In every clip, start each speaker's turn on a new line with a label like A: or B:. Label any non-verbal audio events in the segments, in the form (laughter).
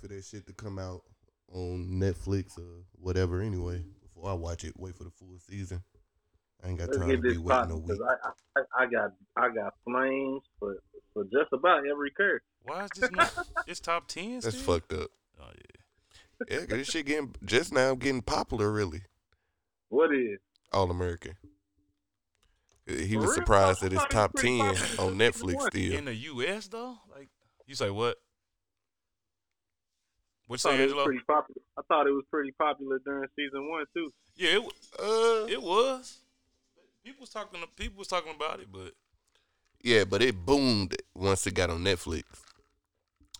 A: for that shit to come out on Netflix or whatever. Anyway, before I watch it, wait for the full season. I ain't got
B: Let's
A: time to
B: get
A: be
B: this
A: waiting
B: poppin',
A: a
B: 'cause
A: week.
B: I, I, I got I got flames for, for just about every curse.
C: Why is
B: (laughs)
C: this not? It's top ten.
A: That's
C: still?
A: fucked up.
C: Oh yeah.
A: Yeah, 'cause this shit getting just now getting popular. Really,
B: What is?
A: All American. He
B: For
A: was
B: real?
A: surprised
B: I
A: that it's
B: thought it was
A: top ten
B: pretty popular
A: on
B: since season
A: Netflix
B: one.
A: still.
C: In the U.S. though, like you say, what? What
B: I thought it
C: you say,
B: was
C: Angelo?
B: Oh, pretty popular. I thought it was pretty popular during season one too.
C: Yeah, it, wa-
A: Uh,
C: it was. People was talking. People was talking about it, but
A: yeah, but it boomed once it got on Netflix.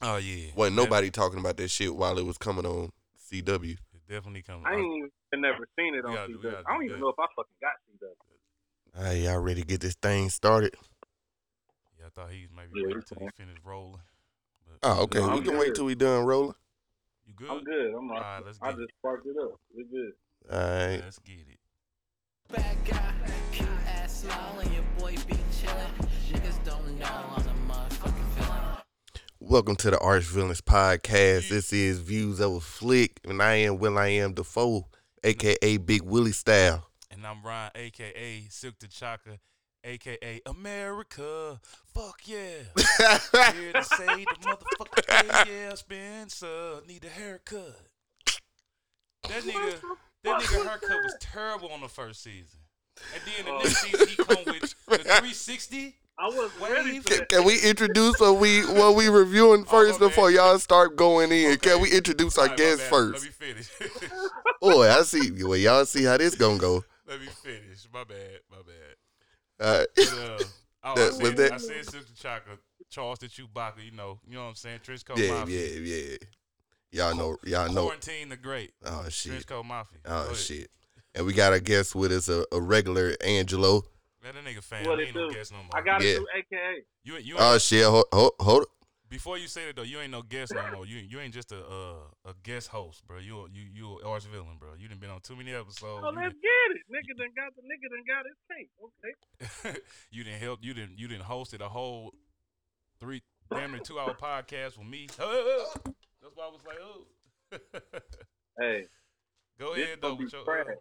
C: oh yeah,
A: Wasn't nobody talking about that shit while it was coming on CW.
C: It's definitely coming.
B: I ain't even I never seen it
C: We
B: on
C: gotta- we
B: CW.
C: gotta
B: I don't
C: do
B: even
C: that.
B: know if I fucking got CW.
A: Hey, y'all ready to get this thing started?
C: yeah, I thought he was maybe
B: Yeah,
C: waiting
B: it's
C: till he finished rolling. But
A: Oh, okay.
B: No,
A: we
B: I'm
A: can wait
B: good.
A: till we done rolling.
C: You good?
B: I'm good. I'm
C: All
B: like,
C: right, let's
B: I
C: get it.
B: just sparked it up. We're good.
A: All right.
C: Let's get it.
D: Bad guy, cute ass slow, and your boy be chillin'. Niggas don't know I'm a motherfucking villain.
A: Welcome to the Arch Villains
C: Mm-hmm.
A: Podcast. This is Views of a Flick, and I am Will I Am Defoe, aka Big Willie
C: (laughs)
A: Style.
C: And I'm Ryan, aka Silk the Chaka, aka America. Fuck yeah. Here to say the motherfucker day, yeah, Spencer need a haircut. That nigga, that nigga haircut was terrible on the first season, and then the next season he come with
A: (laughs)
C: the 360
B: I wasn't ready
C: wave.
B: for that.
A: Can we introduce what we what we reviewing first
C: Oh, my
A: before
C: bad.
A: y'all start going in? Can we introduce our
C: Alright, my
A: guests
C: bad.
A: first?
C: Let me finish. (laughs)
A: Boy, I see. Well, y'all see how this gonna go.
C: Let me finish. My bad. My bad.
A: All right.
C: But, uh,
A: (laughs)
C: oh,
A: That-
C: I
A: was
C: said,
A: that-
C: I said Silk the Chaka, Charleston Chewbacca. You know, you know what I'm saying? Trench
A: (laughs)
C: coat
A: Yeah,
C: mafia.
A: yeah, yeah. Y'all know. Y'all know.
C: Quarantine the great.
A: Oh
C: Trench
A: shit.
C: coat mafia. Go
A: Oh
C: ahead.
A: shit. And we got our guest with us, a, a regular Angelo.
C: Let that nigga fan.
B: What
C: he
B: it
C: ain't no
B: do?
C: guest no more.
B: I got to
A: Yeah.
B: do AKA.
C: you. You.
A: Oh shit. Hold, hold, hold.
C: Before you say that though, you ain't no guest no more. You you ain't just a uh, a guest host, bro. You a- you you a arch villain, bro. You done been on too many episodes.
B: Oh, let's
C: you, done,
B: get it. Nigga done got the nigga done got his cake. Okay.
C: (laughs) you done helped. You didn't you didn't hosted a whole three damn near two hour podcast with me. Oh, oh, oh. That's why I was like, oh. (laughs)
B: Hey,
C: Go
B: this
C: ahead though.
B: gonna be
C: With your,
B: trash.
C: uh,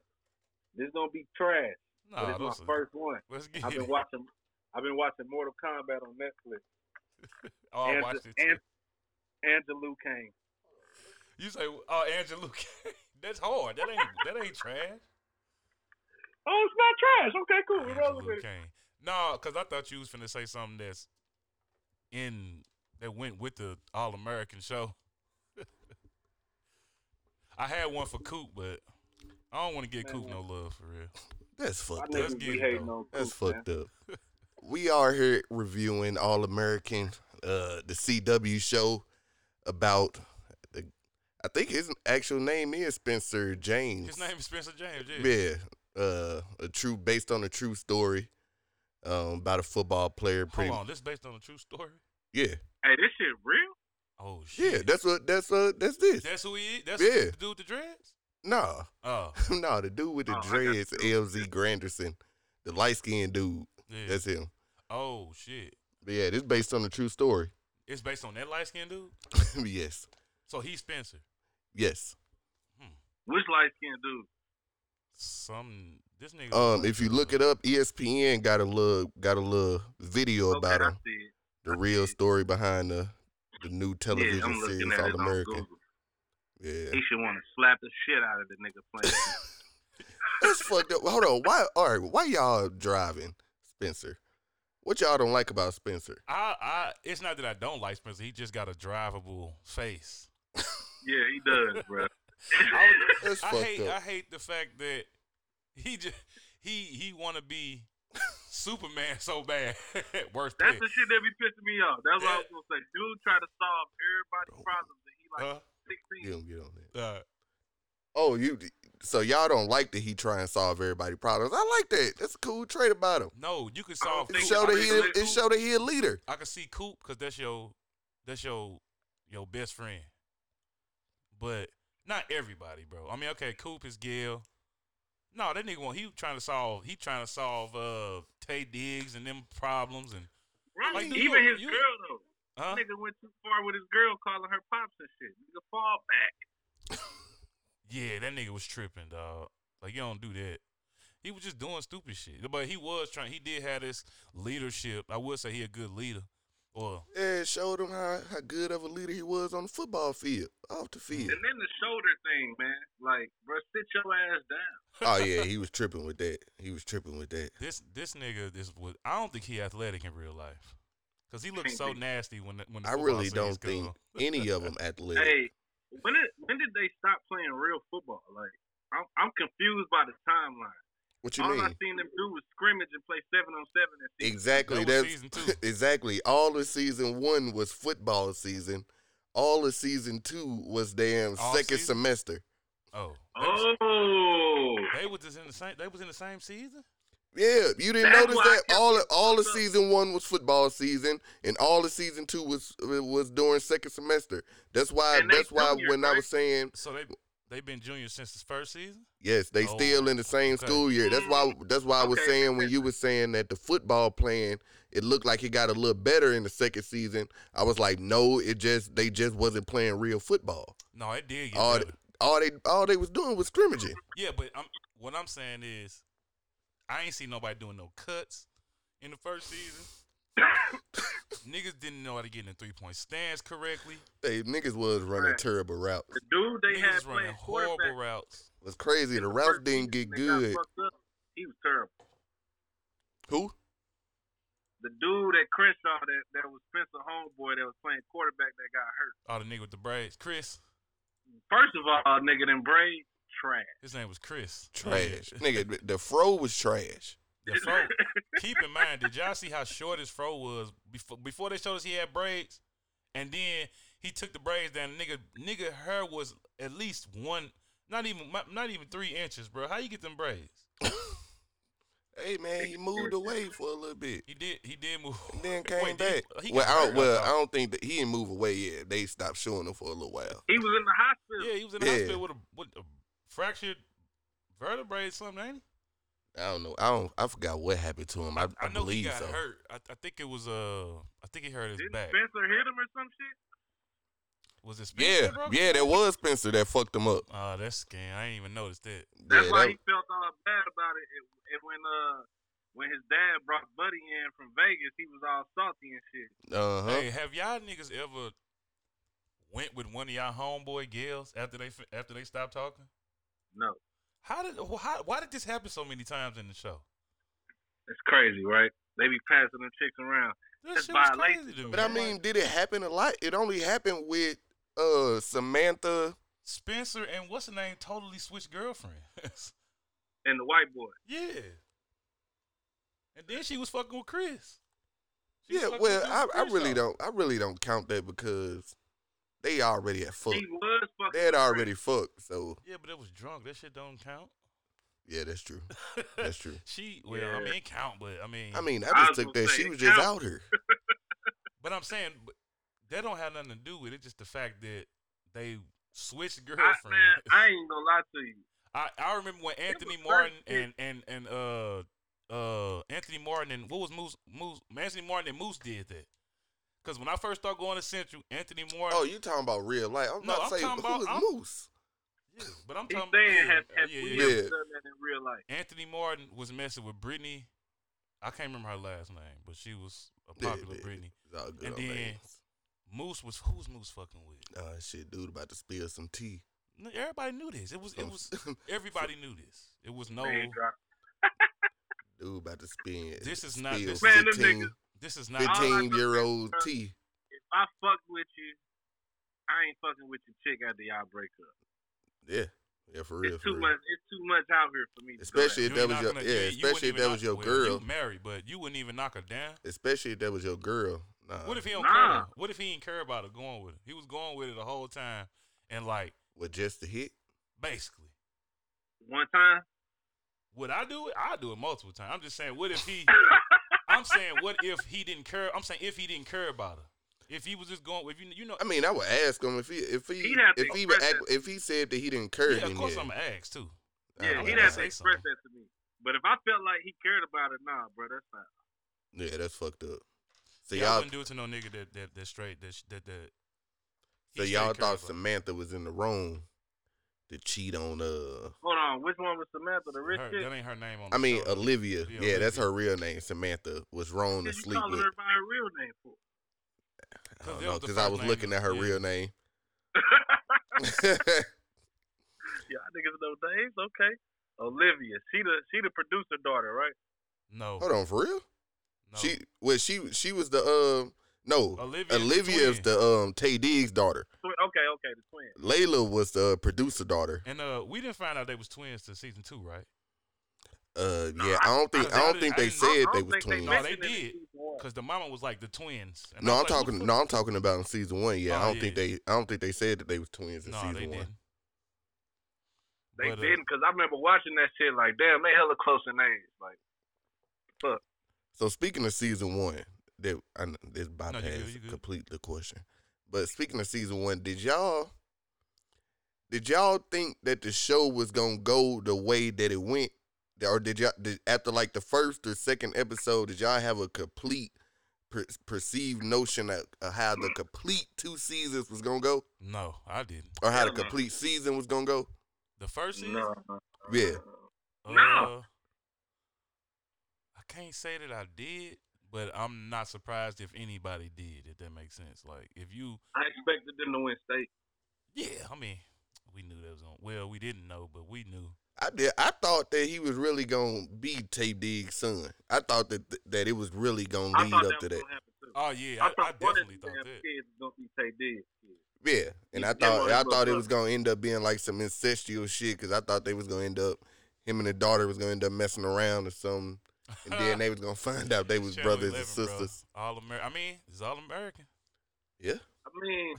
B: This gonna be trash. but
C: nah,
B: it's my
C: those are-
B: first one.
C: Let's get
B: I've been
C: it.
B: watching. I've been watching Mortal Kombat on Netflix.
C: (laughs) oh, I
B: Ange-
C: watched it. Too.
B: Ange- Angelou Kane.
C: you say, oh, Angela, (laughs) that's hard. That ain't that ain't trash.
B: Oh, it's not trash. Okay, cool. We're rolling
C: Angela
B: with it.
C: Kane. No, because I thought you was finna say something that's in that went with the All American show. (laughs) I had one for Coop, but I don't want to get Coop no love for
A: (laughs)
C: real.
A: That's
B: My
A: fucked up.
C: Let's
B: niggas
C: get
B: be
C: it,
B: hating
C: though.
B: on
A: That's
B: Coop, man.
A: fucked up. (laughs) We are here reviewing All American, uh, the CW show about the, I think his actual name is Spencer James.
C: His name is Spencer James. Yeah.
A: yeah, uh, a true based on a true story, um, about a football player. Pretty,
C: Hold on, this based on a true story.
A: yeah,
B: Hey, this shit real?
C: Oh shit.
A: yeah. That's what. That's uh. That's this.
C: That's who he is. That's
A: Yeah.
C: the dude with the dreads.
A: nah, (laughs)
C: Oh
A: nah. The dude with the
B: Oh, I got
A: dreads, LZ Granderson, the light skinned dude.
C: yeah.
A: That's him.
C: oh shit.
A: But yeah, this based on a true story. (laughs)
C: It's based on that light skinned dude.
A: yes,
C: So he's Spencer.
A: yes.
B: Which light skinned dude?
C: Some this nigga.
A: Um, if you look it up, ESPN got a little got a little video about
B: okay, I
A: him.
B: see it.
A: The real story behind the the new television
B: Yeah, I'm looking
A: series
B: at
A: All
B: it on
A: American.
B: Google.
A: Yeah,
B: He should want to slap the shit out of the nigga
A: (laughs)
B: playing.
A: that's fucked up. Hold on, why? All right, why y'all driving Spencer? What y'all don't like about Spencer?
C: I, I, it's not that I don't like Spencer. He just got a drivable face.
B: yeah, he does,
A: (laughs)
B: bro.
C: I, was-
A: That's
C: I
A: fucked
C: hate,
A: up.
C: I hate the fact that he just, he, he want to be (laughs) Superman so bad. (laughs) Worst
B: That's
C: pick.
B: the shit that be pissing me off. That's what I was gonna say. Dude try to solve everybody's problems and he like
C: Huh?
A: You
B: 16.
A: don't get on that.
C: Uh,
A: Oh, you. So y'all don't like that he try and solve everybody problems. I like that. That's a cool trait about him.
C: no, you can
B: I don't
C: solve.
A: It
B: think
C: Coop.
A: show
B: showed
C: I
A: that
C: can see
A: he. It
C: Coop.
A: show that he a leader.
C: I can see Coop because that's your, that's your, your best friend. But not everybody, bro. I mean, okay, Coop is Gail. No, that nigga want he trying to solve. He trying to solve uh Tay Diggs and them problems and
B: Right.
C: Like, dude,
B: Even
C: you-
B: his
C: you-
B: girl though.
C: Huh?
B: Nigga went too far with his girl calling her pops and shit. Nigga fall back.
C: Yeah, that nigga was tripping, dog. Like you don't do that. He was just doing stupid shit. But he was trying. He did have this leadership. I would say he a good leader. Or
A: Yeah, it showed him how, how good of a leader he was on the football field, off the field.
B: And then the shoulder thing, man. Like, bro, sit your ass down.
C: (laughs)
A: oh yeah, he was tripping with that. He was tripping with that.
C: this this nigga is what I don't think he athletic in real life. Cause he looks so nasty when the, when the
A: I
C: football
A: really
C: season's
A: don't think
C: gone.
A: any
C: (laughs)
A: of them athletic.
B: Hey, when did when did they stop playing real football? Like, I'm I'm confused by the timeline.
A: what you
B: All
A: mean?
B: I seen them do was scrimmage and play seven on seven. And see.
A: Exactly.
C: That was
A: That's
C: season
A: (laughs)
C: two.
A: exactly. All of season one was football season. All of season two was damn
C: All
A: second
C: season?
A: semester.
C: Oh, they was-
B: Oh,
C: they was just in the same. They was in the same season.
A: Yeah, you didn't
B: That's
A: notice
B: why I
A: that
B: kept
A: all of, all of
B: up.
A: season one was football season, and all of season two was was during second semester. That's why.
B: And they
A: That's why
B: juniors,
A: when I
B: right?
A: was saying
C: So they they been juniors since the first season.
A: Yes, they
C: Oh,
A: still in the same
C: okay.
A: school year. That's why. That's why I was
B: Okay,
A: saying when you were saying that the football playing, it looked like it got a little better in the second season. I was like, no, it just they just wasn't playing real football.
C: No, it did get
A: All,
C: better.
A: all they all they was doing was scrimmaging.
C: Yeah, but I'm what I'm saying is, I ain't seen nobody doing no cuts in the first season. Niggas didn't know how to get in the three point stance correctly.
A: They niggas was running
B: Right.
A: terrible routes.
B: the dude they had
C: Niggas running
B: playing
C: horrible
B: quarterback.
C: routes.
A: It was crazy. The routes didn't get
B: They got
A: good.
B: fucked up. He was terrible.
A: Who?
B: The dude at Crenshaw that, that was Spencer Homeboy that was playing quarterback that got hurt.
C: Oh, the nigga with the braids, Chris.
B: First of all, nigga, them braids trash.
C: His name was Chris. (laughs)
A: Trash.
C: Yeah.
A: Nigga, the fro was trash.
C: The fro. Keep in mind, did y'all see how short his fro was before before they showed us he had braids, and then he took the braids down. Nigga, nigga, hair was at least one, not even not even three inches, bro. How you get them braids?
A: Hey man, he moved away for a little bit.
C: He did. He did move.
A: And
C: (laughs)
A: then came
C: Wait,
A: back.
C: did he- he
A: well,
C: got
A: I
C: hurt,
A: don't, well,
C: thought.
A: I don't think that he didn't move away yet. They stopped showing him for a little while.
B: He was in the hospital.
C: Yeah, he was in the
A: Yeah.
C: hospital with a, with a fractured vertebrae or something, ain't he?
A: I don't know. I don't. I forgot what happened to him. I, I,
C: I know he
A: believe
C: got
A: so.
C: hurt. I, I think it was uh, I think he hurt his
B: Didn't
C: back.
B: Spencer hit him or some shit?
C: Was it Spencer?
A: Yeah,
C: that broke
A: yeah,
C: his
A: that
C: back?
A: was Spencer that fucked him up.
C: Oh, that's scam. I didn't even notice that.
B: That's
A: yeah,
B: why
A: that-
B: he felt all bad about it. And- And when uh when his dad brought Buddy in from Vegas, he was all salty and shit.
A: uh-huh.
C: Hey, have y'all niggas ever went with one of y'all homeboy gals after they fi- after they stopped talking?
B: No,
C: How did wh- how, why did this happen so many times in the show?
B: it's crazy, right? They be passing them chicks around.
C: That
B: That's
C: shit was
B: violation.
C: crazy to me.
A: But I mean, did it happen a lot? It only happened with uh Samantha.
C: Spencer and what's her name totally switched girlfriends. (laughs)
B: And the white boy.
C: yeah, and then she was fucking with Chris. She was
A: Yeah,
C: fucking
A: well,
C: with
A: I, I
C: Chris,
A: really
C: though.
A: don't. I really don't count that because they already had fucked.
B: He was fucking.
A: They had already fucked. So
C: Yeah, but it was drunk. That shit
A: (laughs)
C: don't count.
A: yeah, that's
C: (laughs)
A: true. That's true.
C: She well, I
B: Yeah.
C: mean, it count, but I mean,
A: I mean, I
B: I
A: just
B: was
A: took
B: gonna
A: that
B: say,
A: she
B: it
A: was just
B: count.
A: out here.
C: But I'm saying but that don't have nothing to do with it. Just the fact that they switched
A: (laughs)
B: I,
C: girlfriends.
B: man, I ain't gonna lie to you.
C: (laughs) I, I remember when Anthony
B: was
C: Martin and
B: certain
C: and and uh uh Anthony Martin and what was Moose Moose Anthony Martin and Moose did that. Cause when I first started going to Central, Anthony Martin.
A: Oh, you talking about real life? I'm
C: No,
A: about
C: I'm
A: to say
C: talking about-
A: who is
C: I'm-
A: Moose?
C: yeah, but I'm
B: He's
C: talking
B: saying,
C: yeah,
B: have, have
C: yeah,
B: we
C: yeah.
B: ever
A: Yeah.
B: done that in real life?
C: Anthony Martin was messing with Brittany. I can't remember her last name, but she was a
A: Yeah,
C: popular
A: yeah,
C: Brittany.
A: It's all good
C: And
A: old
C: then-
A: names.
C: Moose was who's Moose fucking with?
A: Nah, shit, dude, about to spill some tea.
C: No, Everybody knew this. It was it
A: (laughs)
C: was everybody knew this. It was no
B: Man, drop.
A: dude about to spin.
C: This is not-
A: spill
C: this-
B: Man, them
A: 15,
B: niggas-
C: this is not
B: all I
A: 15
B: know
A: year
B: is,
A: old
B: uh,
A: T.
B: if I fuck with you, I ain't fucking with your chick after y'all break up.
A: Yeah, yeah, for real.
B: it's
A: For
B: too
A: real.
B: much. It's too much out here for me. to go
A: Especially if
B: at.
C: You
A: that
C: ain't
A: was
C: not
A: your
C: gonna-
A: yeah,
C: you- you wouldn't
A: especially if
C: even
A: that
C: knock-
A: was your
C: well,
A: girl.
C: You married, but you wouldn't even knock her down.
A: Especially if that was your girl. Nah.
C: What if he don't
B: Nah.
C: care? What if he didn't care about her going with it? He was going with it the whole time, and like
A: with just a hit?
C: basically,
B: one time.
C: would I do it? I do it multiple times. I'm just saying, what if he? I'm saying, what if he didn't care? I'm saying if he didn't care about her, if he was just going, if you you know,
A: I mean, I would ask him if he if he
B: He'd have to
A: if he would
B: express
A: act,
B: that.
A: if he said that he didn't curve
C: yeah, of
A: him
C: course
A: yet.
C: I'm gonna ask too.
A: I
B: Yeah,
A: don't
B: he'd
A: know.
B: have to
C: say
B: express
C: something.
B: that to me. But if I felt like he cared about it, nah, bro, that's not.
A: Yeah, that's fucked up. So
C: yeah, I
A: y'all,
C: wouldn't do it to no nigga that that, that straight that sh- that that. he
A: so
C: straight
A: y'all
C: curves
A: thought
C: like-
A: Samantha was in the room to cheat on uh
B: Hold on, which one was Samantha? The rich
C: her,
B: chick?
C: that ain't her name on.
A: I
C: the
A: mean
C: show.
A: Olivia.
C: Yeah,
A: Yeah, that's
C: Olivia.
A: her real name. Samantha was wrong to
B: Did you
A: sleep
B: calling
A: with.
B: her by her real name for?
A: I
C: 'Cause
A: don't
C: that
A: know
C: was the
A: because Oh, I
C: first
A: was
C: name
A: looking
C: that-
A: at her
C: yeah.
A: real
C: (laughs)
A: name. (laughs)
B: yeah, I niggas know names. Okay, Olivia. She the she the producer daughter, right?
C: no,
A: Hold on, for real?
C: no.
A: She well, she she was the um no
C: Olivia's
A: Olivia,
C: the
A: is
C: twin.
A: the um Tay Diggs daughter.
B: Twi- Okay, okay, the twin.
A: Layla was the uh, producer daughter.
C: And uh, we didn't find out they was twins to season two, right?
A: Uh, yeah, I don't think I,
C: I- I
A: don't
C: didn't-
A: think
C: I
A: they
C: didn't- I-
A: said
B: I
A: they
B: don't
A: was
B: think
A: twins.
C: No,
A: No,
C: they
B: mentioned it in
C: did.
B: season one.
C: Cause the mama was like the twins.
A: I'm
C: And I was like,
A: talking.
C: what
A: No, I'm talking about in season one. Yeah, I
C: Oh,
A: don't think
C: yeah.
A: they. I don't think they said that they was twins
C: the
A: in
C: fuck? No, they
A: season one.
C: didn't.
B: They
C: But, uh,
B: didn't, cause I remember watching that shit. Like, damn, they hella close in age. Like,
A: So speaking of season one, that I know this bypass
C: you good.
A: complete the question. But speaking of season one, did y'all did y'all think that the show was gonna go the way that it went, or did y'all did, after like the first or second episode, did y'all have a complete per, perceived notion of, of how the complete two seasons was gonna go,
C: No, I didn't.
A: or how the
B: Hell no.
A: complete season was gonna go?
C: The first season.
B: no,
A: Yeah.
C: Uh,
B: No.
C: I can't say that I did, but I'm not surprised if anybody did. If that makes sense. Like if you,
B: I expected them to win state.
C: yeah, I mean, we knew that was on. Well, we didn't know, but we knew.
A: I did. I thought that he was really gonna be Tay Diggs' son. I thought that that it was really gonna
B: I
A: lead
B: thought
A: up
B: that
A: to
B: was
A: that.
B: gonna happen too.
C: Oh yeah, I, I,
B: one of
C: definitely
B: these
C: thought
B: damn
C: that.
B: kids was gonna be Tay Diggs. kid.
A: Yeah, and
B: You
A: I
B: get
A: thought
B: one
A: I
B: of those
A: thought it
B: little
A: was gonna end up being like some incestual shit because I thought they was gonna end up him and the daughter was gonna end up messing around or something, and then they was gonna find out they was
C: Channel
A: brothers
C: 11,
A: and sisters.
C: Bro. All American. I mean, it's all American.
B: I
C: (laughs)
B: mean,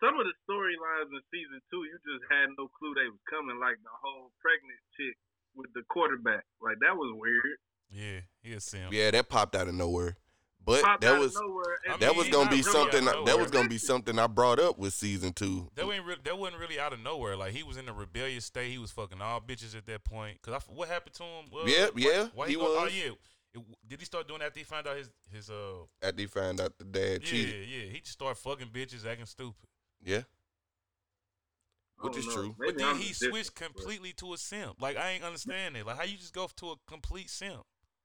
B: some of the storylines in season two, you just had no clue they was coming. Like the whole pregnant chick with the quarterback, like that was weird.
C: Yeah, he a sim.
A: Yeah, that popped out of nowhere, but
B: Popped
A: that
B: out
A: was
B: of nowhere.
C: I
B: and
A: that
C: mean,
A: was
C: he
A: gonna
C: not
A: be
C: really
A: something
C: out of
A: that was
C: nowhere.
A: gonna be something I brought up with season two.
C: That wasn't really, that wasn't really out of nowhere. Like he was in a rebellious state. He was fucking all bitches at that point. Cause I f what happened to him? Well,
A: Yeah, yeah,
C: why
A: he
C: go- Oh
A: was.
C: yeah. It- did he start doing that after he found out his his uh?
A: After he found out the dad
C: Yeah,
A: cheated,
C: yeah. He just started fucking bitches, acting stupid.
A: yeah,
B: I
A: which
B: don't
A: is
B: know.
A: true.
B: Maybe
C: but then
B: I'm
C: he
B: just different,
C: switched
B: but-
C: completely to a simp. Like I ain't understand it. Like how you just go to a complete simp? (laughs)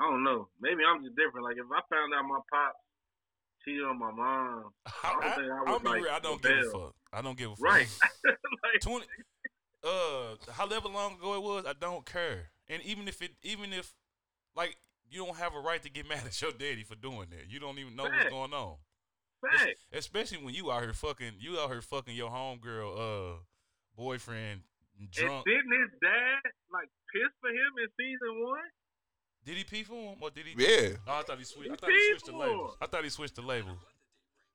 B: I don't know. Maybe I'm just different. Like if I found out my pops cheated on my mom,
C: I,
B: don't
C: I,
B: think I
C: I'll
B: would,
C: be
B: like,
C: real, I don't give a
B: rebel.
C: fuck. I don't give a fuck.
B: right? (laughs) like,
C: Twenty, uh, however long ago it was, I don't care. And even if it, even if, like, you don't have a right to get (laughs) mad at your daddy for doing that. You don't even know what's
B: Facts.
C: going on. Es-
B: fact.
C: Especially when you out here fucking, you out here fucking your homegirl, uh, boyfriend,
B: And
C: drunk.
B: didn't his dad like piss for him in season one?
C: Did he pee for him or did he?
A: Yeah,
C: Oh, I thought he switched. I
B: He
C: thought he
B: peed
C: switched the
B: for
C: label.
B: him.
C: I thought he switched the label.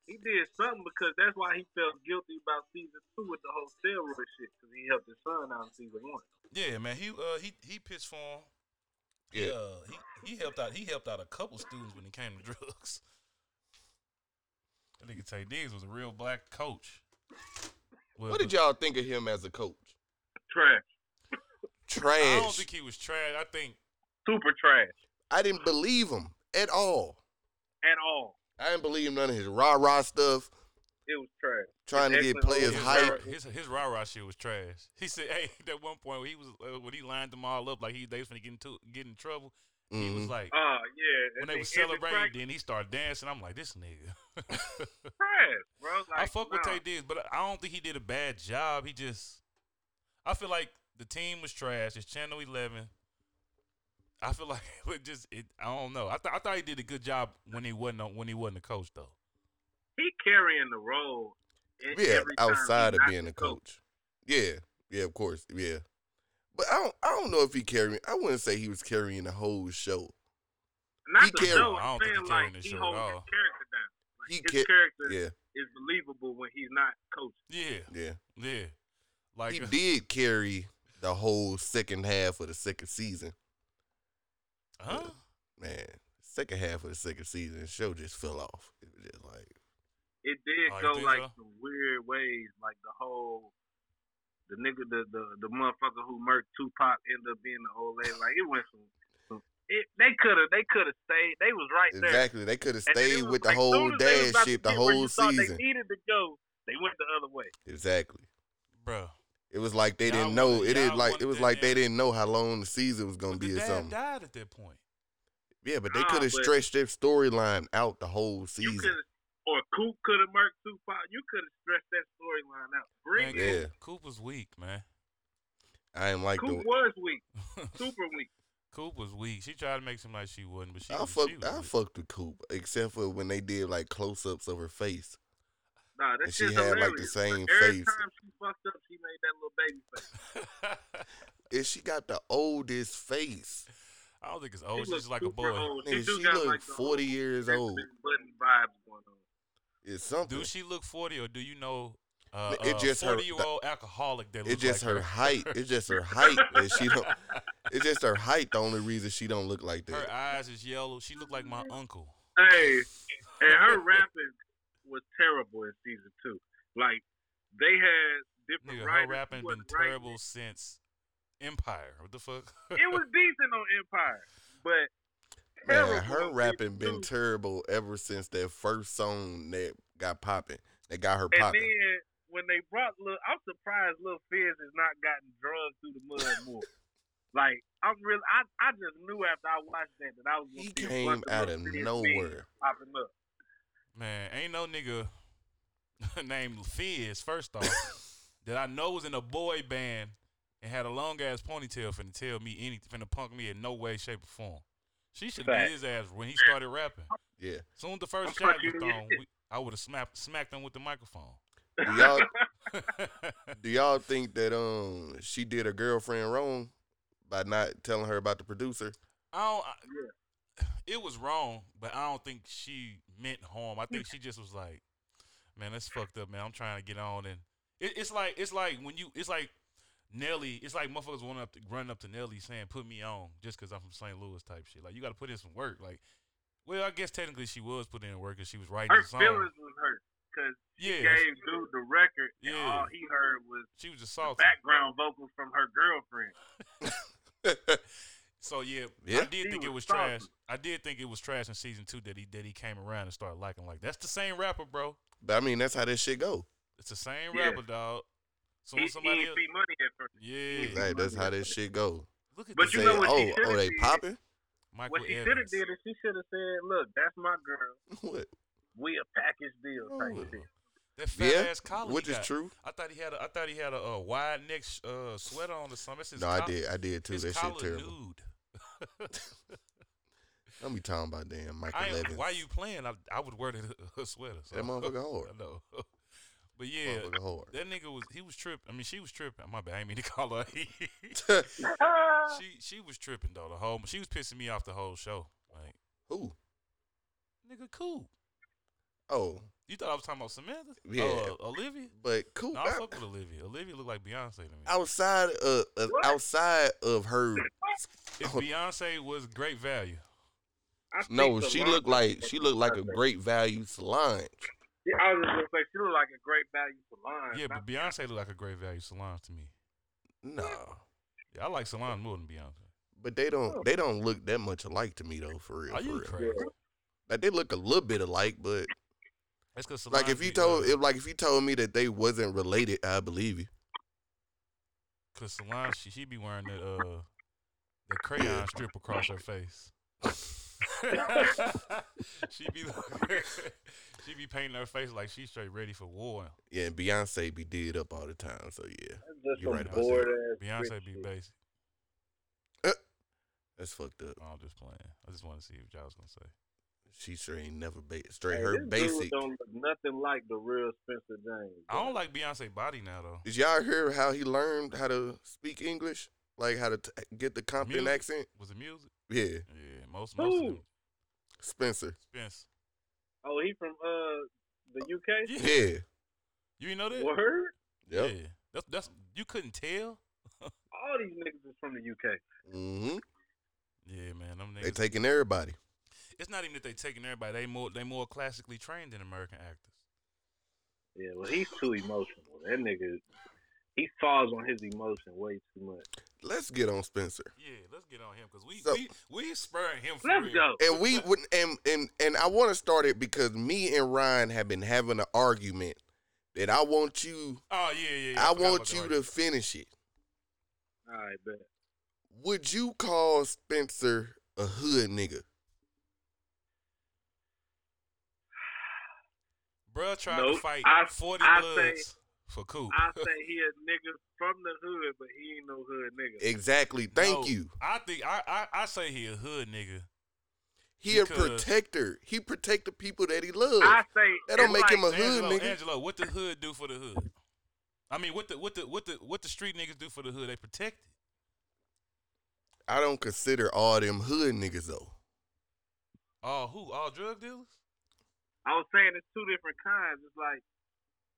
B: He did something because that's why he felt guilty about season two with the whole steroid shit because he helped his son out in season one.
C: Yeah, man. He uh he he pitched for him.
A: yeah.
C: He, uh, he he helped out. He helped out a couple students when it came to drugs. That nigga Tay Diggs was a real black coach. Well,
A: What did y'all think of him as a coach?
B: Trash,
C: I don't
A: Trash.
C: think he was trash. I think
B: super trash
A: I didn't believe him at all.
B: at all.
A: I didn't believe none of his rah rah stuff,
B: It was trash.
A: trying to get
B: Excellent
A: players
B: overall.
C: his
A: hype.
C: rah- his his rah rah shit was trash. He said, "Hey, (laughs) at one point when he was uh, when he lined them all up like he they was gonna get into get in trouble, he was
A: Mhm.
C: like."
B: Oh yeah,
C: when
B: and
C: they were
B: ended
C: celebrating,
B: practice
C: then he started dancing. I'm like, this nigga. (laughs)
B: trash, bro. Like,
C: I fuck with
B: nah.
C: Tay Diggs, but I don't think he did a bad job. He just, I feel like the team was trash. It's Channel Eleven. I feel (laughs) like it was just it. I don't know. I thought I thought he did a good job when he wasn't on, when he wasn't a coach though.
B: He carrying the role. e-
A: Yeah,
B: every time
A: outside
B: he
A: of
B: not
A: being
B: the
A: a coach. Yeah, yeah, of course, yeah. But I don't, I don't know if he carrying. I wouldn't say he was carrying the whole show.
B: Not
A: He
B: the
A: carry-
B: show.
C: I
B: I'm
C: don't think he
B: saying
C: carrying
B: like
C: this
B: he
C: show at
B: holds his
C: all.
B: character down. Like,
A: He
B: his
A: ca-
B: character
A: Yeah,
B: is believable when he's not coaching.
C: Yeah,
A: yeah.
C: yeah. Like uh,
A: He did carry the whole second half of the second season.
C: huh?
A: Man, second half of the second season, the show just fell off. It was just like,
B: It did
C: Oh, you
B: go
C: think
B: like
C: so?
B: some weird ways, like the whole the nigga, the the the motherfucker who murked Tupac ended up being the old lady. Like it went some some, it, they could have they could have stayed. They was right there.
A: Exactly. They could have
B: And then it
A: stayed
B: was
A: with
B: like,
A: the whole
B: soon as they was
A: dad
B: about to
A: shit the
B: get where you
A: whole
B: thought
A: season.
B: They needed to go. They went the other way.
A: Exactly.
C: bro.
A: It was like they
C: Y'all
A: didn't know.
C: wanted-
A: it is
C: y'all
A: like
C: wanted
A: it was
C: that
A: like they
C: damn-
A: didn't know how long the season was gonna
C: But
A: be um, or
C: the dad
A: something.
C: died at that point.
A: Yeah, but they
B: Nah,
A: could have
B: but-
A: stretched their storyline out the whole
B: You
A: season.
B: could have or Coop could have marked two five. You could have stretched that storyline out.
C: Man,
B: Bring
A: Yeah.
B: it.
C: Coop, Coop was weak, man.
A: I didn't like
B: Coop
A: the.
B: was (laughs) weak, super weak.
C: Coop was weak. She tried to make somebody she wasn't, but she,
A: I
C: was,
A: fuck.
C: she was
A: I
C: weak.
A: fucked with Coop, except for when they did like close ups of her face,
B: Nah,
A: and
B: that's
A: she
B: just
A: had like the
B: hilarious.
A: same
B: Every
A: face.
B: time she fucked up, she made that little baby face.
A: And she got the oldest face.
C: (laughs) I don't think it's old. Oh, She's
B: look
C: just like a
B: super
C: boy.
B: old.
A: Nigga,
B: do
A: she
B: got,
A: look
B: like, the
A: forty
B: old
A: years
B: Benjamin
A: old.
B: Button vibes going on.
A: It's something.
C: Do she look forty, or do you know? Uh,
A: It just her-
C: forty year old alcoholic that
A: It's
C: looks
A: just
C: like
A: her height. It's just her height that she don't. It's just her height. The only reason she don't look like
C: Her
A: that.
C: eyes is yellow. She looked like my uncle.
B: Hey, and her rapping was terrible in season two. Like they had different
C: Nigga,
B: writers.
C: her rapping
B: who
C: been
B: wasn't writing
C: terrible since Empire. What the fuck?
B: It. It was decent on Empire, but terrible
A: Man, her
B: on
A: rapping
B: season
A: been
B: two.
A: terrible ever since that first song that got popping. That got her
B: and
A: popping.
B: then when they brought Lil, I'm surprised Lil Fizz has not gotten drugged through the mud more. like I'm really, I, I just knew after I watched that that I was. gonna
A: He
B: see a
A: came
B: bunch
A: out
B: Lil
A: of
B: Fizz beats
A: nowhere.
B: popping up.
C: (laughs) Man, ain't no nigga (laughs) named Fizz,
A: (laughs)
C: first off, that I know was in a boy band and had a long ass ponytail finna tell me anything, finna punk me in no way, shape, or form. She should beat
B: Fact.
C: his ass when he started rapping. (laughs)
A: Yeah.
C: Soon as the first
B: I'm
C: shot
B: fucking
C: was thrown,
B: with
C: we, I would have smacked, smacked him with the microphone.
A: Do y'all
C: (laughs)
A: do y'all think that um she did her girlfriend wrong by not telling her about the producer? (laughs)
C: I don't. I, It was wrong, but I don't think she meant harm. I think she just was like, "Man, that's fucked up, man. I'm trying to get on." And it, it's like it's like when you it's like Nelly. It's like motherfuckers running up to, running up to Nelly saying, "Put me on," just because I'm from St. Louis type shit. Like you got to put in some work. Like, well, I guess technically she was putting in work because she was writing
B: Her
C: the song.
B: feelings was hurt because
C: Yeah,
B: gave dude the record, and
C: Yeah.
B: all he heard was
C: she was assaulted.
B: background vocals from her girlfriend.
C: So yeah, I
A: Yeah.
C: did
B: He
C: think it
B: was
C: was trash.
B: salty.
C: I did think it was trash in season two that he that he came around and started liking. Like that's the same rapper, bro.
A: But I mean that's how this shit go.
C: It's the same
B: Yeah.
C: rapper, dog. So
B: He,
C: when
B: he
C: somebody
B: didn't
C: else,
B: see money at first.
C: yeah,
A: Like that's how this shit go.
C: look at
B: But
C: this
A: Say,
B: you know what
A: oh,
B: she
A: oh,
B: shoulda
A: they
B: did?
A: popping? (laughs)
C: Michael
B: What she should
C: Evans.
B: have did is she should have said, "Look, that's my girl.
A: What?
B: We a package deal." Type
A: Oh. (laughs)
B: shit.
C: That fat
A: Yeah,
C: ass collar, he
A: which is
C: got.
A: true.
C: I thought he had a, I thought he had a, uh wide neck sh- uh, sweater on or something. That's his
A: No, I
C: col-
A: did. I did too.
C: His
A: That
C: collar
A: shit terrible.
C: nude.
A: Don't be talking about damn Michael
C: I
A: Evans.
C: ain't, why you playing? I, I would wear that (laughs) a sweater. So.
A: That
C: (laughs)
A: motherfucker hard.
C: I know. But yeah,
A: Motherfucker hard.
C: that nigga was he was tripping. I mean, she was tripping. My bad. I ain't mean to (laughs) call her.
A: (laughs)
B: Ah,
C: she she was tripping though. The whole she was pissing me off the whole show. Like
A: Who?
C: nigga, cool.
A: Oh,
C: You thought I was talking about Samantha?
A: Yeah.
C: Oh, uh, Olivia?
A: but cool.
C: No, I
A: I-
C: fuck with Olivia. Olivia look like Beyonce to me.
A: outside of, of
B: What?
A: outside of her,
C: if Beyonce was great value,
B: I think
A: no,
B: the
A: she
B: long-
A: looked like she looked like a
B: Beyonce.
A: great value Solange.
B: Yeah, I was just gonna say she looked like a great value for line.
C: yeah, but Beyonce look like a great value Solange to me.
A: No,
C: Yeah, I like Solange more than Beyonce.
A: but they
B: Oh.
A: don't they don't look that much alike to me though. For real,
C: Are
A: for
C: you
A: real.
C: crazy?
A: Like they look a little bit alike, but
C: That's because Solange.
A: like if you
C: be,
A: told
C: uh,
A: if like if you told me that they wasn't related, I believe you.
C: Cause Solange, she, she be wearing that uh, the crayon strip across her face. (laughs) she be look- (laughs) she be painting her face like she's straight ready for war.
A: Yeah, and Beyonce be did up all the time, so yeah,
B: That's just
A: You're
B: some
A: right about that.
B: bored ass.
C: Beyonce
B: rich
C: be
B: shit.
C: basic.
A: that's fucked up.
C: I'm just playing. I just want to see what y'all was gonna say.
A: She sure ain't never ba- straight.
B: Hey,
A: Her
B: this
A: basic.
B: dude don't look nothing like the real Spencer James.
C: I don't like Beyonce body now though.
A: Did y'all hear how he learned how to speak English? Like how to t- get the Compton
C: Music?
A: accent?
C: Was it music?
A: Yeah,
C: Yeah, most most of
B: Who?
C: them. (laughs)
A: Spencer.
C: Spence.
B: Oh, he from uh the UK.
C: Yeah.
A: Yeah.
C: You ain't know that?
B: Word.
A: Yep.
C: Yeah. That's that's you couldn't tell.
B: All these niggas is from the UK.
A: hmm
C: Yeah, man. Them
A: They
C: niggas.
A: taking everybody.
C: it's not even that they taking everybody. They more they more classically trained than American actors.
B: Yeah, well, he's too emotional. That nigga, he falls on his emotion way too much.
A: Let's get on Spencer.
C: Yeah, let's get on him because we,
A: So-
C: we we spurring him for
B: Let's
C: real.
B: go.
A: And we would and and and I want to start it because me and Ryan have been having an argument that I want you
C: Oh yeah, yeah. yeah.
A: I
C: forgot about
A: want
C: that
A: you
C: already.
A: to finish it.
B: All right, bet.
A: Would you call Spencer a hood nigga?
C: Bruh tried
B: Nope.
C: to fight
B: I-
C: forty
B: I say-
C: bloods for Coop.
B: I say he a nigga from the hood, but he ain't no hood nigga.
A: Exactly. Thank
C: No,
A: you.
C: I think I, I I say he a hood nigga.
A: He a
C: Because-
A: protector. He protect the people that he loves.
B: I say
A: That don't
B: it's
A: make
B: like,
A: him a hood
C: Angelo,
A: nigga.
C: Angelo, what the hood do for the hood? I mean, what the what the what the what the street niggas do for the hood? They protect it.
A: I don't consider all them hood niggas though.
C: All who? All drug dealers?
B: I was saying it's two different kinds. It's like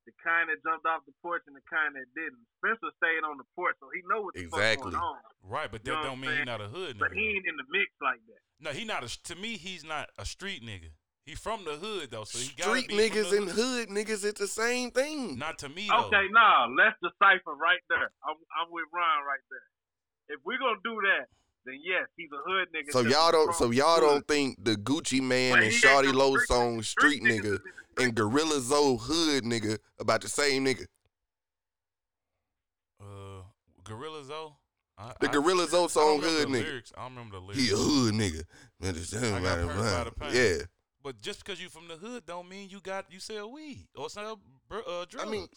B: the kind that jumped off the porch and the kind that didn't. Spencer stayed on the porch, so he know what the
A: Exactly.
B: fuck going on.
C: Right, but that
B: You know what I'm
C: don't mean he
B: saying?
C: not a hood
B: But
C: nigga.
B: he ain't in the mix like that.
C: no, he not a. To me, he's not a street nigga. He from the hood though, so he gotta
A: Street
C: be from
A: niggas
C: the
A: and hood niggas, it's the same thing.
C: Not to me though.
B: Okay, nah, let's decipher right there. I'm I'm with Ron right there. If we're gonna do that, then yes, he's a hood nigga.
A: So
B: just
A: y'all don't.
B: from
A: So y'all
B: the hood.
A: don't think the Gucci Man
B: But
A: and
B: he ain't
A: Shawty
B: no
A: Low
B: street
A: song
B: nigga.
A: Street
B: Street niggas
A: Nigga
B: is in the
A: and Gorilla Zoe Hood Nigga about the same nigga.
C: Uh, Gorilla Zoe. I,
A: The
C: I-
A: Gorilla Zoe
C: I don't
A: song
C: remember
A: Hood
C: the
A: Nigga.
C: lyrics. I don't remember the lyrics.
A: He a hood nigga. Man, this ain't
C: I got
A: about
C: hurt by the
A: mine.
C: pain.
A: Yeah.
C: But just because you from the hood don't mean you got you sell weed or sell br- uh, drugs.
A: I mean,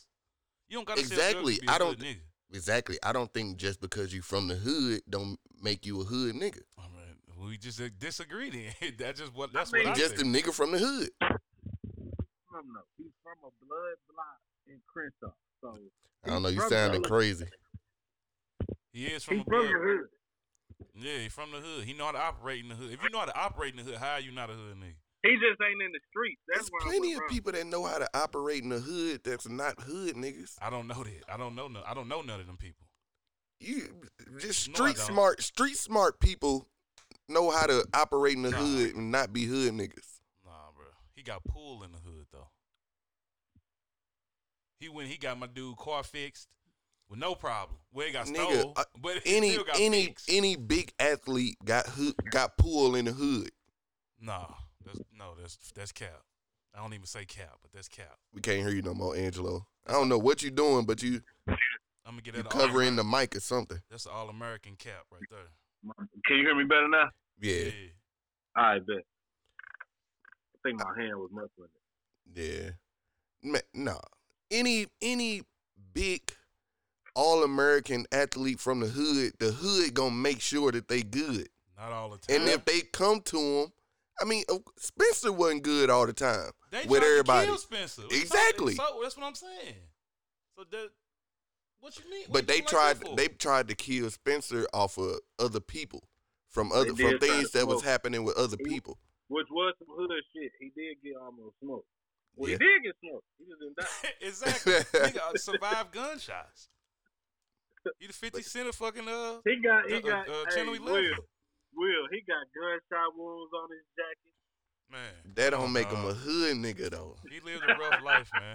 C: you don't gotta sell drugs
A: exactly.
C: to be a
A: I
C: hood
A: don't-
C: nigga.
A: Exactly. I don't think just because you from the hood don't make you a hood nigga.
C: I mean, we just uh, disagree then. (laughs) that's just what that's
B: mean-
C: what I
A: just a
C: think.
A: nigga from the hood.
B: From no, he's from a blood block in Crenshaw. So
A: I don't know. You
B: from
A: sounding
B: the-
A: crazy.
C: He is from
B: he's
C: a
B: from
C: blood.
B: the hood.
C: Yeah, he from the hood. He know how to operate in the hood. If you know how to operate in the hood, how you not a hood nigga?
B: He just ain't in the streets. That's
A: There's
B: where
A: plenty
B: I'm
A: of people that know how to operate in the hood that's not hood niggas.
C: I don't know that. I don't know. No, I don't know none of them people.
A: You just
C: No, I
A: street
C: don't.
A: smart, street smart people know how to operate in the
C: Nah.
A: hood and not be hood niggas.
C: Nah, bro. He got pool in the hood though. He went. He got my dude car fixed with no problem. Well, it got
A: Nigga,
C: stolen,
A: uh,
C: (laughs) but he
A: Any
C: still got
A: any
C: fixed.
A: any big athlete got hood, got pull in the hood.
C: Nah, that's no, that's that's cap. I don't even say cap, but that's cap.
A: We can't hear you no more, Angelo. I don't know what you doing, but you
C: I'm gonna get
A: you
C: that all.
A: covering the mic or something.
C: That's an all American cap right there.
B: Can you hear me better now?
A: Yeah,
B: All right, bet. I think my hand was messing with it.
A: yeah. Ma nah, any any big all American athlete from the hood, the hood gonna make sure that they good.
C: not all the time.
A: And if they come to him, I mean, uh, Spencer wasn't good all the time
C: they
A: with
C: tried
A: everybody.
C: to kill Spencer. What you talking-
A: Exactly.
C: So, that's what I'm saying. So that, what you need?
A: but
C: what
A: they
C: you doing like
A: tried
C: that for?
A: they tried to kill Spencer off of other people from other
B: did
A: from
B: try to
A: things that was
B: smoke.
A: happening with other
B: He-
A: people.
B: Which was some hood shit. He did get almost smoked. Well,
A: Yeah.
B: he did get smoked. He just didn't die.
C: (laughs) exactly. Nigga uh, survived gunshots. You the Fifty Cent of fucking uh,
B: He got,
C: uh,
B: he
C: uh,
B: got,
C: uh,
B: hey,
C: Channel Eleven.
B: Will, Will, he got gunshot wounds on his jacket.
C: Man,
A: That don't make him
C: dog.
A: a hood nigga though.
C: He lived a rough life, man.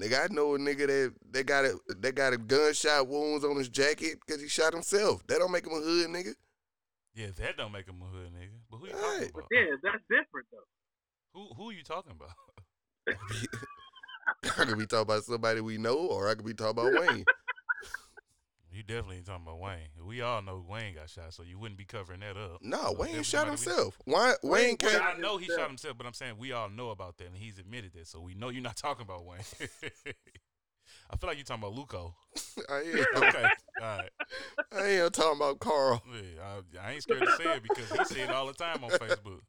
A: Nigga, I know a nigga that that got a that got a gunshot wounds on his jacket because he shot himself. That don't make him a hood nigga. (laughs)
C: Yeah, that don't make him a hood nigga. But who you
A: Right.
C: talking about?
B: Yeah, that's different, though. (laughs)
C: Who who you talking about? (laughs)
A: I could be talking about somebody we know, or I could be talking about Wayne.
C: You definitely ain't talking about Wayne. We all know Wayne got shot, so you wouldn't be covering that up.
A: No,
C: So
A: Wayne shot
C: definitely somebody we-
A: himself. Why, Wayne
B: Wayne
A: came.
B: shot
C: I know he shot
B: himself.
C: himself, but I'm saying we all know about that, and he's admitted that, so we know you're not talking about Wayne. (laughs) I feel like you're talking
A: (laughs)
C: about Luco.
A: (laughs) I am.
C: Okay, all right.
A: I am talking about Carl.
C: Yeah, I, I ain't scared to say it because he said it all the time on Facebook.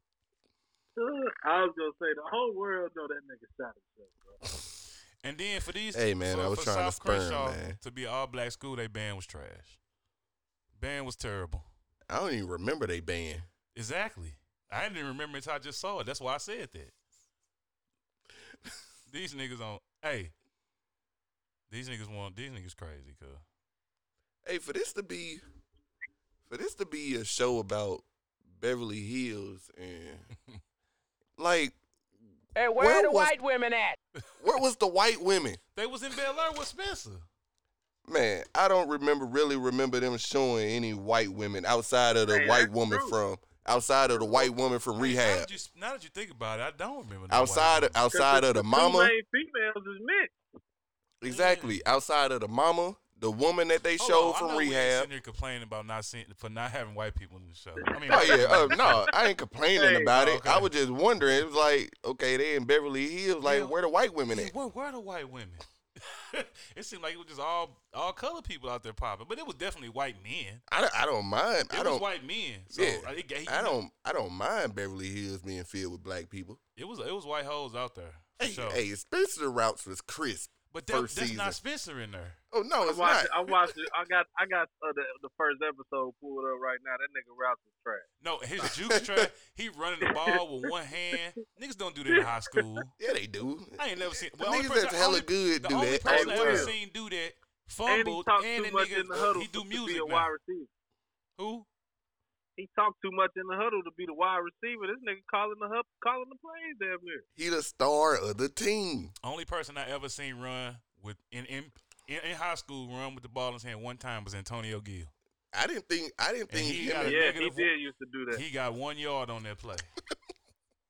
B: I was gonna say the whole world know that nigga shot himself, bro.
C: And then for these,
A: Hey, man,
C: for,
A: I was
C: for
A: trying to
C: South
A: spur him,
C: Crenshaw
A: man.
C: to be an all-black school, they band was trash. Band was terrible.
A: I don't even remember they band.
C: Exactly. I didn't even remember until I just saw it. That's why I said that. these niggas on. Hey, these niggas want. These niggas crazy, cuz.
A: Hey, for this to be, for this to be a show about Beverly Hills and
C: (laughs)
A: like,
E: Hey, where,
A: Where
E: are the
A: was- (laughs)
E: white women at?
A: where was the white women?
C: They was in Bel Air with Spencer.
A: Man, I don't remember really remember them showing any white women outside of the
B: Hey,
A: white
B: that's
A: woman
B: true.
A: from outside of the white woman from
C: Now
A: rehab.
C: that, you, now that you think about it, I don't remember. no
A: Outside
C: white
A: of,
C: women.
B: 'Cause
A: outside of the
B: two
A: mama,
B: main females is mixed.
A: exactly. Outside of the mama, the woman that they
C: Hold
A: showed
C: on, I know
A: from
C: we ain't
A: rehab.
C: sitting here complaining about not seeing for not having white people in the show. I mean,
A: Oh yeah,
C: (laughs)
A: uh, no, I ain't complaining
B: Hey,
A: about it.
C: okay.
A: I was just wondering. It was like, okay, they in Beverly Hills. Like,
C: Yeah.
A: where the white women
C: Yeah,
A: at?
C: where were the white women? (laughs) it seemed like it was just all all color people out there popping, but it was definitely white men.
A: I, I don't mind.
C: It
A: I
C: was
A: don't.
C: white men. So
A: yeah,
C: I, it,
A: I don't. I don't mind Beverly Hills being filled with black people.
C: It was it was white hoes out there. For
A: Hey,
C: sure.
A: hey, Spencer routes was crisp.
C: but that, that's
A: first season.
C: not Spencer in there.
A: Oh no,
B: I
A: it's
B: watched.
A: not.
B: It, I watched it. I got. I got uh, the, the first episode pulled up right now. That nigga Rouse is trash.
C: No,
A: (laughs)
C: his juice track. He running the ball with one hand. Niggas don't do that in high school.
A: Yeah, they do.
C: I ain't never seen.
A: The
C: Well, only
A: niggas
C: person-
A: that's hella
C: only-
A: good
C: The
A: do
C: only
A: that.
C: person
B: Hey,
C: I ever
B: Will.
C: seen do that
B: And he
C: fumbled,
B: talks
C: and,
B: too
C: the
B: much
C: nigga uh,
B: in the huddle
C: he do
B: to be a
C: music.
B: wide
C: Now.
B: receiver.
C: Who?
B: He talked too much in the huddle to be the wide receiver. This nigga calling the hub, calling the plays damn near.
A: He the star of the team.
C: Only person I ever seen run with in in, in, in high school run with the ball in his hand one time was Antonio Gill.
A: I didn't think. I didn't
C: And
A: think.
C: he
A: him
C: got
A: and-
C: a
B: Yeah, he
C: negative-
B: did used to do that.
C: He got one yard on that play.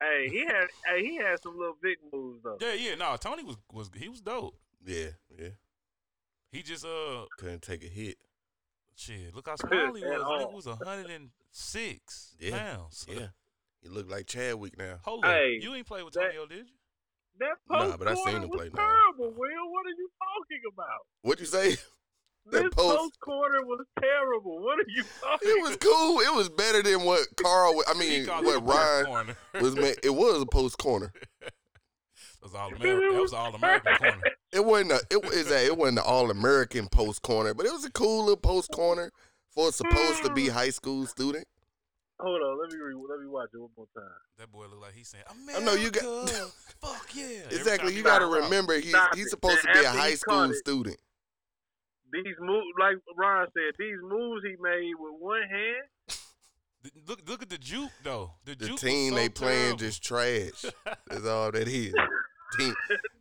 B: hey, he had. Hey, he had some little big moves though.
C: Yeah, yeah, no, Tony was was he was dope.
A: yeah, yeah.
C: He just uh
A: Couldn't take a hit.
C: shit, look how small he
B: At
C: was. Nigga
B: all.
C: was hundred and six
A: Yeah,
C: pounds.
A: Yeah, he looked like Chadwick now.
C: Hold up.
B: Hey,
C: you ain't played with
B: that-
C: Tonyo, did you?
B: That post
A: Nah, but I seen
B: corner
A: him
B: was
A: play, nah.
B: terrible. Will, what are you talking about?
A: What'd you say? That
B: this
A: post-
B: post, corner was terrible. What are you talking?
A: (laughs) It was cool. It was better than what Carl. wa- I mean,
C: called it a
A: what
C: post
A: Ryan
C: corner.
A: was. ma- It was a post corner.
C: That was all American. That was
B: (laughs)
C: all American corner.
A: It wasn't. A, it was a, It wasn't an all American post corner, but it was a cool little post corner for a supposed to be
B: Mm.
A: high school student.
B: Hold on, let me re- let me watch it one more time.
C: That boy look like he's saying,
A: I
C: America.
A: know you got- (laughs)
C: fuck yeah. Every
A: Exactly.
C: time
A: You
C: he
A: got to
C: walk out.
A: remember he's
B: Stop
A: he's
B: it.
A: supposed to
B: And
A: be a
B: after he
A: high
B: caught
A: school
B: it-
A: student.
B: These moves, like Ron said, these moves he made with one hand.
C: Th- Look, look at the juke though. The,
A: The
C: juke
A: team
C: was so
A: they playing
C: terrible.
A: just
C: (laughs)
A: trash. That's all that is. Team,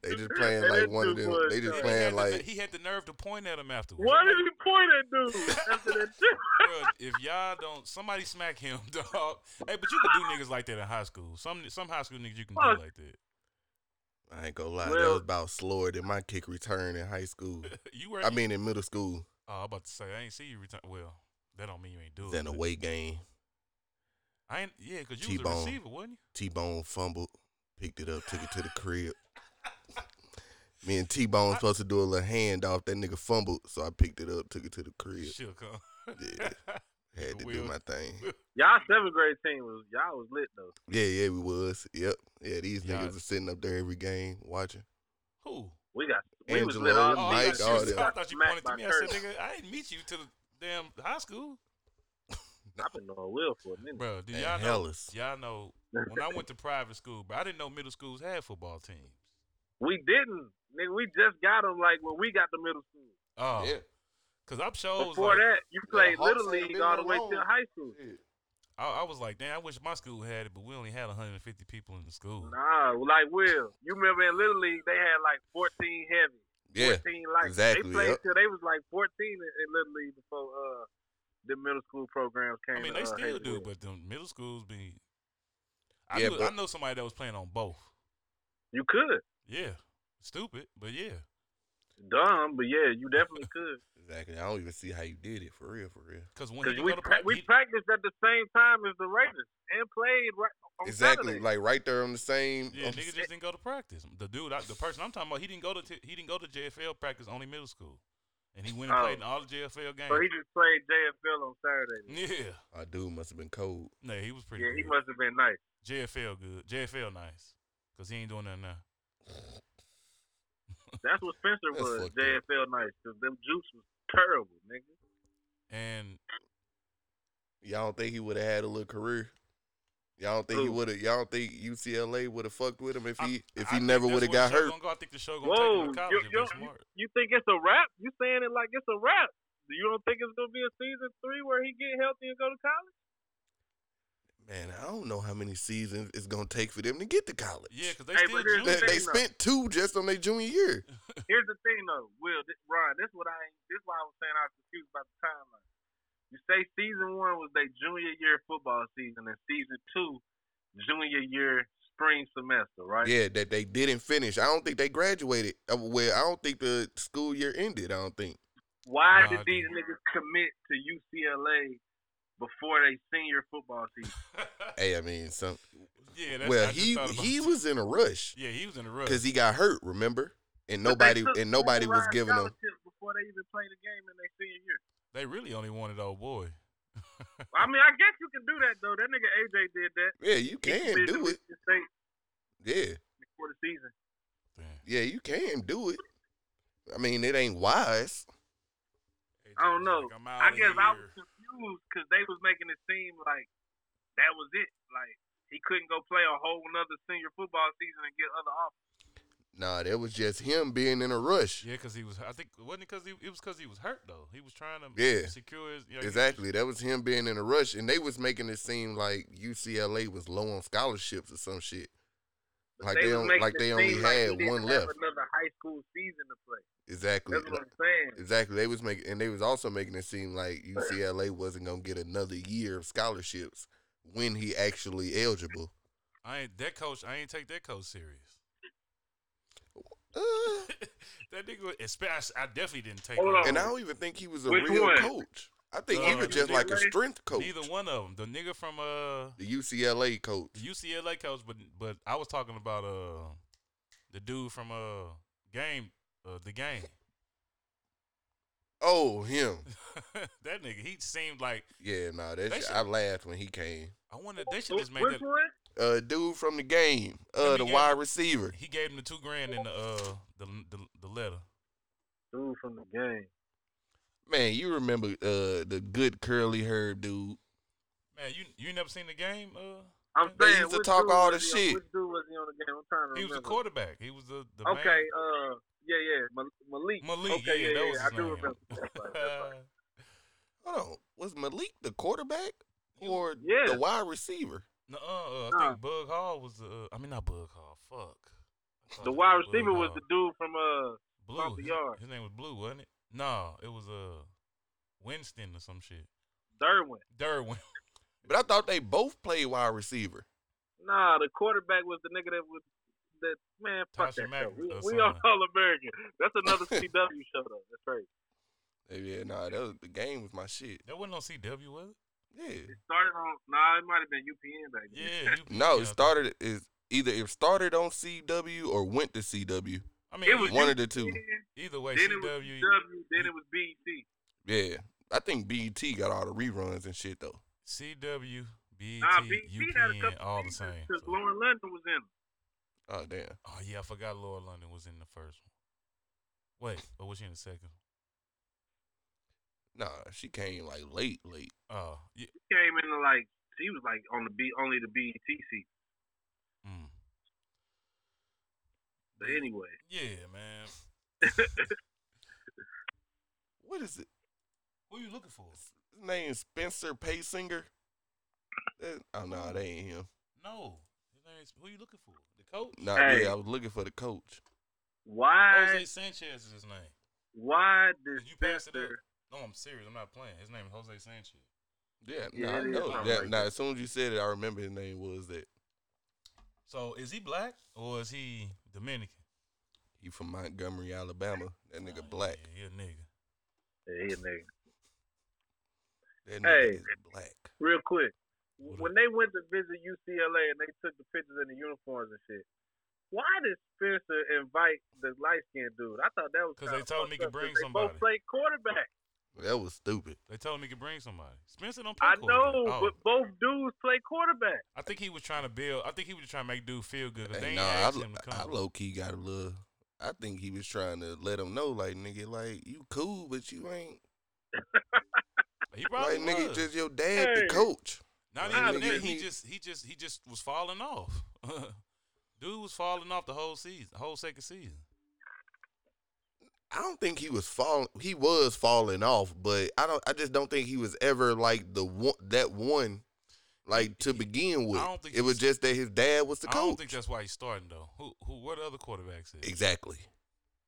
A: they just playing
B: And
A: like
B: that
A: one of
B: dude
A: them.
B: was
A: They just
B: trash.
C: he had,
A: playing
C: the,
A: like
C: he had the nerve to point at him afterwards.
B: What did he point at, dude? (laughs) After that,
C: Bruh, if y'all don't, somebody smack him, (laughs) dog. Hey, but you can do niggas like that in high school. Some some high school niggas you can
B: Fuck.
C: do like that. (laughs)
A: I ain't gonna lie. that
B: Well-
A: was about slower than my kick return in high school.
C: You were.
A: I mean, in middle school,
C: oh, I'm about to say I ain't see you return. Well, that don't mean you ain't do it.
A: then
C: but-
A: a weight game.
C: I ain't. Yeah, because you
A: T-bone.
C: was a receiver, wasn't you?
A: T Bone fumbled, picked it up, took it to the crib. Me and T Bone supposed to do a little handoff. That nigga fumbled, so I picked it up, took it to the crib.
C: Shook, huh?
A: Yeah, had to do
C: Will.
A: my
C: (laughs)
A: thing.
B: y'all seventh grade team was y'all was lit though.
A: Yeah, yeah, we was. Yep. Yeah, these
C: Yeah.
A: niggas are sitting up there every game watching.
C: (laughs) Who?
B: We got we was
A: Angelo,
B: lit
C: Oh,
B: all
C: I,
A: Mike,
C: thought
A: all
C: you-
A: them.
C: I thought you pointed to
B: Smacked
C: me.
B: by
C: I said,
B: Curtis.
C: nigga, I didn't meet you to the damn high school.
B: I've been knowing Will for a minute.
C: Bro, do
A: And
C: y'all know?
A: hellas.
C: Y'all know when I went to private school, but I didn't know middle schools had football teams.
B: We didn't, nigga. We just got him like when we got to middle school.
C: Oh,
A: Yeah.
C: cause I'm sure was
B: Before
C: like,
B: that, you played
A: Hawks
B: little
A: ain't
B: league
A: been
B: all the
A: no
B: way
A: long.
B: to high school.
C: I, I was like, damn, I wish my school had it, but we only had 150 people in the school.
B: Nah, like Will, you remember in little league they had like 14 heavy,
A: Yeah.
B: 14 light.
A: exactly,
B: They played
A: yep.
B: till they was like 14 in, in little league before uh the middle school programs came.
C: I mean,
B: to,
C: they
B: uh,
C: still do,
B: Hazelwood.
C: but the middle schools be. I,
A: Yeah,
C: knew-
A: but-
C: I know somebody that was playing on both.
B: you could
C: Yeah, stupid, but yeah.
B: dumb, but yeah, you definitely could.
A: Exactly. I don't even see how you did it for real, for real.
C: Cause (laughs) when
B: Because
C: he
B: we
C: go to
B: pra-
C: pra-
B: we
C: he-
B: practiced at the same time as the Raiders and played right on
A: exactly.
B: Saturday.
A: Like right there on the same.
C: yeah,
A: on-
C: nigga just didn't go to practice. The dude, I, the person I'm talking about, he didn't go to t- he didn't go to JFL practice, only middle school, and he went and
B: Oh.
C: played in all the JFL games.
B: so he just played JFL on Saturday.
C: (laughs) yeah,
A: Our Ah, dude must have been cold.
C: no, he was pretty.
B: Yeah, he
C: good.
B: must have been nice.
C: JFL good. JFL nice. Cause he ain't doing nothing now.
B: That's what Spencer
A: That's
B: was.
A: fucked up.
B: JFL nice because them juice was terrible, nigga.
C: And
A: Y'all don't think he would have had a little career? Y'all don't think he
B: Who?
A: would have? Y'all don't think UCLA would have fucked with him if
C: I-
A: he if
C: I
A: he
C: think
A: never
C: that's
A: would have
C: where
A: got
C: the show
A: hurt?
C: Gonna go. I think the show gonna take
B: Whoa,
C: him to
B: you,
C: college. if
B: you,
C: they're smart.
B: you think it's a wrap? You saying it like it's a wrap? Do You don't think it's gonna be a season three where he get healthy and go to
A: (laughs)
B: college?
A: Man, I don't know how many seasons it's gonna take for them to get to college.
C: Yeah, because they
B: Hey,
C: still
B: but here's the
A: they,
C: juicing.
A: they
B: thing, though.
A: spent two just on their junior year.
B: Here's the thing though, Will, this, Ron, this what I ain't- this why I was saying I was confused about the timeline. You say season one was their junior year football season, and season two, junior year spring semester, right?
A: Yeah, that they didn't finish. I don't think they graduated. Uh, Well, I don't think the school year ended. I don't think.
B: Why
C: Nah, I
B: did these
C: didn't.
B: niggas commit to UCLA before they senior football season?
A: Hey, I mean, some.
C: (laughs) yeah, that's
A: well,
C: I just
A: he
C: thought about
A: he
C: that.
A: was in a rush
C: Yeah, he was in the rush.
A: because he got hurt. Remember, and
B: But they
A: nobody
B: took
A: and nobody
B: full
A: was
B: ride
A: giving him.
B: scholarships before they even played the game in their senior year.
C: They really only wanted old boy.
B: I mean, I guess you can do that though. That nigga AJ did that.
A: Yeah, you
B: He
A: can
B: committed to
A: do it.
B: Michigan State
A: Yeah,
B: before the season.
C: Damn.
A: yeah, you can do it. I mean, it ain't wise.
B: I don't know.
C: Like, I'm out
B: I
C: of
B: guess I was
C: here.
B: confused because they was making it seem like that was it. Like he couldn't go play a whole another senior football season and get other offers.
A: Nah, that was just him being in a rush.
C: Yeah, because he was. I think wasn't it because he? It was because he was hurt though. He was trying to
A: Yeah.
C: secure his. You know,
A: Exactly, that was him being in a rush, and they was making it seem like UCLA was low on scholarships or some shit. Like they,
B: was
A: on-
B: making
A: like
B: it
A: they
B: seem
A: only
B: like he
A: had
B: didn't
A: one
B: have
A: left.
B: Another high school season to play.
A: Exactly.
B: That's what I'm saying.
A: Exactly. They was making and they was also making it seem like UCLA wasn't gonna get another year of scholarships when he actually eligible.
B: (laughs)
C: I ain't that coach. I ain't take that coach serious. (laughs)
A: Uh,
C: that nigga, was- especially, I definitely didn't take.
B: Hold
C: him.
B: on.
A: and I don't even think he was a
B: Oh. Which
A: real
B: one?
A: coach. I think he
C: Uh,
A: was just like a
B: UCLA?
A: strength coach.
C: Neither one of them. The nigga from uh
A: The UCLA coach.
C: the UCLA coach, but but I was talking about uh the dude from uh game uh the game. (laughs)
A: Oh, him.
C: that nigga, he seemed like
A: Yeah, nah, that's
C: They
A: sh-
C: should-
A: I laughed when he came.
C: I wonder they should
B: Which
C: just make that.
B: one?
A: Uh dude from the game. Uh
C: Let me
A: the
C: get-
A: wide receiver.
C: He gave him the two grand and the uh the the, the letter.
B: Dude from the game.
A: Man, you remember uh the good curly hair dude.
C: Man, you you never seen the game? Uh,
B: I'm
C: They
B: saying.
A: used to
B: which
A: talk
B: dude
A: all
B: was
A: the
B: he on-
A: shit.
B: Which dude was he on the game? I'm trying to
C: he was the
B: remember.
C: quarterback. He was the the
B: Okay. Uh. Yeah. Yeah. Mal- Malik.
C: Man. Malik,
B: Okay,
C: yeah, that was
B: I
C: his
B: do
C: name.
B: remember. That's right, that's
C: (laughs)
B: right.
A: Hold on. Was Malik the quarterback
C: He
A: or
C: was-
B: Yeah.
A: the wide receiver?
C: No, uh, uh, I
B: Nah.
C: think Bug Hall was the. Uh, I mean, not Bug Hall. Fuck. I thought
B: The
C: it
B: wide
C: Bug
B: receiver was
C: Hall.
B: the dude from uh.
C: Blue.
B: off the
C: his,
B: yard.
C: his name was Blue, wasn't it? No, it was uh Winston or some shit.
B: Derwin.
C: Derwin. (laughs)
A: But I thought they both played wide receiver.
B: Nah, the quarterback was the nigga that was that man. Fuck
C: Tasha
B: that
C: Mack
B: show. We,
C: or
B: we are
C: something.
B: all (laughs) American. That's another CW show though. That's crazy.
A: Yeah, Yeah, nah, that was, the game was my shit.
C: That wasn't on CW, was it?
A: Yeah.
B: It started on. Nah, it might have been UPN back then.
C: Yeah. you-
A: No,
C: yeah,
A: it started is either it started on CW or went to CW.
C: I mean, e-,
B: It was
A: One of the two.
B: Then
C: either way,
B: it was
C: CW.
B: CW. Then it was E BET.
A: Yeah. I think BET got all the reruns and shit though.
C: CW, BET,
B: Nah, BET had a
C: UPN,
B: couple
C: all the same.
B: seasons because
C: So-
B: Lauren London was in. Them.
A: Oh damn.
C: Oh yeah, I forgot Laura London was in the first one. Wait, or was she in the second?
A: Nah, she came like late, late.
C: Oh, yeah.
B: She came in like she was like on the B only the BET seat.
C: Mm.
B: But anyway,
C: Yeah, man.
A: What is it?
C: Who you looking for?
A: His name Spencer Paysinger? That, oh no, that ain't him.
C: No. His name is- Who you looking for? The coach?
A: Nah,
B: Hey.
A: yeah, I was looking for the coach.
B: why
C: Jose Sanchez is his name.
B: why does
C: Did you pass it up?
B: Spencer-
C: No, I'm serious. I'm not playing. His name is Jose Sanchez.
A: Yeah,
B: Yeah,
A: nah, I
B: it is
A: know.
B: something
A: Yeah,
B: like
A: nah,
B: that.
A: as soon as you said it, I remember his name was that.
C: So is he black or is he Dominican?
A: He from Montgomery, Alabama. That nigga
C: Oh,
A: black.
C: Yeah, he a nigga.
B: Yeah, he a nigga.
A: That nigga
B: Hey.
A: is black.
B: Real quick,
C: What
B: when they went to visit UCLA and they took the pictures in the uniforms and shit, why did Spencer invite the light skinned dude? I thought that was
C: 'Cause they
B: kinda
C: told him he
B: fucked
C: could
B: up
C: bring
B: 'cause they
C: somebody.
B: Both play quarterback.
A: That was stupid.
C: They told him he could bring somebody. Spencer don't play
B: I know,
C: quarterback. Oh,
B: but both dudes play quarterback.
C: I think he was trying to build. I think he was trying to make dude feel good. 'cause
A: Hey,
C: they ain't
A: nah, I,
C: asked him to come.
A: I low key got a little. I think he was trying to let him know, like nigga, like you cool, but you ain't.
C: he probably
A: Like nigga,
C: was.
A: just your dad,
B: Hey.
A: the coach.
C: Not
A: Nah,
C: even
A: nigga,
C: that. He
A: he-
C: just he just he just was falling off. (laughs) Dude was falling off the whole season, the whole second season.
A: I don't think he was falling. He was falling off, but I don't. I just don't think he was ever like the one that one, like to begin with.
C: don't think
A: it was
C: he's-
A: just that his dad was the
C: I don't
A: coach.
C: think that's why he's starting though. Who who what other quarterbacks is?
A: Exactly.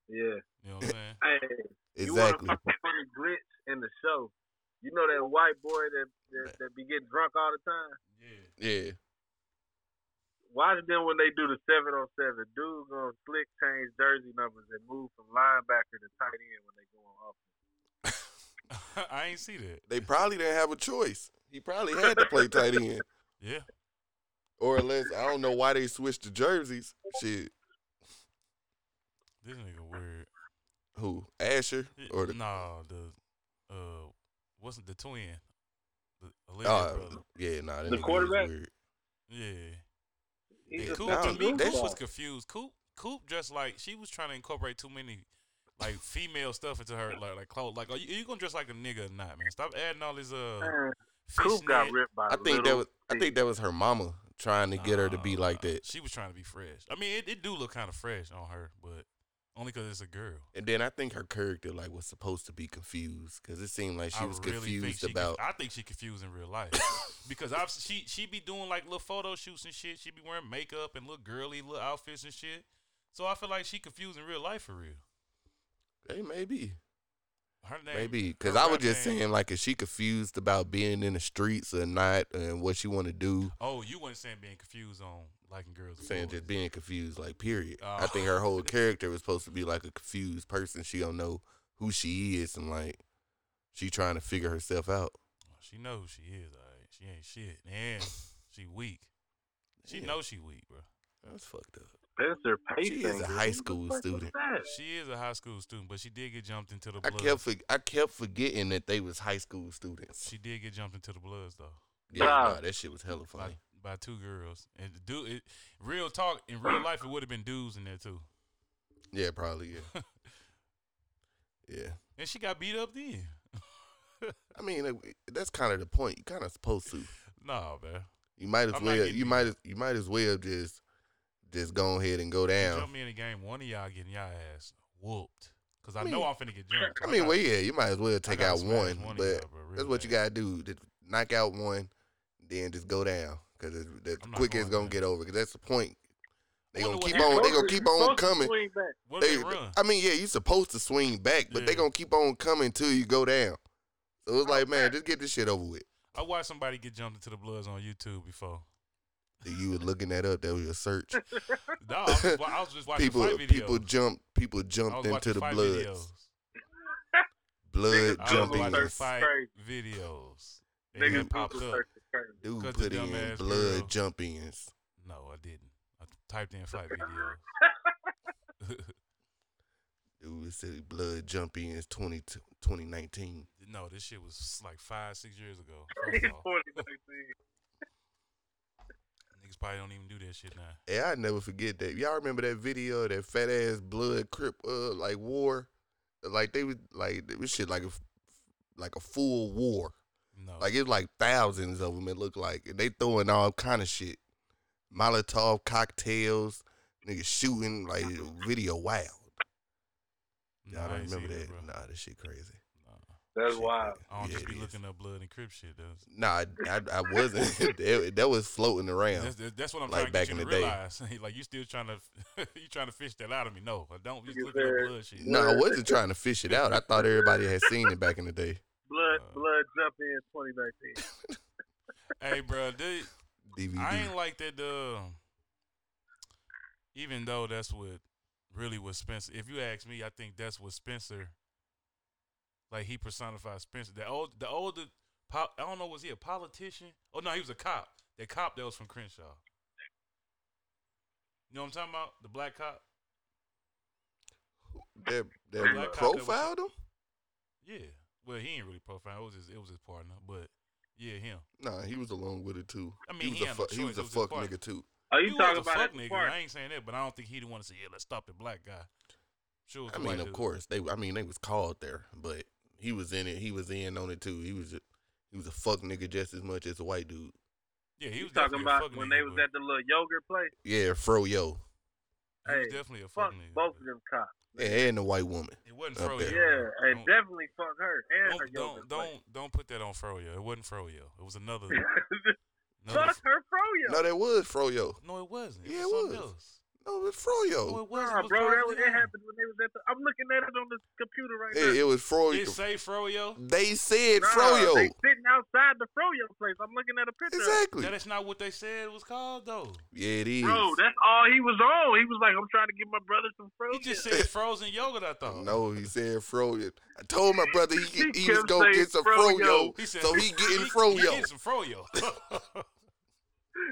B: Yeah,
A: Exactly.
B: You want to from the glitch in the show. You know that white boy that that, that be getting drunk all the time.
C: Yeah.
A: Yeah.
B: Watch them when they do the seven on seven. Dudes on slick change jersey numbers and move from linebacker to tight end when they go on offense.
C: (laughs) I ain't see that.
A: They probably didn't have a choice. He probably had to play tight end.
C: Yeah.
A: Or unless I don't know why they switched to jerseys. Shit.
C: This nigga weird.
A: Who? Asher? Or the
C: nah, the uh, wasn't the twin, the Olivia
A: Oh,
C: brother.
A: yeah, nah, that
B: The
A: nigga was
B: quarterback?
A: weird.
C: Yeah.
B: He's
C: And
B: a
C: Coop,
A: nah,
C: to
B: fucking
C: me,
A: that-
C: Coop
B: goofball.
C: was confused. Coop, Coop just like she was trying to incorporate too many like female stuff into her like like clothes. Like, are you, are you gonna dress like a nigga or not, man? Stop adding all this uh
B: Man, Coop got
C: fishnet.
B: ripped by.
A: I think that
B: Little
A: was I
B: Steve.
A: think that was her mama trying to get her to be
C: Nah,
A: like that.
C: She was trying to be fresh. I mean, it, it do look kind of fresh on her, but only because it's a girl.
A: And then I think her character like was supposed to be confused because it seemed like she
C: I
A: was
C: really think
A: confused
C: she, conf-
A: about
C: I think she confused in real life (laughs) because I've, she she be doing like little photo shoots and shit. She be wearing makeup and little girly little outfits and shit. So I feel like she confused in real life for real.
A: hey maybe
C: Her name
A: maybe
C: her
A: because I was
C: rap
A: just
C: name-
A: saying like is she confused about being in the streets or not and what she want to do
C: Oh, you wasn't saying being confused on liking girls. and
A: saying
C: boys.
A: just being confused like period I
C: Oh.
A: think her whole character was supposed to be like a confused person she don't know who she is and like she trying to figure herself out
C: Oh, She know who she is. All right, she ain't shit, and she weak. She
A: Yeah.
C: know she weak, bro.
A: that's fucked up
B: Spencer Payton.
A: she is a
B: dude.
A: high
B: What
A: school
B: the fuck was
A: student
B: that?
C: She is a high school student, but she did get jumped into the
A: I
C: blood.
A: kept for, I kept forgetting that they was high school students
C: she did get jumped into the bloods though.
A: yeah
B: Nah.
A: nah, that shit was hella
C: by,
A: funny
C: by two girls. And the dude, it, real talk, in real life, it would have been dudes in there too.
A: yeah probably yeah yeah.
C: And she got beat up then.
A: I mean, like, that's kind of the point. You kind of supposed to.
C: Nah, man.
A: You might as
C: I'm not
A: well.
C: getting
A: You
C: beat
A: might as you might as well just just go ahead and go down.
C: Jump me in the game. One of y'all getting y'all ass whooped. Cause I,
A: I
C: know
A: mean-
C: I'm finna get jumped.
A: I mean,
C: got-
A: well, yeah, you might as well
C: I
A: take
C: gotta
A: out
C: smash
A: one,
C: of
A: but
C: y'all, bro, real
A: that's what you
C: bad.
A: gotta do. Just knock out one, then just go down because the
C: I'm not
A: quicker it's
C: going
A: gonna
C: down.
A: get over. Because that's the point. They gonna
C: Wonder what
A: keep on. They
B: Supposed
A: gonna
B: to-
A: keep
B: supposed
A: on
B: to
A: coming.
B: swing back.
C: What if
A: They,
C: they run?
A: I mean, yeah, you supposed to swing back, but they
C: Yeah.
A: gonna keep on coming till you go down. So it's like, man, just get this shit over with.
C: I watched somebody get jumped into the bloods on YouTube before.
A: You were looking that up. That was your search.
C: No, I was just, wa- I was just watching
A: people
C: fight videos.
A: people jumped people
C: I
A: jumped
C: was
A: into
C: watching
A: the
C: fight
A: bloods.
C: videos.
A: Blood
B: Niggas
C: I was
B: jumping
C: watching
A: jumping.
B: first.
C: fight
B: Crazy.
C: videos. And
B: Niggas
C: it popped
B: Google
C: up.
B: search is crazy.
A: Dude
C: Cause the
A: put in
C: dumbass
A: blood
C: girl-
A: jumpings.
C: No, I didn't. I typed in fight videos.
A: Dude it said blood jumpings 20, 2019.
C: No, this shit was like five, six
B: (laughs)
C: years ago.
B: He's
C: First off,
B: 2019.
C: niggas probably don't even do that shit now.
A: Yeah, I never forget that. Y'all remember that video of that fat ass blood crip uh like war? Like they was like it was shit like a f- like a full war.
C: No,
A: Like it was like thousands of them. It looked like and they throwing all kind of shit, Molotov cocktails, niggas shooting like video wild.
C: no,
A: Y'all don't
C: ain't
A: remember
C: seen
A: that?
C: bro.
A: Nah, this shit crazy.
C: Nah.
B: That's
A: Shit
B: wild.
A: crazy.
C: I don't
A: Yeah,
C: just
A: it
C: be
A: is.
C: looking up blood and crip shit. That's
A: Nah, I, I, I wasn't. (laughs) that, that was floating
C: that's,
A: around.
C: that's, that's what I'm
A: Like
C: trying to
A: back
C: get you
A: in
C: to
A: the day.
C: realize. (laughs) like you still trying to you trying to fish that out of me? No, I don't. Just
B: Yes,
C: looking
B: sir.
C: up blood shit.
A: No, I wasn't trying to fish it out. I thought everybody had seen it back in the day.
B: Blood,
C: Uh,
B: blood jump in 2019.
C: Hey, bro, dude,
A: DVD.
C: I ain't like that. Uh, even though that's what really what Spencer. If you ask me, I think that's what Spencer. Like he personified Spencer. The old, the older. Po- I don't know. Was he a politician? Oh no, he was a cop. The cop that was from Crenshaw. You know what I'm talking about? The black cop.
A: that that
C: Black cop that was-
A: profiled him?
C: Yeah. Well, he ain't really profile. It was his. It was his partner. But yeah, him.
A: Nah, he was along with it too.
C: I mean,
A: he was
C: he
A: a
C: had
A: fu-
C: no
A: he was
C: choice.
A: a
C: It was his
A: fuck
C: partner.
A: nigga too.
B: Are
C: He
B: you
C: was
B: talking
C: a
B: about
C: fuck
B: at
C: nigga.
B: the
C: I
B: party?
C: ain't saying that, but I don't think he didn't want to say, "Yeah, let's stop the black guy." Sure,
A: I mean, of course they. I mean, they was called there, but he was in it. He was in on it too. He was a, he was a fuck nigga just as much as a white dude.
C: Yeah, he
B: You
C: was
B: talking
C: definitely a
B: about
C: fuck
B: when
C: nigga,
B: they was
C: but-
B: at the little yogurt place?
A: Yeah, fro yo,
C: He was
B: Hey,
C: definitely a fuck,
B: Fuck
C: nigga.
B: both
C: but
B: of them cops.
A: yeah, and the white woman.
C: It wasn't
A: up
C: Froyo.
A: there.
B: Yeah, and
C: don't,
B: definitely fuck her and her
C: don't,
B: yogurt
C: don't,
B: place.
C: don't, don't put that on Froyo. It wasn't Froyo. It
B: (laughs)
C: was another. another
B: fuck her fro yo.
A: No, that was fro yo.
C: no, it wasn't. It
A: Yeah,
C: was
A: it
C: something
A: was. Oh.
C: else.
A: No, it's Froyo.
C: it was,
B: Nah,
C: it was
B: bro, that, was, that
C: Carter Downs.
B: happened when they was at the. I'm looking at it on the computer right
A: Yeah, it was
C: It
A: Froyo.
C: say Froyo.
A: They said
B: now. Nah,
A: Froyo.
B: They sitting outside the Froyo place. I'm looking at a picture. of it.
A: Exactly.
C: That is not what they said it was called though.
A: Yeah, it is.
B: Bro, that's all he was on. He was like, I'm trying to get my brother some Froyo.
C: He just said frozen yogurt. I thought.
A: Oh, No, he said Froyo. I told my brother he,
B: He
A: he was
B: kept
A: gonna
B: saying
A: get some
B: Froyo.
A: Froyo,
C: He said,
A: so
C: (laughs)
A: he getting
C: He, he getting
A: Froyo.
C: some Froyo.
B: (laughs)
C: (laughs)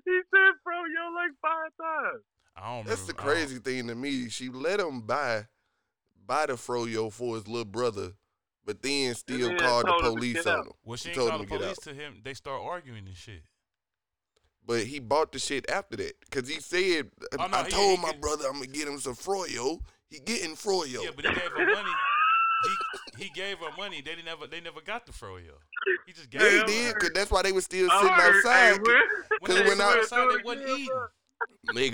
B: he said Froyo like five times.
C: I don't remember.
A: That's the
C: Mm, I don't-
A: crazy thing to me. She let him buy buy the Froyo for his little brother, but then still
B: then
A: called the
B: told him to
A: police
B: get
A: on
B: out.
A: him.
C: Well, she
A: He
C: ain't
A: told
C: called the
A: him to get
C: police
A: out.
C: to him. They start arguing and shit.
A: But he bought the shit after that because he said,
C: Oh, no,
A: "I
C: he-
A: told
C: he
A: my
C: get-
A: brother I'm gonna get him some Froyo. He getting Froyo."
C: Yeah, but he gave her money. He, he gave her money. They didn't ever. They never got the froyo. He just gave.
A: they
C: her
B: Yeah,
A: did
C: money.
A: because that's why they was still
B: I
A: sitting
B: heard, hey, (laughs)
A: outside.
B: Will.
C: When
A: Cause
C: they
A: when
C: went
A: I-
C: outside, they wasn't
B: Yeah,
C: eating.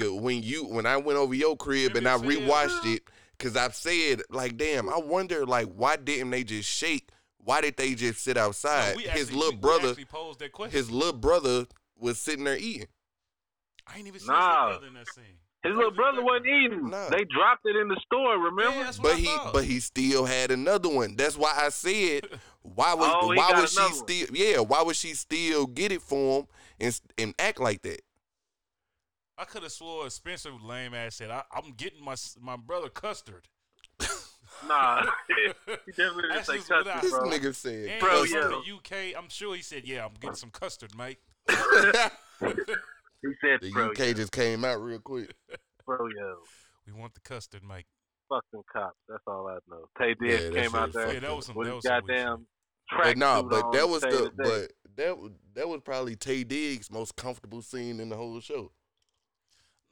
A: nigga, when you when I went over your crib and I
C: Remember you said-
A: rewatched it, cause I've said like, damn, I wonder like why didn't they just shake? Why did they just sit outside?
C: we
A: his
C: actually-
A: little
C: we- we
A: brother,
C: actually posed that question.
A: his little brother was sitting there eating.
C: I ain't even seen
B: Nah.
C: his little brother in that scene.
B: His little brother wasn't eating.
A: Nah.
B: They dropped it in the store, remember?
C: Yeah, that's what
A: But
C: I
A: he,
C: thought.
A: but he still had another one. That's why I said,
C: (laughs)
A: why was,
B: Oh, he
A: why
B: got
A: was she
B: another one.
A: still, yeah, why would she still get it for him and s- and act like that?
C: I could have swore Spencer lame ass said, I, "I'm getting my s- my
B: (laughs)
C: brother custard."
B: Nah.
C: (laughs)
B: (laughs) he definitely didn't
C: That's
B: say
C: just what
B: custard,
C: I-
A: This
B: bro.
A: nigga said,
C: And
B: Bro,
C: Bro,
A: "Cuz,
B: yeah.
C: from the UK, I'm sure he said, "Yeah, I'm getting some custard, mate."
B: (laughs) He said
A: (laughs) the
B: Froyo.
A: UK just came out real quick.
B: Froyo.
C: We want the custard, mate.
B: Fucking cops. That's all I know. Tay
A: Yeah,
B: Diggs
A: that
B: came
A: shit
B: out
A: is
B: there
A: Fuck
C: Yeah, that was some.
B: with
C: that
B: his
C: was some weird
B: goddamn
C: shit.
B: track.
A: But nah,
B: suit
A: but
B: on
A: that was
B: save
A: the
B: day.
A: but that w- that was probably Tay Diggs' most comfortable scene in the whole show.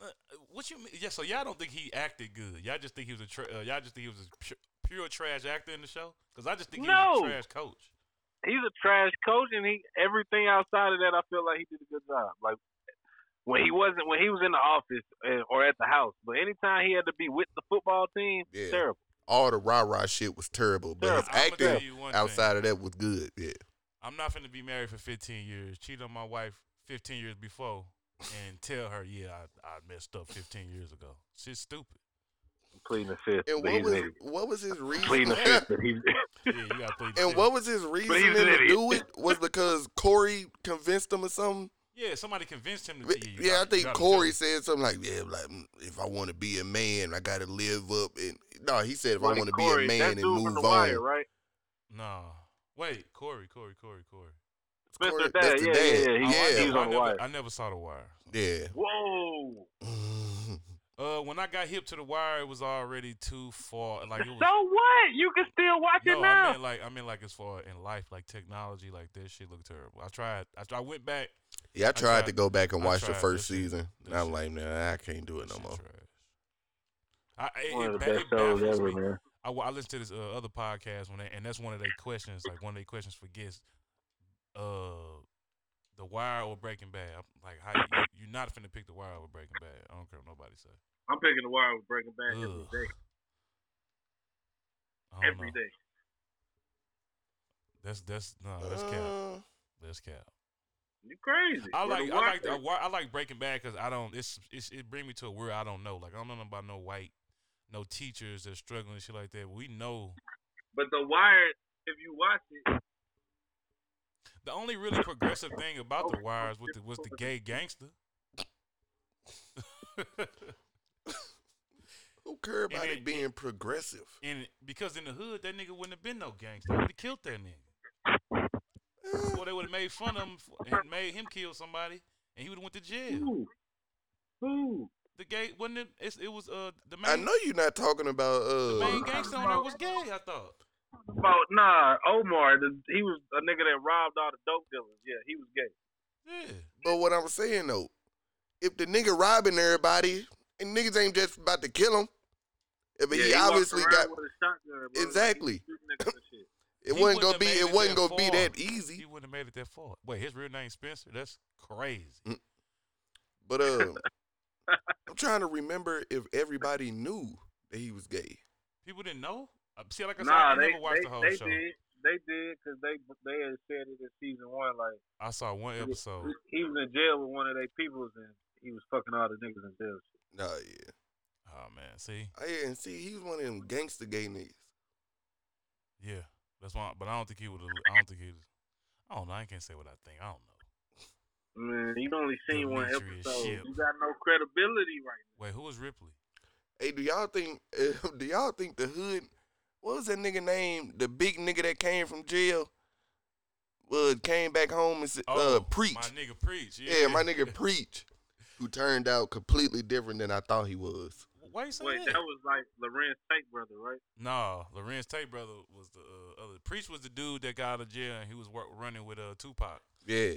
C: Uh, What you mean? Yeah, so y'all don't think he acted good. Y'all just think he was a tra- uh, y'all just think he was a pure, pure trash actor in the show. Because I just think he was
B: No.
C: a trash coach.
B: he's a trash coach, and he everything outside of that, I feel like he did a good job. Like when he wasn't, when he was in the office eh, or at the house, but anytime he had to be with the football team,
A: Yeah.
B: terrible.
A: All the rah rah shit was terrible, but his
B: Terrible.
C: I'ma tell
A: acting
C: you one thing.
A: outside of that was good. Yeah,
C: I'm not finna be married for 15 years. Cheat on my wife 15 years before, and tell her, yeah, I, I messed up 15 years ago. Shit's stupid.
B: I'm pleading the fifth,
A: and
B: but
A: what
B: he's
A: was
B: an idiot.
A: what was his
B: I'm pleading
A: reason? (laughs)
B: the fifth, but he's
C: Yeah, you gotta play. the
A: and
C: field.
A: what was his reason
B: an
A: to
B: idiot.
A: do it? Was because Corey convinced him or something?
C: Yeah, somebody convinced him to.
A: But-
C: tell you, you
A: yeah, I
C: gotta- you
A: think
C: gotta
A: Corey
C: tell
A: said something like, "Yeah, like mm, if I want to be a man, I got to live up." And no, he said, "If I want to be a
B: Corey, that
A: man and
B: dude from
A: move
B: the
A: on."
B: wire, right?
C: him. No, wait, Corey, Corey, Corey, Corey.
B: Spencer
A: Corey-
B: Dad,
A: that's the
B: yeah,
A: dad.
B: yeah, yeah, he-
C: Oh, I
A: Yeah.
B: he was
C: never- I
B: on the
C: never,
B: wire.
C: I never saw the wire.
A: Yeah. (laughs)
B: Whoa.
C: Uh, when I got hip to the wire, it was already too far. Like it was.
B: So what? You can still watch it
C: No, I
B: now.
C: mean like I mean like as far in life, like technology, like this shit looked terrible. I tried. I, I went back.
A: Yeah, I tried,
C: tried-
A: to go back and
C: I
A: watch the
C: tried
A: first
C: this shit.
A: season.
C: This
A: And I'm
C: shit.
A: like, nah, I can't do it
C: That
A: no
C: shit
A: more.
C: trash. I it,
B: One
C: it,
B: of the
C: ba-
B: best
C: it
B: shows
C: baffles
B: ever,
C: me.
B: man.
C: I, wa- I listened to this uh, other podcast when they, and that's one of their questions. Like one of their questions for guests, uh, the Wire or Breaking Bad. I'm like how you, you're not finna pick the Wire over Breaking Bad. I don't care what nobody say.
B: I'm picking the wire with Breaking Bad every
C: Ugh.
B: day.
C: I don't
B: Every
C: know.
B: day.
C: That's that's no. Oh, That's cap.
A: Uh,
C: That's cap.
B: You crazy?
C: I
B: Or The
C: like I
B: Wire.
C: like I, wa- I like Breaking Bad because I don't it's, it's it bring me to a where I don't know like I don't know nothing about no white no teachers that's struggling and shit like that. We know
B: But The Wire, if you watch it,
C: the only really progressive thing about the wires was the, was the gay gangster. (laughs)
A: who care about
C: And
A: it,
C: it-
A: being progressive?
C: and because in the hood that nigga wouldn't have been no gangster. Would have killed that nigga.
A: Eh,
C: Or they would have made fun of him f- and made him kill somebody, and he would have went to jail.
B: ooh, ooh.
C: The gay wasn't it? It's, it was uh the
A: I
C: main
A: know you're not talking about
C: the main
A: uh
C: gangster on there was gay. I thought.
B: About nah, Omar, the, he was a nigga that robbed all the dope dealers. Yeah, he was gay.
C: Yeah.
A: but what I'm saying though, if the nigga robbing everybody and niggas ain't just about to kill him, but
B: yeah,
A: he,
B: walked
A: obviously
B: around
A: got
B: with a shotgun, bro.
A: Exactly.
B: Like, he was shooting niggas and
C: (laughs)
B: shit.
A: it
C: He
A: wasn't
C: wouldn't
A: gonna
C: have
A: be
C: made
A: it
C: it
A: wasn't
C: that
A: gonna be
C: far.
A: that ear.
C: He wouldn't have made it that far. Wait, his real name Spencer. That's crazy.
A: But uh,
C: (laughs)
A: I'm trying to remember if everybody knew that he was gay.
C: People didn't know. Uh, See, like I said,
B: Nah,
C: I
B: they
C: never watched
B: they,
C: the whole
B: they
C: show.
B: did. They did because they they had said it in season one. Like
C: I saw one episode.
B: he was in jail with one of their peoples and he was fucking all the niggas in jail.
A: Nah, yeah.
C: Oh man, see,
A: Yeah, and see, he was one of them gangster gay niggas.
C: yeah, that's why. But I don't think he would. I don't think he. I don't know. I can't say what I think. I don't know.
B: Man, you only seen one
C: Dimitri is
B: episode.
C: shit.
B: You got no credibility right
C: Wait, who was Ripley?
A: Hey, do y'all think? (laughs) do y'all think the hood? What was that nigga name? The big nigga that came from jail, uh, came back home and said, uh, preach.
C: Oh, My nigga preach. Yeah,
A: yeah. my nigga preach, who turned out completely different than I thought he was.
C: (laughs) Why you say
B: now. Wait,
C: that?
B: that was like Lorenz Tate brother, right?
C: Nah, Lorenz Tate brother was the uh, other. Preach was the dude that got out of jail and he was work, running with uh Tupac,
A: Yeah,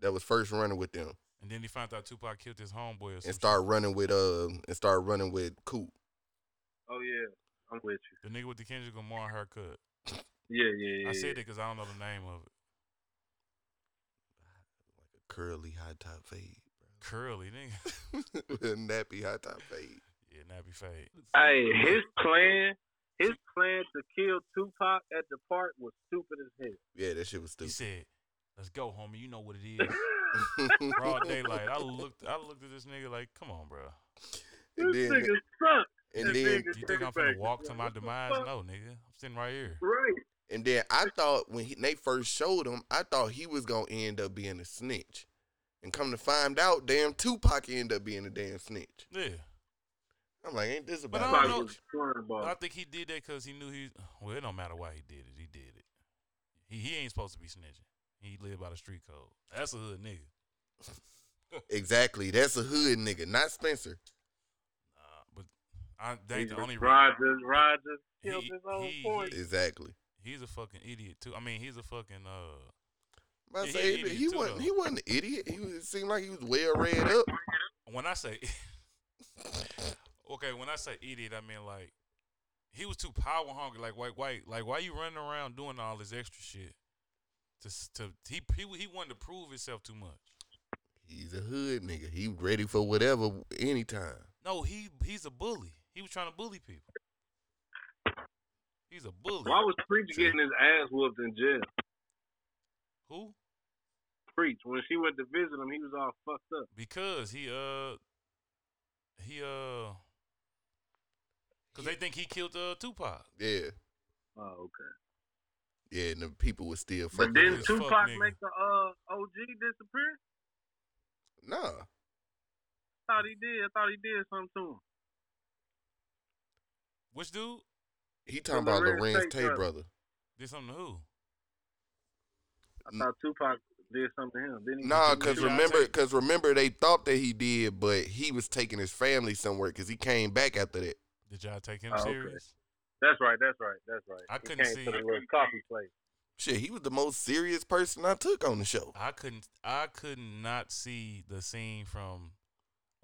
A: that was first running with them,
C: and then he found out Tupac killed his homeboy. Or some
A: and started running with uh, and started running with Coop.
B: Oh yeah, I'm with you.
C: shit. the nigga with the Kendrick Lamar haircut.
B: Yeah, yeah, yeah.
C: I said
B: yeah.
C: it because I don't know the name of it.
A: Curly high top (laughs) fade,
C: Curly nigga. (laughs)
A: With a nappy high top fade.
C: yeah, nappy fade.
B: Hey, (laughs) his plan, his plan to kill Tupac at the park was stupid as hell.
A: Yeah, that shit was
C: He
A: stupid.
C: said, "Let's go, homie. You know what it is." Broad daylight. I looked. I looked at this nigga like, "Come on, bro.
A: and
B: (laughs) This
A: then,
B: nigga sucks.
A: (laughs) and
B: this
A: then
B: nigga
C: You think I'm
B: back.
C: finna walk to my
B: What the
C: demise?
B: fuck?
C: No, nigga. I'm sitting right here.
B: Right.
A: And then I thought when he, they first showed him, I thought he was gonna end up being a snitch, and come to find out, damn Tupac ended up being a damn snitch.
C: Yeah."
A: I'm like, ain't this about?
C: But I
B: Tupac
C: don't know.
B: was cornball.
C: I think he did that because he knew he. Well, it don't matter why he did it. He did it. He he ain't supposed to be snitching. He lived by the street code. That's a hood nigga.
A: exactly, that's a hood nigga, not Spencer.
C: Uh, but I
B: He's
C: ain't the
B: just
C: only re-
B: Rogers, Rogers
C: He-
B: killed his own
C: he-
B: boy.
A: Exactly.
C: He's a fucking idiot too. I mean, he's a fucking uh.
A: I
C: Yeah, he
A: say
C: an
A: he,
C: idiot
A: he
C: too,
A: wasn't.
C: though.
A: He wasn't an idiot. He was, it seemed like he was well read up.
C: When I say (laughs) okay, when I say idiot, I mean like he was too power hungry. Like why why like why you running around doing all this extra shit? To s- to he he he wanted to prove himself too much.
A: He's a hood nigga. He ready for whatever, anytime.
C: No, he he's a bully. He was trying to bully people. He's a bully.
B: Why was Preach
C: True.
B: getting his ass whooped in jail?
C: Who?
B: Preach, when she went to visit him, he was all fucked up.
C: Because he uh he uh because they think he killed uh Tupac.
A: Yeah,
B: Oh, okay.
A: yeah. And the people was still fucking.
B: But then
A: with him.
C: two- fuck
B: Tupac
C: nigga.
B: make the uh, OG disappear?
A: nah,
B: I thought he did. I thought he did something to him.
C: Which dude
A: he talking
B: The
A: about
B: Lorenz
A: Lorenz
B: Tate
A: Tate
B: brother.
A: brother.
C: did something to who?
B: I thought Tupac did something to him. Then he
A: Mm. Nah,
B: he
A: cause
B: shot-
C: Lorenz
A: remember,
C: Tate.
A: cause remember, they thought that he did, but he was taking his family somewhere, cause he came back after that.
C: Did y'all take him
B: Oh, okay.
C: serious?
B: That's right. That's right. That's right.
C: I
B: He
C: couldn't
B: came
C: see
B: to the
C: it.
B: little coffee
C: (laughs)
B: place.
A: Shit, he was the most serious person I took on the show
C: I couldn't I could not see the scene from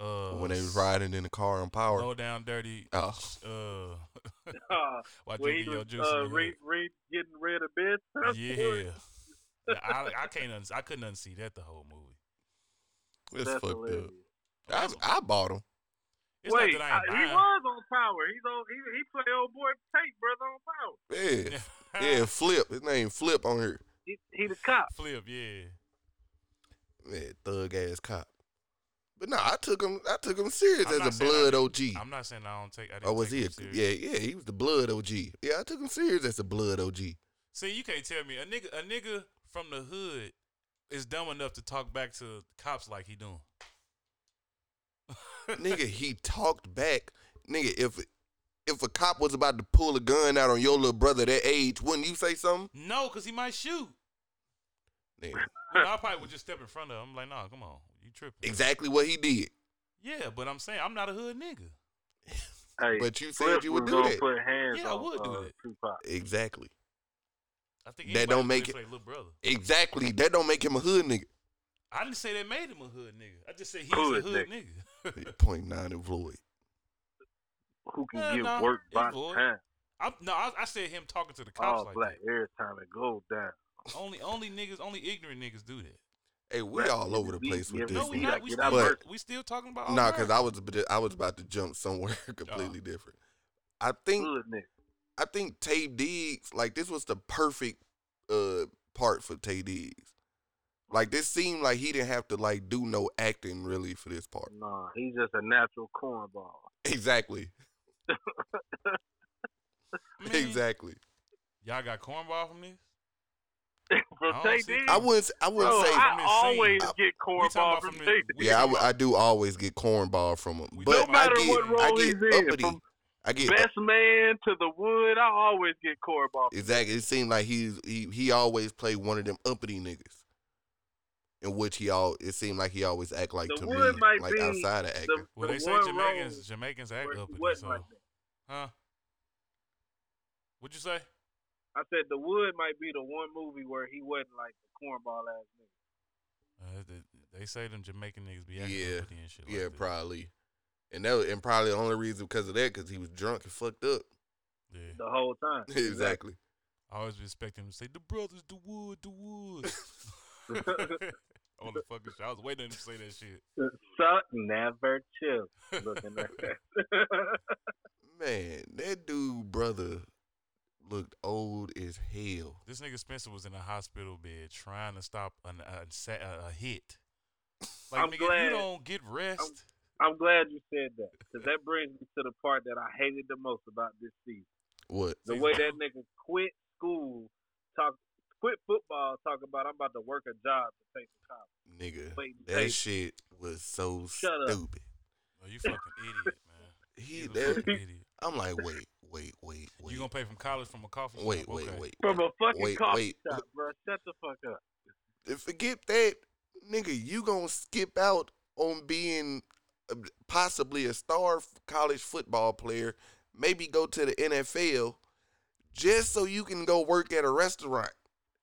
C: uh
A: when they was riding in the car on power.
C: Low down dirty
A: Oh,
C: uh (laughs)
B: Uh,
C: while
B: when he
C: drinking your
B: was
C: juice.
B: uh,
C: in the
B: re, (laughs) re, getting rid of (laughs) bed.
C: hood. yeah. I I can't un- I couldn't unsee that the whole movie.
A: that's,
B: That's
A: fucked
B: hilarious.
A: up. I, I bought him.
C: It's
B: Wait,
C: not that I ain't
B: I- he
C: buying.
B: was on Power. He's on. He, he played old boy Tate, brother, on Power.
C: (laughs)
A: Yeah, yeah. Flip, his name Flip on here.
B: He, he the cop.
C: Flip, yeah.
A: Man, thug ass cop. But no, I took him. I took him serious
C: I'm not
A: as a
C: saying
A: blood
C: I-
A: OG.
C: I'm not saying I don't take. I didn't
A: Or Oh, was
C: take
A: he? A,
C: him serious.
A: yeah, yeah. He was the blood OG. Yeah, I took him serious as a blood OG.
C: See, you can't tell me a nigga a nigga from the hood is dumb enough to talk back to cops like he doing.
A: nigga, he talked back. Nigga, if if a cop was about to pull a gun out on your little brother that age, wouldn't you say something?
C: No, cause he
B: (laughs)
C: might shoot.
A: Nigga,
C: You know, I probably would just step in front of him. I'm like, nah, come on, you tripping?
A: exactly what he did.
C: Yeah, but I'm saying I'm not a hood nigga.
B: Hey,
A: But you
B: Cliff
A: said you would
B: was
A: do
B: gonna
A: that.
B: Put hands
C: Yeah, I
B: on,
C: would do
B: uh,
C: that.
B: Tupac.
A: Exactly.
C: I think
A: That
C: anybody
A: don't
C: would
A: make
C: for
A: it-
C: their little brother.
A: Exactly. That don't make him a hood nigga.
C: I didn't say that made him a hood nigga. I just say he's
B: Hood
C: a hood nigga. (laughs)
A: Point nine and Floyd.
B: Who can
C: Hell
B: get
C: no,
B: work
C: he
B: by the
C: would.
B: time?
C: I, no, I, I said him talking to the cops
B: All
C: like
B: black every time it goes down.
C: that. Only only niggas, only ignorant niggas do that.
A: Hey, we
B: Right.
A: all over the
B: We-
A: place
B: yeah,
A: with this.
C: No, we
A: nigga. (laughs)
B: gotta
C: not. We
B: get
C: still,
A: out of
C: we still talking about.
A: nah,
C: Omar.
A: because I was I was
B: Mm-hmm.
A: about to jump somewhere (laughs) completely different. I think
B: Hood nigga.
A: I think Tay Diggs like this was the perfect uh part for Tay Diggs. Like this seemed like he didn't have to like do no acting really for this part. (laughs)
B: Nah, he's just a natural cornball.
A: Exactly.
C: Man,
A: Exactly.
C: Y'all got cornball from this?
B: From
C: I don't
B: Tay
C: see-
B: Diggs?
A: I wouldn't. I wouldn't
B: mm. Bro,
A: say.
B: I
C: Miss
B: always
A: Singh.
B: get
C: We talking
B: cornball
C: about
B: from
C: from
B: Tay
C: the-
B: Diggs.
A: yeah, I, w- I do always get cornball from him,
C: We
A: but
B: no matter
A: I get,
B: what role
A: I get
B: he's in,
A: uppity.
B: from
A: I get
B: best man to the wood, I always get cornball.
A: Exactly. It seemed like he's he he always played one of them uppity niggas. In which he all it seemed like he always act like
B: The
A: to
B: wood
A: me
B: might
A: like
B: be
A: outside of
B: The,
A: acting.
C: Well,
B: the
C: they say
B: one
C: Jamaicans
B: role
C: Jamaicans act
B: where he
C: up.
B: wasn't
C: So,
B: like that.
C: huh? What'd you say?
B: I said the wood might be the one movie where he wasn't like the cornball ass nigga.
C: Uh, they, they say them Jamaican niggas be acting
A: Yeah.
C: uppity and shit.
A: yeah,
C: like that.
A: probably. And that was, and probably the only reason because of that because he was drunk and fucked up. (laughs)
C: Yeah.
B: the whole time.
A: exactly.
C: I always be expecting him to say, "The brothers, the wood, the wood."
B: (laughs)
C: All the fucking shit. I was waiting on him to say that shit.
B: Suck never chill. Looking at that. (laughs)
A: Man, that dude brother looked old as hell.
C: (laughs) This nigga Spencer was in a hospital bed trying to stop an, a, sa a, a hit. Like,
B: I'm
C: nigga,
B: glad-
C: you don't get rest.
B: I'm glad you said that because that brings me to the part that I hated the most about this season.
A: What?
B: The
C: Season
B: way
C: two.
B: that nigga quit school, talk, quit football, talk about I'm about to work a job to pay for college.
A: Nigga,
B: Wait, hey.
A: that shit was so
B: Shut up.
A: stupid.
C: Oh, you
B: (laughs)
C: fucking idiot, man.
A: He,
C: You a
A: that,
C: fucking idiot.
A: I'm like, wait, wait, wait, wait,
C: You gonna pay from college from a coffee shop?
A: wait, wait,
C: Okay.
A: wait.
B: From a fucking
A: Wait,
B: coffee
A: wait.
B: shop, bro. Shut the fuck up.
A: And forget that, nigga. You gonna skip out on being uh, possibly a star f- college football player, maybe go to the NFL, just so you can go work at a restaurant.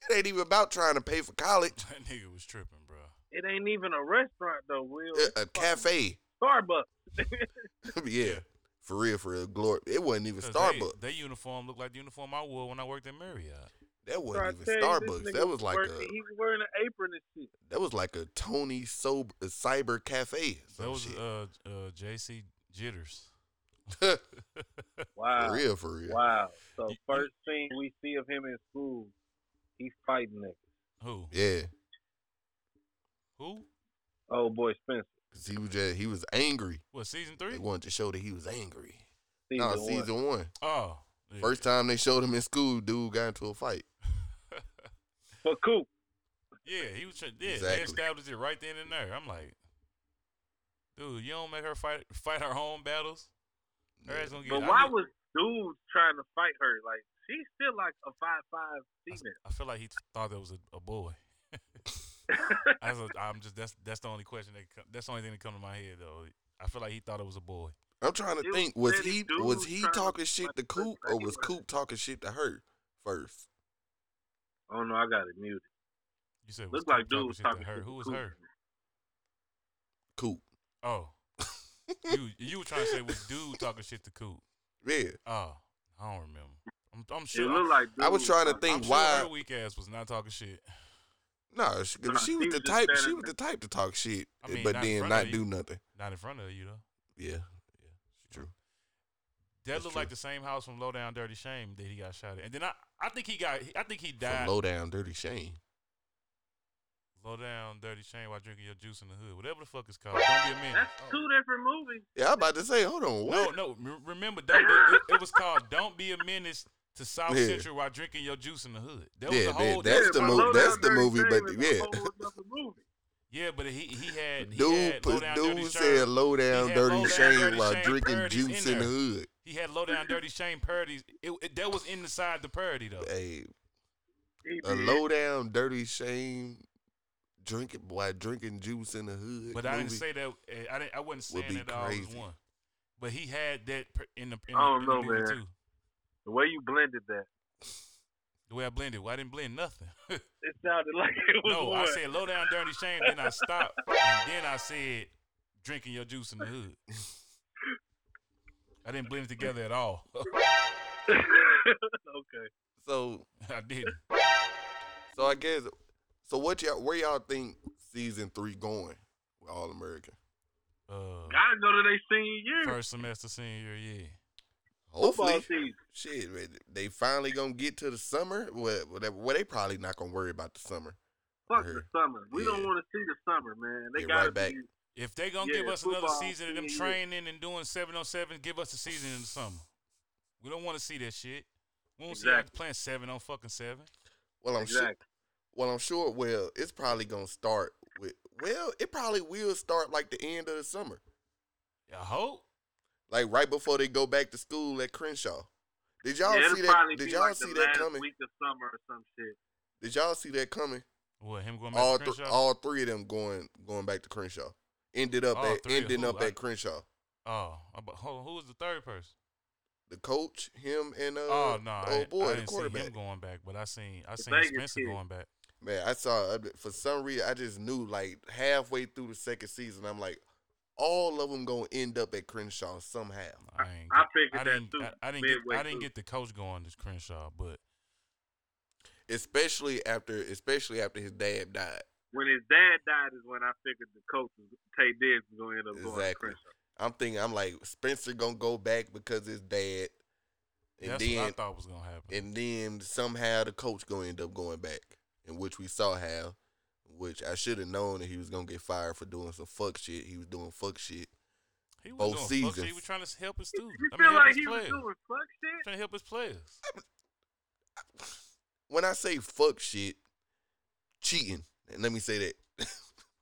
A: It ain't even about trying to pay for college.
C: (laughs) That nigga was tripping, bro.
B: It ain't even a restaurant though, Will.
A: A-
B: It's
A: A,
B: fucking
A: cafe, (laughs)
B: Starbucks.
A: yeah, for real, for real. Glory, it wasn't even
C: 'Cause
A: Starbucks.
C: They, their uniform looked like the uniform I wore when I worked at Marriott.
A: that
B: Bro, I
A: wasn't
B: tell
A: even
B: you, this
A: Starbucks.
B: nigga
A: That was like
B: working-
A: a
B: he was wearing an apron and shit.
A: that was like a Tony sober a cyber cafe. or some
C: That was
A: shit.
C: uh, uh, JC Jitters.
A: (laughs) (laughs)
B: Wow.
A: for real, for real.
B: uh, Wow. So
C: You-
B: first thing we see of him in school, he's fighting niggas.
C: Who?
A: Yeah,
C: Who?
B: Oh boy, Spencer.
A: cause he was just, he was angry.
C: What season
A: They
C: three?
A: wanted to show that he was angry.
B: Season
A: no,
B: one.
A: season one.
C: Oh, yeah.
A: First time they showed him in school, dude got into a fight.
B: For Coop.
C: Yeah, he was. Tr- yeah, they
A: Exactly.
C: established it right then and there. I'm like, dude, you don't make her fight fight her own battles. Her ass gonna get.
B: But
C: I
B: why
C: knew-
B: was dudes trying to fight her? Like she's still like a five five
C: I s-
B: female.
C: I feel like he thought that was a, a boy. (laughs) I was, I'm just that's that's the only question that co- that's the only thing that come to my head though. I feel like he thought it was a boy.
A: I'm trying to
B: Dude,
A: think, was
B: said
A: he
B: this dude
A: was
B: was
A: he
B: trying to
A: talking shit
B: fight
A: to
B: her
A: Coop or
B: back
A: was
B: and
A: Coop talking shit to her first?
B: Oh no, I got it muted.
C: You said was
B: Look like
C: Coop talking
B: dude was
C: shit to
B: talking
C: her.
B: to
C: Who was
B: Coop.
C: her?
A: Coop.
C: Oh, you you were trying to say was dude talking shit to Coop?
A: Yeah.
C: Oh, I don't remember. I'm, I'm
B: It
C: sure.
B: looked like dude
A: I was trying to
B: talking-
A: think
C: I'm sure
A: why
C: her weak ass was not talking shit.
A: no, she, 'cause
B: Nah,
A: she
B: he
A: was
B: was
A: the
B: just
A: type she
B: standing
A: was the type to talk shit
C: I mean,
A: but
C: not in
A: then
C: front of
A: not
C: you.
A: do nothing.
C: Not in front of you though.
A: Yeah. Yeah. True.
C: That
A: That's
C: looked like
A: true.
C: the same house from Low Down Dirty Shame that he got shot at. And then I, I think he got I think he
A: From
C: died.
A: low down dirty Shane.
C: Low Down Dirty Shame while drinking your juice in the hood. Whatever the fuck it's called. Don't be a man.
B: That's two different movies.
A: Yeah, I'm about to say, hold on,
C: No,
A: what?
C: no. re- Remember, don't be, it, it was called "Don't Be a Menace to South
A: Yeah.
C: Central while drinking your juice in the hood." That was
A: Yeah,
C: the whole.
A: that- that's
B: Yeah,
A: the
B: but
A: mo-
B: Low
A: that's
B: Down
A: the
B: Dirty
A: movie,
B: Shame
A: but
B: is
A: yeah.
B: a whole other movie.
C: yeah, but he he had he
A: dude
C: had
A: put,
C: low down dirty
A: dude
C: shirt.
A: said low down
C: had
A: dirty
C: low-down
A: Shane
C: dirty
A: while
C: Shane
A: drinking
C: parodies
A: juice
C: in
A: in the
C: there.
A: hood.
C: he had low down dirty shame parodies. It, it- that was inside the parody though.
A: Hey,
B: He
A: a
C: (laughs)
B: did.
A: low down, dirty shame, drinking while drinking juice in the hood.
C: But I didn't
A: movie.
C: say that. eh, I didn't. I wasn't
A: would
C: saying
A: be
C: that all was
A: crazy.
C: one. But he had that per- in the in
B: I
C: the,
B: don't
C: in
B: know,
C: the movie
B: man.
C: too.
B: The way you blended that,
C: The way I blended, well, I didn't blend nothing. (laughs)
B: it sounded (laughs) like it was
C: no,
B: one.
C: I said low down dirty shame. Then I stopped, and then I said drinking your juice in the hood. I didn't blend it together at all.
B: (laughs)
C: (laughs)
B: okay.
A: So,
C: I didn't.
A: so I guess. So what y'all? Where y'all think season three going? With All American.
C: Uh,
B: Gotta go to their senior year.
C: first semester senior year.
B: football
A: Hopefully,
B: season.
A: shit. man, They finally gonna get to the summer. Well, well, they- well, they probably not gonna worry about the summer.
B: Fuck
A: Word.
B: the summer. We don't
A: Yeah.
B: want to see the summer, man. They
A: Get
B: gotta
A: right back.
B: be.
C: If they gonna give
B: Yeah,
C: us another
B: football
C: season of them
B: season.
C: training and doing seven on seven, give us a season in the summer. We don't want to see that shit. We don't see y'all
B: Exactly.
C: playing seven on fucking seven.
A: Well, I'm sure.
B: Exactly.
A: Well, I'm sure. Well, it's probably gonna start with. Well, it probably will start like the end of the summer,
C: I hope.
A: like right before they go back to school at Crenshaw. Did y'all
B: yeah, it'll
A: see that?
B: probably
A: Did
B: be
A: y'all
B: like
A: see
B: the
A: that
B: last
A: coming?
B: Week of summer or some shit.
A: Did y'all see that coming?
C: What him going back
A: All
C: to
A: three,
C: Crenshaw?
A: all three of them going going back to Crenshaw. Ended up
C: All
A: at
C: three of
A: ending
C: who?
A: up
C: I-
A: at Crenshaw.
C: oh, I- but hold on, who was the third person?
A: The coach, him, and uh,
C: oh no, I,
A: oh boy,
C: I
A: the
C: didn't see
A: quarterback.
C: him going back, but I seen I
B: The
C: seen
B: Vegas
C: Spencer
B: kid.
C: going back.
A: Man, I saw I- for some reason I just knew like halfway through the second season I'm like, all of them gonna end up at Crenshaw somehow.
C: I, ain't
B: I
C: get-
B: figured that
C: I didn't,
B: too.
C: I, I didn't get
B: midway
C: I didn't
B: through.
C: get the coach going to Crenshaw, but
A: Especially after, especially after his dad died.
B: When his dad died is when I figured the coach was Tay Diggs was gonna end up going to
A: Exactly.
B: Crenshaw.
A: I'm thinking I'm like Spencer gonna go back because his dad, and
C: that's what I
A: then
C: thought was gonna happen.
A: and then somehow the coach gonna end up going back, in which we saw how, which I should have known that he was gonna get fired for doing some fuck shit. He was doing fuck shit.
C: he was
A: both
C: doing Fuck shit.
A: seasons.
C: He was trying to help his students.
B: You
C: I
B: feel
C: mean, help
B: like
C: his
B: he was
C: players.
B: doing fuck shit?
C: trying to help his players.
A: When I say fuck shit, cheating. And let me say that.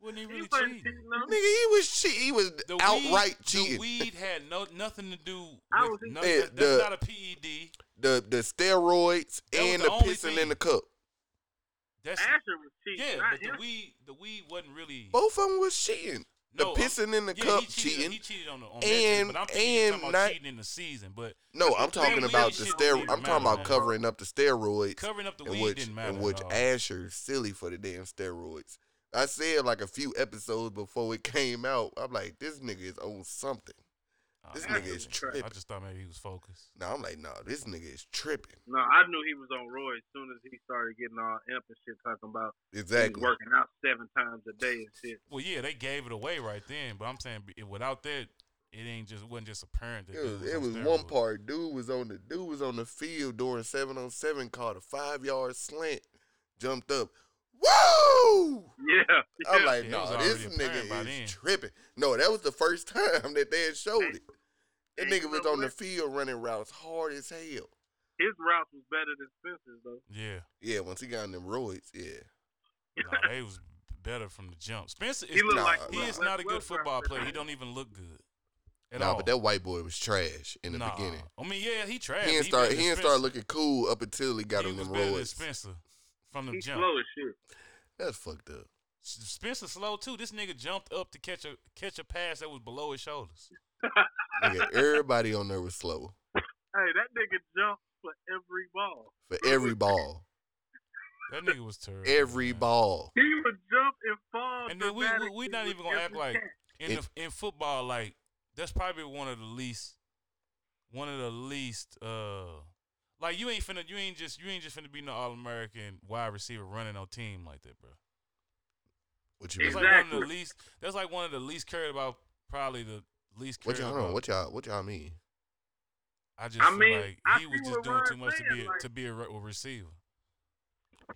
C: Wasn't he
B: He
C: really
B: wasn't
C: cheating?
B: cheating on
A: Nigga, he was cheating. He was
C: The
A: outright
C: weed, The
A: cheating. The,
C: weed had no nothing to do.
B: I
C: With,
B: was thinking-
C: no,
A: Yeah,
C: that- that's
A: the-
C: not a E PED.
A: the steroids
C: That was
A: and
C: the
A: the,
C: only
A: pissing
C: thing.
A: in the cup.
C: That's
B: Asher was cheating.
C: yeah,
B: not
C: but the
B: him.
C: weed the weed wasn't really.
A: Both of them was cheating.
C: No, I'm-
A: the pissing in the
C: yeah,
A: cup
C: he cheated,
A: cheating.
C: He cheated on the on and,
A: And-
C: but I'm thinking you're
A: and
C: talking about
A: not-
C: cheating in the season, but
A: no, I'm
C: the
A: talking
C: weed
A: about the
C: shit
A: steroid.
C: didn't
A: I'm
C: matter,
A: talking about
C: man.
A: covering up the steroids.
C: covering up the
A: in
C: weed
A: which,
C: didn't matter.
A: In which
C: at all.
A: Asher silly for the damn steroids. I said like a few episodes before it (laughs) came out. I'm like, this nigga is on something.
C: Uh,
A: This
C: I
A: nigga
C: just-
A: is tripping.
C: I just thought maybe he was focused.
A: No, I'm like, no, this nigga is tripping.
B: No, I knew he was on Roy as soon as he started getting all imp and shit talking about he was
A: Exactly.
B: working out seven times a day and shit. (laughs)
C: Well, yeah, they gave it away right then, but I'm saying be- without that, it ain't just wasn't just apparent. That
A: It was, it
C: on
A: was one
C: steroids.
A: part. Dude was on the dude was on the field during seven on seven. Caught a five yard slant, jumped up. Woo!
B: Yeah.
A: I'm
B: yeah.
A: like,
C: It
A: no,
C: was
A: nah,
C: already
A: this
C: apparent by
A: nigga is
C: then.
A: tripping. No, that was the first (laughs) time that they had showed it. That
B: And you
A: nigga was
B: know
A: on the
B: what?
A: field running routes hard as hell.
B: his route was better than Spencer's though. (laughs)
C: Yeah,
A: Yeah, once he got in them roids, yeah.
C: no, they was better from the jump. Spencer is
B: He looked
A: nah,
B: like
C: He
A: Nah.
C: is not a good
B: Wes- Wes
C: football
B: Welker.
C: player. He don't even look good at
A: nah,
C: all.
A: but that white boy was trash in the
C: Nah.
A: beginning.
C: I mean, yeah, he trash.
A: He
C: but
A: didn't start. He
C: better than
A: didn't start
C: Spencer.
A: looking cool up until he got
C: he
A: on
C: was
A: them
C: better than
A: roids.
C: Spencer from the
B: He's
C: jump.
B: slow as shit.
A: That's fucked up.
C: S- Spencer slow too. This nigga jumped up to catch a catch a pass that was below his shoulders.
A: Nigga, everybody on there was slow
B: Hey, that nigga jumped for every ball.
A: for every ball.
C: That nigga was terrible.
A: Every
C: man.
A: ball.
B: He would jump and fall.
C: And then we we
B: dramatically
C: we not
B: with
C: even gonna act
B: every
C: like
B: catch.
C: in the, in football like that's probably one of the least one of the least uh like you ain't finna you ain't just you ain't just finna be no all American wide receiver running on team like that, bro.
A: What you mean?
C: That's like one of the
B: Exactly.
C: least. That's like one of the least cared about. Probably the least cared
A: What y'all
C: about.
A: know? What y'all? What y'all mean?
C: I just
B: I
C: feel
B: mean,
C: like
B: I
C: he
B: see
C: was just
B: what
C: doing too
B: Ron's
C: much to be
B: saying,
C: a,
B: like-
C: to be a re- a receiver.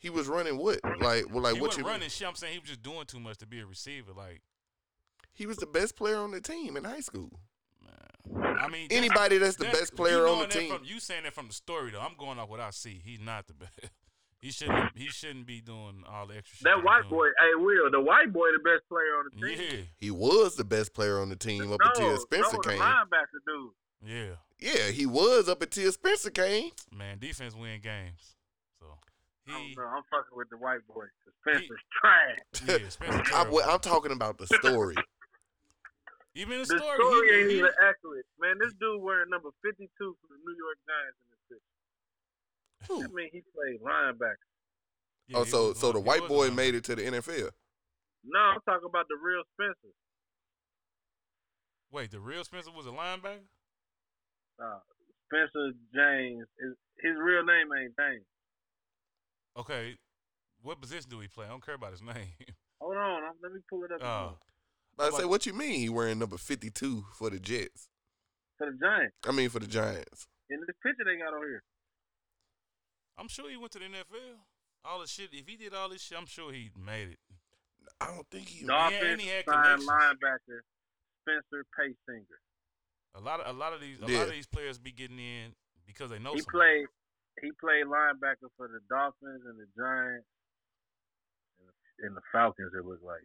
A: He was running what? Like, well, like
C: he
A: what
C: wasn't
A: you
C: running
A: mean?
C: shit. I'm saying he was just doing too much to be a receiver. Like,
A: He was the best player on the team in high school.
C: I mean, that's-
A: Anybody that's the best
C: you
A: player on the
C: knowing that
A: team.
C: From, you saying that from the story though. I'm going off what I see. He's not the best. (laughs) He shouldn't. He shouldn't be doing all the extra shit.
B: That
C: he
B: white
C: doing.
B: boy, hey Will, the white boy, the best player on the team.
C: Yeah,
A: He was the best player on the team up
B: no,
A: until Spencer
B: no, the
A: came.
B: linebacker dude.
C: yeah.
A: Yeah, he was up until Spencer came.
C: Man, defense win games. So
B: I don't
C: he,
B: know. I'm fucking with the white boy.
C: Hmm.
B: Spencer's trash.
C: yeah,
B: (laughs)
C: Spencer
A: I'm,
C: terrible.
A: I'm talking about the
C: (laughs)
A: story.
C: even in the
B: The
C: story,
B: story,
C: he,
B: ain't
C: he,
B: even accurate. Man, this dude wearing number 52 for the New York Giants in this picture.
A: Who?
B: I mean, he played linebacker.
C: yeah,
A: oh,
C: he
A: so
C: was
A: so
C: on-
A: the
C: he
A: white
C: was
A: boy
C: on-
A: made it to the NFL.
B: No, I'm talking about the real Spencer.
C: Wait, the real Spencer was a linebacker.
B: Uh, Spencer James. Is, his real name ain't James.
C: Okay, what position do he play? I don't care about his (laughs) name.
B: Hold on. I'm, let me pull it up.
C: Oh,
B: again.
A: But I
C: Like-
A: say, what you mean? He wearing number fifty two for the Jets.
B: For the Giants.
A: I mean for the Giants.
B: In this picture they got on here.
C: I'm sure he went to the NFL. All the shit. If he did all this shit, I'm sure he made it.
A: I don't think he.
C: Nah.
B: Dolphins
C: and he had
B: signed
C: connections.
B: linebacker Spencer Paysinger.
C: A lot of a lot of these a
A: Yeah.
C: lot of these players be getting in because they know.
B: He
C: somebody.
B: played he played linebacker for the Dolphins and the Giants and the, and the Falcons. It looked like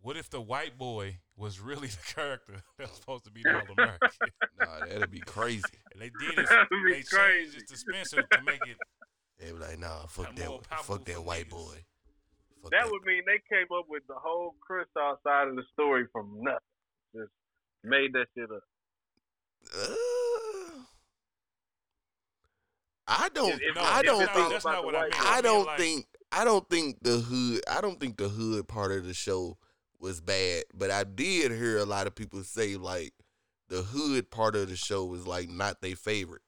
C: What if the white boy was really (laughs) the character that's supposed to be the All
B: (laughs)
C: American?
A: Nah, that'd be crazy.
C: they did it.
B: That'd be
C: They changed
B: crazy.
C: it to Spencer to make it.
A: They'd be like, nah, fuck
C: I'm
A: that,
C: more powerful
A: fuck that
C: for
A: white
C: niggas.
A: boy. Fuck
B: that would mean they came up with the whole Crenshaw side of the story from nothing. Just made that shit up.
A: Uh, I don't.
B: If- if-
A: I
B: if
A: don't
B: it's
A: think.
B: all
C: that's
B: about
C: not
B: the
C: what I
B: white
C: meant.
B: guy.
A: I don't
C: like-
A: think I don't think the hood I don't think the hood part of the show was bad, but I did hear a lot of people say like the hood part of the show was like not their favorite.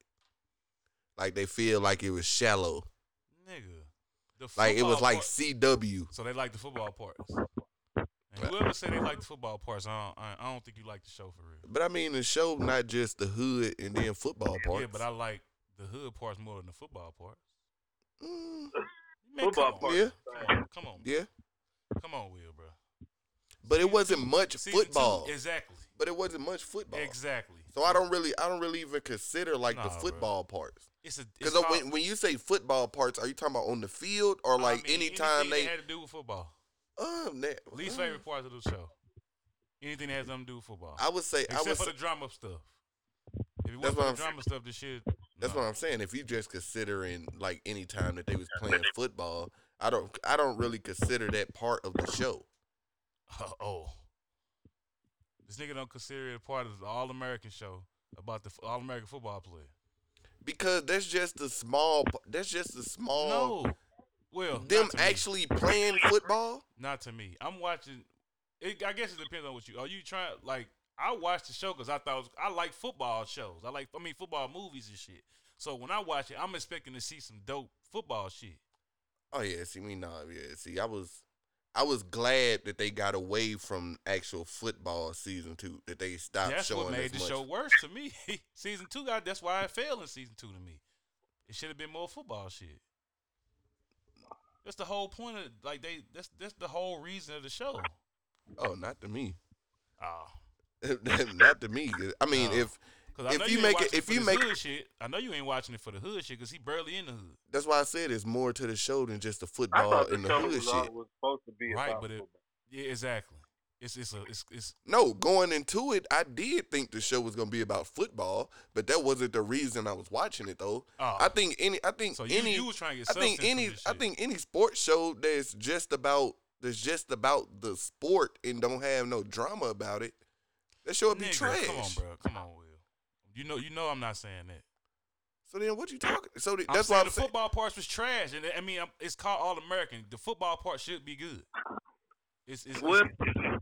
A: Like they feel like it was shallow.
C: Nigga, the
A: Like it was
C: football
A: like
C: part-
A: CW.
C: so they like the football parts. And whoever say they like the football parts, I don't, I, I don't think you like the show for real.
A: But I mean the show not just the hood and then football parts.
C: Yeah, but I like the hood parts more than the football parts.
A: Mm,
C: Man,
B: Football
C: come on.
B: parts.
A: yeah,
C: Come on, come on,
A: yeah.
C: (laughs) come on, Will, bro.
A: But it wasn't much
C: Season two-
A: football.
C: exactly,
A: But it wasn't much football.
C: exactly.
A: So I don't really I don't really even consider like
C: Nah,
A: the
C: bro.
A: football parts.
C: It's a
A: Because
C: it's called-
A: when, when you say football parts, are you talking about on the field or
C: I
A: like
C: mean,
A: anytime
C: anything
A: they?
C: that had to do with football.
A: um, that,
C: Least
A: uh,
C: favorite parts of the show. Anything that has something to do with football.
A: I would say I
C: Except
A: would.
C: for
A: Say,
C: the drama stuff. If it
A: That's what
C: wasn't for
A: I'm
C: the drama stuff, this shit.
A: that's
C: no.
A: what I'm saying. If you just considering like any time that they was playing football, I don't I don't really consider that part of the show.
C: (laughs) oh. This nigga don't consider it a part of the All American show about the All American football player.
A: Because that's just a small. p- That's just a small.
C: no. Well,
A: Oh. them
C: not to me.
A: actually playing football.
C: Not to me. I'm watching. It, I guess it depends on what you. Are you trying like? I watched the show because I thought it was, I like football shows. I like I mean football movies and shit. So when I watch it, I'm expecting to see some dope football shit.
A: Oh yeah, see me nah, yeah. See, I was I was glad that they got away from actual football season two. That they stopped
C: that's
A: showing
C: what
A: as
C: made the
A: much.
C: show worse to me. (laughs) season two got that's why it failed in season two to me. It should have been more football shit. That's the whole point of like they that's that's the whole reason of the show.
A: Oh, not to me.
C: Oh.
A: (laughs)
C: (laughs)
A: not to me. 'cause- I mean,
C: No.
A: if
C: Cause I
A: If
C: know
A: you
C: you,
A: make it-
C: ain't watching
A: if
C: for
A: you
C: this
A: make-
C: hood shit, I know you ain't watching it for the hood shit because he barely in the hood.
A: that's why I said it's more to the show than just the
B: I
A: football
B: thought the
A: and the
B: show
A: hood
B: was, all-
A: shit.
B: was supposed to be
C: Right,
B: about
C: but it-
B: football.
C: Yeah, exactly. It's it's a it's it's
A: No, going into it, I did think the show was gonna be about football, but that wasn't the reason I was watching it though.
C: oh.
A: I think any, I think
C: so you,
A: any,
C: you was trying to get
A: I think
C: substance from
A: any,
C: this
A: I
C: shit.
A: think any sports show that's just about that's just about the sport and don't have no drama about it, that show would be
C: Nigga,
A: trash.
C: Come on, bro. Come on, Will. You know you know I'm not saying that.
A: So then, what you talking? So th-
C: I'm
A: that's
C: saying
A: why I'm
C: the
A: saying.
C: football parts was trash, and I mean I'm, it's called All American. The football part should be good. It's, it's,
B: Well,
C: it's-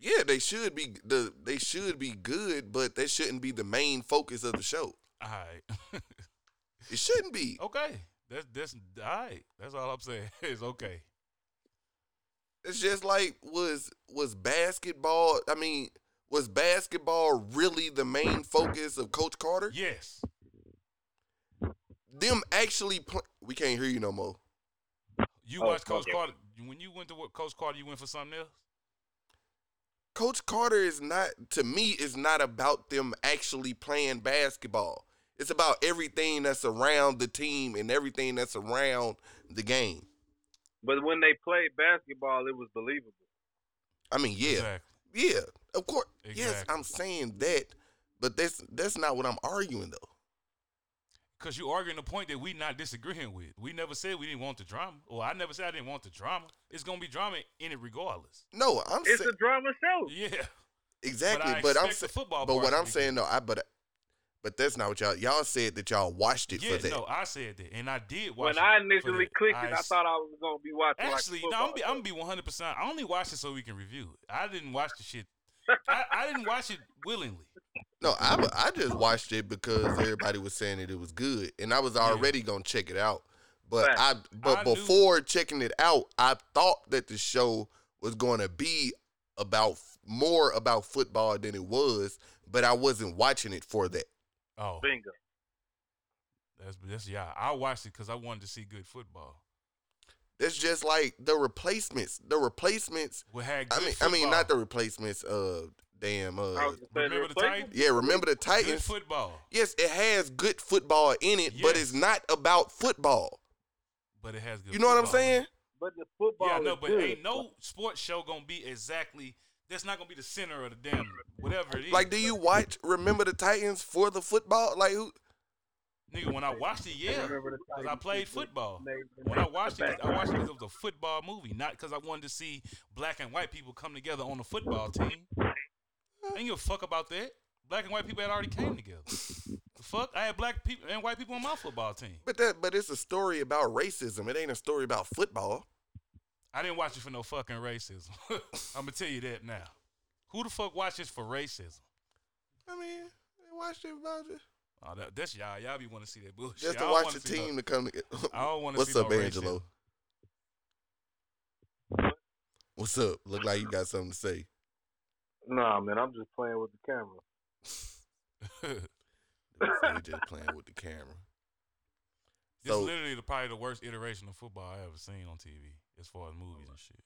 A: Yeah, they should be the they should be good, but that shouldn't be the main focus of the show.
C: all right. (laughs)
A: It shouldn't be.
C: okay, that's that's all right. That's all I'm saying. (laughs) It's okay.
A: It's just like was was basketball. I mean, was basketball really the main focus of Coach Carter?
C: Yes.
A: Them actually, pl- we can't hear you no more.
C: You
B: Oh,
C: watched Coach
B: okay.
C: Carter when you went to what Coach Carter. You went for something else.
A: Coach Carter is not to me is not about them actually playing basketball. It's about everything that's around the team and everything that's around the game.
B: but when they played basketball, it was believable.
A: I mean, yeah,
C: Exactly.
A: yeah, of course. Yes,
C: Exactly.
A: I'm saying that, but that's that's not what I'm arguing though.
C: Because you arguing the point that we not disagreeing with. We never said we didn't want the drama. Well, I never said I didn't want the drama. It's gonna be drama in it regardless.
A: No, I'm
B: It's
A: sa-
B: a drama show.
C: Yeah.
A: exactly,
C: I
A: but, I'm
C: expect
A: sa-
C: the football
A: but
C: part
A: what
C: to
A: I'm
C: be
A: saying though, I but but that's not what y'all y'all said that y'all watched it
C: yeah.
A: for that.
C: No, I said that, and I did watch.
B: When I
C: it for
B: initially
C: that.
B: clicked it, I
C: s-
B: thought I was gonna be watching
C: Actually,
B: like a
C: no, I'm
B: football
C: be,
B: show.
C: I'm be 100. percent I only watched it so we can review it. I didn't watch the shit.
B: (laughs)
C: I, I didn't watch it willingly.
A: No, I, w- I just watched it because everybody was saying that it was good, and I was already gonna check it out. But
B: Right.
A: I but
C: I knew-
A: before checking it out, I thought that the show was gonna be about f- more about football
B: (laughs)
A: than it was, but I wasn't watching it for that.
C: Oh,
B: Bingo.
C: That's that's yeah. I watched it because I wanted to see good football.
A: That's just like the replacements. The replacements.
C: We had. Good
A: I mean,
C: football.
A: I mean, not the replacements. Uh, damn.
B: I
A: Uh,
B: was just saying,
C: Remember the
B: replacement-
C: Titans?
A: yeah. Remember the
C: Good
A: Titans?
C: football,
A: Yes, it has good football in it, but
C: Yes.
A: it's not about football.
C: but it has good.
A: You know what I'm
C: football.
A: saying?
B: But the football.
C: Yeah, I
B: is
C: know, but
B: good.
C: ain't no sports show gonna be exactly. That's not gonna be the center of the damn whatever it is.
A: Like, do you watch Remember the Titans for the football? Like, who?
C: nigga, when I watched it, yeah,
B: remember the
C: because I
B: Titans
C: played
B: used to
C: football.
B: make the
C: When I
B: back-
C: watched
B: the
C: it, I watched it
B: background.
C: because it was a football movie, not because I wanted to see black and white people come together on a football team. I didn't give a fuck about that. Black and white people had already came together. The fuck, I had black people and white people on my football team.
A: But that, but it's a story about racism. It ain't a story about football.
C: I didn't watch it for no fucking racism. (laughs) I'm gonna tell you that now. Who the fuck watches for racism?
A: I mean, they watched it about it.
C: Oh, that, that's y'all. Y'all be want to see that bullshit.
A: just to
C: I don't
A: watch
C: wanna
A: the
C: see no-
A: team to come together.
C: I don't want to
A: What's
C: see
A: up,
C: no
A: Angelo?
C: racism.
A: What's up? Look like you got something to say.
B: Nah, man, I'm just playing with the camera.
A: They just playing with the camera.
C: This
A: So-
C: is literally the, probably the worst iteration of football I ever seen on TV, as far as movies and shit,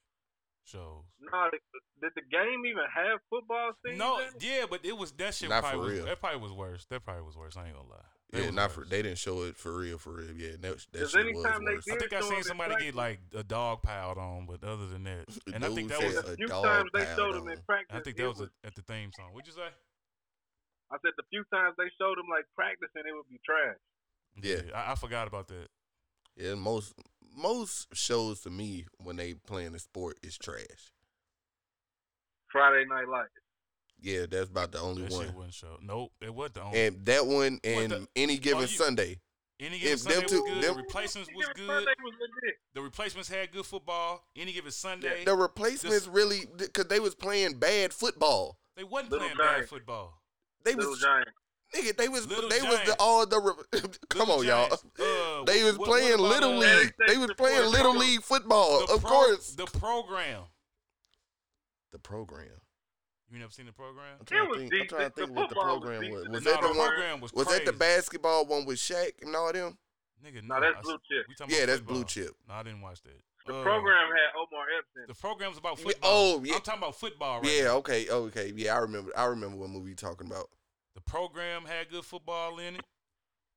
C: shows.
B: Nah, did, did the game even have football scenes?
C: No,
B: in it?
C: yeah, but it was that shit.
A: Not
C: probably
A: for
C: was,
A: real.
C: That probably was worse. That probably was worse. I ain't gonna lie. That
A: Yeah,
C: was
A: not for
C: worse.
A: they didn't show it for real, for real. Yeah, that, that
B: Does
A: shit was
B: anytime they
A: worse.
C: I
B: did-
C: think I
B: showing
C: seen
B: the
C: somebody
B: practice.
C: get like a dog piled on, but other than
A: (laughs)
C: that,
A: The
C: and I think
A: dude
C: that was
A: said-
B: The
A: a
B: few
A: dog
B: times they
A: piled
B: showed him
A: on.
B: in practice.
C: I think that
B: it
C: was a, at the theme song. What'd you say?
B: I said the few times they showed him like practicing, it would be trash.
A: Yeah.
C: I, I forgot about that.
A: Yeah, most most shows to me when they playing a sport is trash.
B: Friday Night Lights.
A: Yeah, that's about the only
C: That shit
A: one.
C: wasn't show. Nope, it was the only.
A: And that one and
C: the-
A: any given
C: you-
A: Sunday.
C: Any given
A: if them
C: Sunday was
A: two-
C: good.
A: them-
C: the replacements was
B: Yeah,
C: good.
B: Sunday was legit.
C: The replacements had good football. Any given Sunday,
A: The replacements really because they was playing bad football.
C: they wasn't
B: Little
C: playing bad
B: Giants.
C: football.
A: They
B: Little
A: was
B: Giant.
A: nigga, they was
C: Little
A: they was the,
C: Giants.
A: all the re- (laughs) come
C: Little
A: on y'all.
C: Giants.
A: (laughs)
C: Uh,
A: They was
C: what- what
A: playing
C: about,
A: little
C: uh,
A: league.
B: They-
A: They
B: they
A: was
B: the
A: playing
B: pro-
A: little league football.
C: the
A: Of
C: pro-
A: course,
C: The program.
A: the program.
C: You never seen the program?
A: I'm trying
B: It
A: to
B: was
A: think, I'm
B: decent.
A: trying to
B: The
A: think what the
B: football was
A: program was.
B: decent.
A: Was
B: No,
A: that the
B: the
A: one?
C: program was
A: Was that the
C: crazy.
A: basketball one with Shaq and all them?
C: Nigga,
B: No,
C: nah,
B: that's
C: I s-
B: blue chip.
C: we talking
A: Yeah,
C: about
A: that's blue
C: football.
A: chip.
C: No, I didn't watch that.
B: The
C: Uh,
B: program had Omar Epps in
C: The
B: it.
C: program's about
A: Yeah,
C: football.
A: oh, yeah.
C: I'm talking about football right
A: Yeah.
C: now.
A: Okay. Okay. Yeah. I remember. I remember what movie you talking about.
C: The program had good football in it.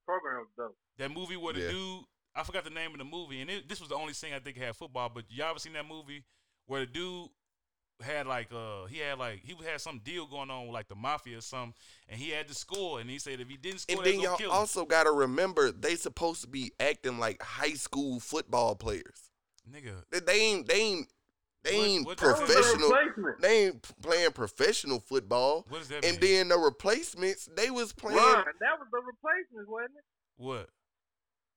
B: Program was dope.
C: That movie where the
A: Yeah.
C: dude, I forgot the name of the movie, and it, this was the only thing I think had football. But y'all ever seen that movie where the dude had like uh he had like he had some deal going on with like the mafia or something, and he had to score, and he said if he didn't score,
A: And
C: they
A: then
C: was gonna
A: y'all
C: kill him.
A: also gotta remember they supposed to be acting like high school football players.
C: Nigga,
A: They, they ain't. They ain't. They
C: What-
A: ain't
C: what the-
B: That was
A: professional.
B: the replacement.
A: They ain't p- playing professional football.
C: what does that
A: And then
C: mean?
A: the replacements, they was playing.
B: Ron, that was the replacement, wasn't it?
C: what?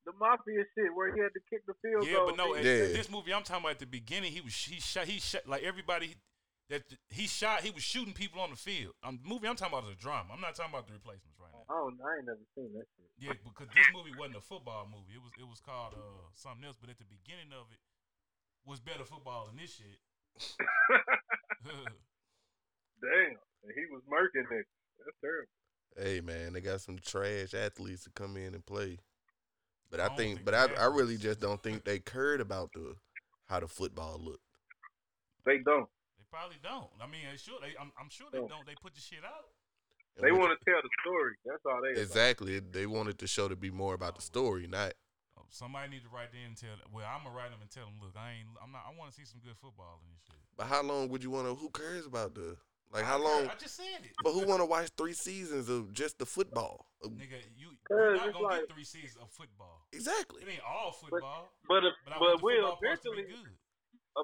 B: The mafia shit where he had to kick the field
C: Yeah,
B: goal.
C: but no,
B: He-
C: at,
A: Yeah.
C: this movie I'm talking about at the beginning, he was he shot he shot like everybody that he shot he was shooting people on the field. Um, the movie I'm talking about is a drama. I'm not talking about the replacements right now.
B: Oh, no, I ain't never seen that shit.
C: Yeah, because this movie wasn't a football movie. It was it was called uh something else. But at the beginning of it was better football than this shit. (laughs)
B: Damn. And he was murking it. That's terrible.
A: Hey man, they got some trash athletes to come in and play. But
C: I
A: I
C: don't
A: think,
C: think
A: but
C: they
A: I,
C: have
A: I really
C: those.
A: just don't think they cared about the how the football looked.
B: They don't.
C: they probably don't. I mean, they sure they. I'm, I'm sure they
B: Oh.
C: don't. They put the shit out.
A: And
B: They
A: what-
B: want to tell the story. That's all they about.
A: exactly. They wanted the show to be more about the story, not
C: Oh, Somebody need to write in and tell. Well, I'm gonna write them and tell them. Look, I ain't. I'm not. I want to see some good football in this shit.
A: But how long would you want to? Who cares about the like?
C: I
A: How
C: heard-
A: long?
C: I just said it.
A: But who want to watch three seasons of just the football? Uh,
C: Nigga, you,
B: Yeah,
C: you're not
B: it's
C: gonna
B: like-
C: get three seasons of football.
A: Exactly.
C: It ain't all football,
B: But, if,
C: but I
B: but
C: want the
B: Will,
C: football parts to be
B: eventually,
C: good.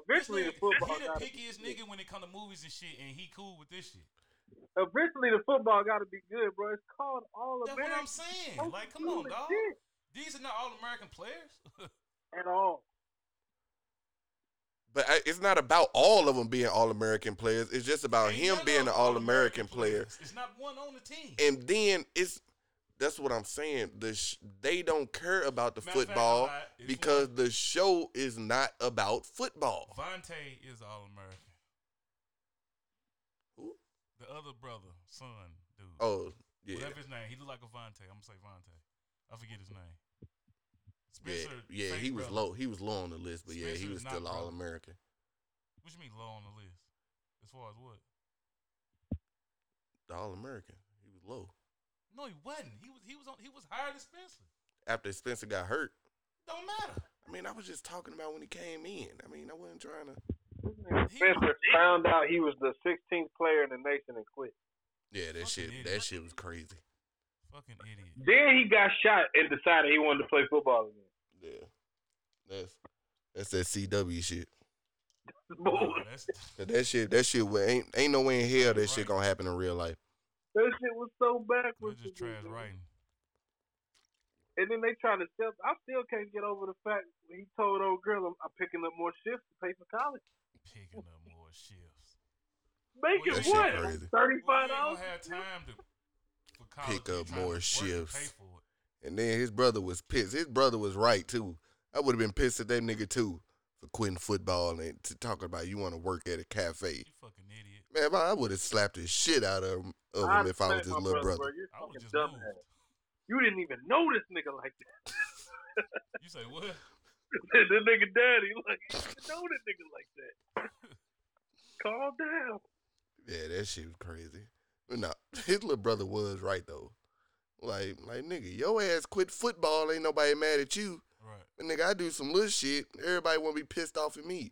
C: This
B: eventually the
C: nigga-
B: football
C: he the
B: got
C: pickiest nigga when it come to movies and shit, and he cool with this shit.
B: Eventually the football got to be good, bro. It's called All
C: That's what I'm
B: American.
C: saying.
B: Don't
C: Like, come
B: do
C: on,
B: the
C: dog.
B: shit
C: These are not all American players.
B: At all.
A: But I, it's not about all of them being all American players. It's just about
C: Ain't
A: him
C: none
A: being an
C: of them
A: all American
C: All-American
A: player.
C: players. It's not one on the team.
A: And then it's that's what I'm saying. The sh- they don't care about the
C: Matter of fact,
A: football
C: I'm not. It's
A: because the show is not about football.
C: Vontae is all American.
A: Who?
C: The other brother, son, dude.
A: Oh yeah,
C: Whatever his name, he look like a Vontae. I'm gonna say Vontae. I forget his name.
A: Yeah,
C: Spencer,
A: yeah,
C: Saint
A: he was
C: Brown.
A: low. He was low on the list, but yeah, he
C: Spencer's
A: was
C: not
A: still
C: Brown.
A: all American.
C: What you mean low on the list? As far as what?
A: All American. He was low.
C: No, he wasn't. He was he was on he was higher than Spencer.
A: After Spencer got hurt,
C: Don't matter.
A: I mean, I was just talking about when he came in. I mean, I wasn't trying to.
C: He-
B: Spencer found out he was the 16th player in the nation and quit.
A: Yeah, that
C: Fucking
A: shit.
C: idiot.
A: That shit was crazy.
C: Fucking idiot.
B: Then he got shot and decided he wanted to play football again.
A: Yeah, that's that's that CW shit.
C: No, (laughs)
B: Bull.
C: that's,
A: 'Cause that shit, that shit wa- ain't ain't no way in hell that shit
C: Right.
A: gonna happen in real life.
B: That shit was so
C: that's
B: backwards.
C: just
B: to me,
C: trash
B: man.
C: writing.
B: And then they trying to sell. I still can't get over the fact when he told old girl, I'm, I'm picking up more shifts to pay for college.
C: Picking up more shifts.
B: Make
C: Well,
B: it
C: that shit
B: what?
A: crazy.
C: Well,
B: $35?
C: you ain't gonna have time to for college
A: Pick up
C: you trying
A: more
C: to work and
A: shifts.
C: Pay for it.
A: And then his brother was pissed. His brother was right too. I would have been pissed at that nigga too for quitting football and to talking about you want to work at a cafe.
C: You fucking idiot.
A: Man, if I, I would have slapped the shit out of him, of him
B: I'd
A: if I was
B: smack
A: his
B: my
A: little brother.
B: bro. You're
C: I was
B: fucking
C: just
B: dumbass.
C: moved.
B: You didn't even know this nigga like that. (laughs)
C: You say what?
B: that nigga daddy, like, you didn't know that nigga like
A: (laughs)
B: that. Calm down.
A: Yeah, that shit was crazy. But no, (laughs) his little brother was right though. Like, like nigga, your ass quit football. Ain't nobody mad at you.
C: Right.
A: But nigga, I do some little shit. Everybody wanna be pissed off at me.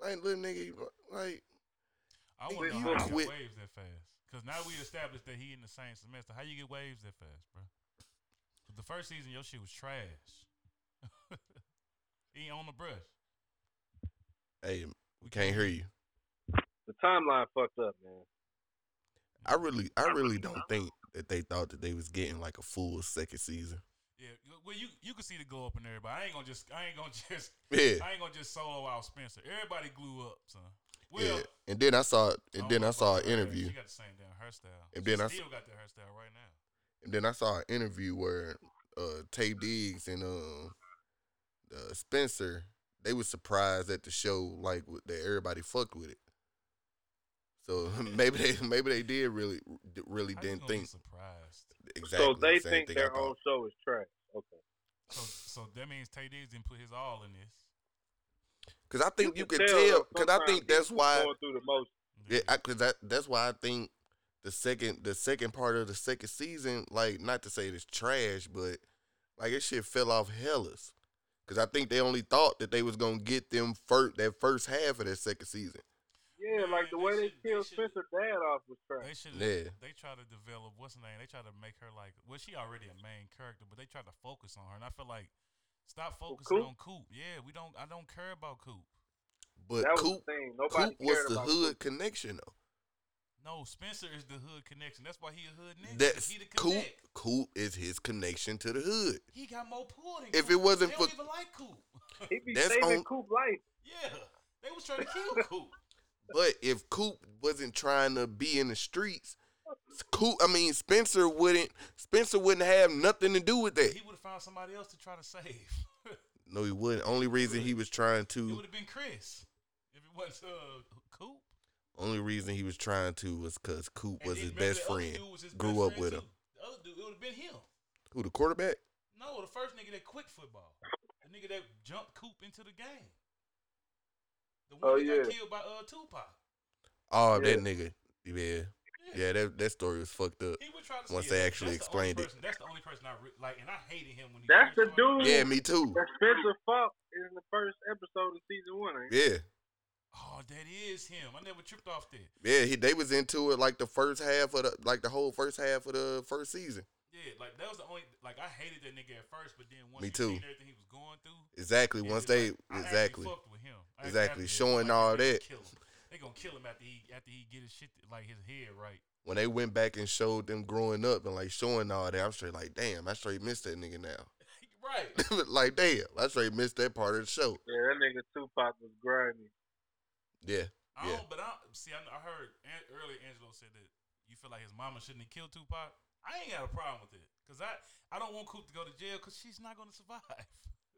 A: Like little nigga, like
C: I
A: Nigga,
C: want to
A: you
C: know how you
A: quit.
C: get waves that fast. Because now we established that he in the same semester. How you get waves that fast, bro? 'Cause the first season, your shit was trash. (laughs) he ain't on the brush.
A: hey, we can't hear you.
B: The timeline fucked up, man.
A: I really, I really don't think that they thought that they was getting like a full second season. (laughs)
C: Yeah, you- well, you you can see the glow up in everybody. I ain't gonna just I ain't gonna (laughs) just
A: Yeah,
C: I ain't gonna just solo out Spencer. Everybody glue up, son. Well,
A: yeah. And then I saw,
C: I
A: and
C: don't
A: then
C: know
A: I
C: if
A: saw
C: I'm
A: an
C: correct.
A: interview.
C: She got the same damn hairstyle.
A: And
C: She
A: then I s-
C: still got the hairstyle right now.
A: And then I saw an interview where uh Tay Diggs and um uh, Spencer they was surprised at the show like with- that everybody fucked with it. So (laughs) maybe they maybe they did really really
C: How you
A: didn't
C: gonna be
A: think
C: surprised.
A: exactly.
B: so they
A: the same
B: think
A: thing I
B: their
A: thought.
B: own show is trash. Okay.
C: So so that means Tay Diggs didn't put his all in this.
A: Cause I think you, can
B: though
A: tell. Cause I
B: sometimes
A: think that's
B: people
A: why.
B: Going through the most.
A: Yeah, I, cause that that's why I think the second the second part of the second season, like not to say it's trash, but like it shit fell off hellas. Cause I think they only thought that they was gonna get them first that first half of that second season.
B: Yeah,
C: Man,
B: like the
C: they
B: way they
C: should- they
B: killed
C: should-
B: Spencer Dad off was trash.
C: They should.
A: Yeah.
C: They try to develop what's her name. They try to make her like. Well, she already a main character, but they try to focus on her, and I feel like stop focusing
B: Coop?
C: on Coop. Yeah, we don't. I don't care about Coop.
A: But
B: that was
A: Coop,
B: the thing.
A: Coop
B: Nobody
A: was
B: cared
A: the
B: about
A: hood connection though.
C: No, Spencer is the hood connection. That's why he a hood nigga.
A: That's
C: he the
A: Coop.
C: connect.
A: Coop is his connection to the hood.
C: He got more pull than
A: If
C: Coop.
A: it wasn't
C: they
A: for-
C: don't even like Coop.
B: Coop. He be
A: That's
B: saving
A: on-
B: Coop life.
C: yeah, they was trying to
A: (laughs)
C: kill Coop.
A: But if Coop wasn't trying to be in the streets, Coop, I mean Spencer wouldn't. Spencer wouldn't have nothing to do with that.
C: He would have found somebody else to try to save. (laughs) it
A: No, he wouldn't. Only reason he was trying to,
C: would have been Chris if it was uh Coop.
A: only reason he was trying to was because Coop
C: And
A: was
C: then
A: his
C: remember
A: best
C: the other
A: friend.
C: dude was his
A: Grew
C: best
A: up
C: friend,
A: with
C: too.
A: him.
C: The other dude, it would have been him.
A: Who the quarterback?
C: No, the first nigga that quit football. The nigga that jumped Coop into the game. The one
B: Oh,
C: that got
B: yeah.
C: killed by uh Tupac.
A: Oh,
B: Yeah.
A: that nigga. Yeah, yeah. That that story was fucked up.
C: He would try to
A: Once
C: see it.
A: they actually
C: That's the only
A: explained it.
C: person- That's the only person I re- like, and I hated him when he.
B: That's the
C: first started.
B: dude
A: Yeah, me too.
B: that Spencer fought in the first episode of season one. ain't it?
A: Yeah,
C: Oh, that is him. I never tripped off that.
A: yeah. He they was into it like the first half of the like the whole first half of the first season.
C: Yeah, like that was the only. Like I hated that nigga at first, but then once
A: Me
C: you
A: too.
C: seen everything he was going through,
A: Exactly.
C: it
A: Once
C: was
A: they
C: like, I actually
A: exactly.
C: fucked with him. I actually
A: Exactly,
C: after
A: showing
C: this, I'm
A: all
C: like, they
A: that.
C: gonna kill him. They gonna kill him after he after he get his shit like his head right.
A: When they went back and showed them growing up and like showing all that, I'm straight like, damn, I straight missed that nigga now. (laughs)
C: right.
A: like, damn, I straight missed that part of the show.
B: Yeah, that nigga Tupac was grimy.
A: Yeah,
C: I
A: Yeah.
C: don't, but I see. I, I heard an, earlier Angelo said that you feel like his mama shouldn't have killed Tupac. I ain't got a problem with it because I I don't want Coop to go to jail because she's not going to (laughs) survive.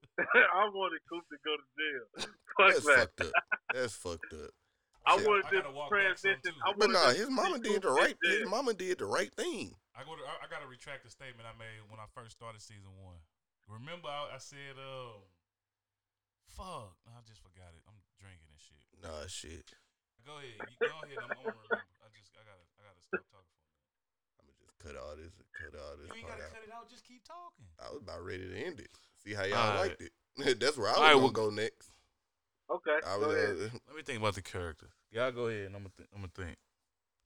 B: (laughs) I wanted Coop to go to jail. (laughs)
A: (laughs)
B: Fuck
A: that's
B: that.
A: fucked up. That's fucked up.
B: I
A: shit.
B: wanted
C: I
B: this
C: gotta walk back some,
B: transition.
C: too.
B: I
A: But
B: wanted
A: nah,
B: to
A: his
B: see
A: mama did
B: Coop
A: the
B: in
A: right.
B: jail.
A: His mama did the right thing.
C: I go to I, I got to retract the statement I made when I first started season one. Remember, I, I said, um, fuck, I just forgot it. I'm drinking and shit.
A: Nah, shit.
C: Go ahead, you, go ahead. I'm, I'm gonna remember. I just, I gotta, I gotta stop talking for a minute.
A: I'm gonna just cut all this, cut all this
C: You ain't
A: part
C: gotta
A: out.
C: cut it out. Just keep talking.
A: I was about ready to end it. See how y'all all
C: Alright.
A: liked it. (laughs) That's where I was
C: Alright,
A: gonna
C: well-
A: go next.
B: Okay.
A: I
B: go
A: was,
B: ahead.
A: uh, (laughs)
C: Let me think about the character. Y'all go ahead. And I'm gonna, th- I'm gonna think.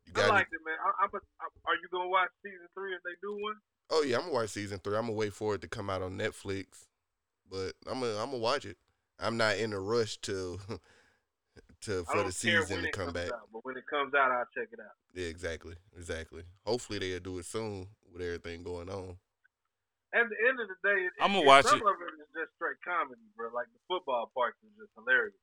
A: you
B: I
A: got
B: like
A: it.
B: it, man. I, I'm a, I, are you gonna watch season three if they do one?
A: Oh yeah, I'm gonna watch season three. I'm gonna wait for it to come out on Netflix, but I'm gonna, I'm gonna watch it. I'm not in a rush to, (laughs) to
B: I
A: for
B: don't
A: the
B: care
A: season
B: when
A: to
B: it
A: come
B: comes
A: back.
B: out, but when it comes out, I'll check it out.
A: Yeah, exactly, exactly. Hopefully they'll do it soon with everything going on.
B: At the end of the day, it,
C: I'ma
B: it-
C: watch
B: some
C: it.
B: of it is just straight comedy, bro. Like the football parts is just hilarious.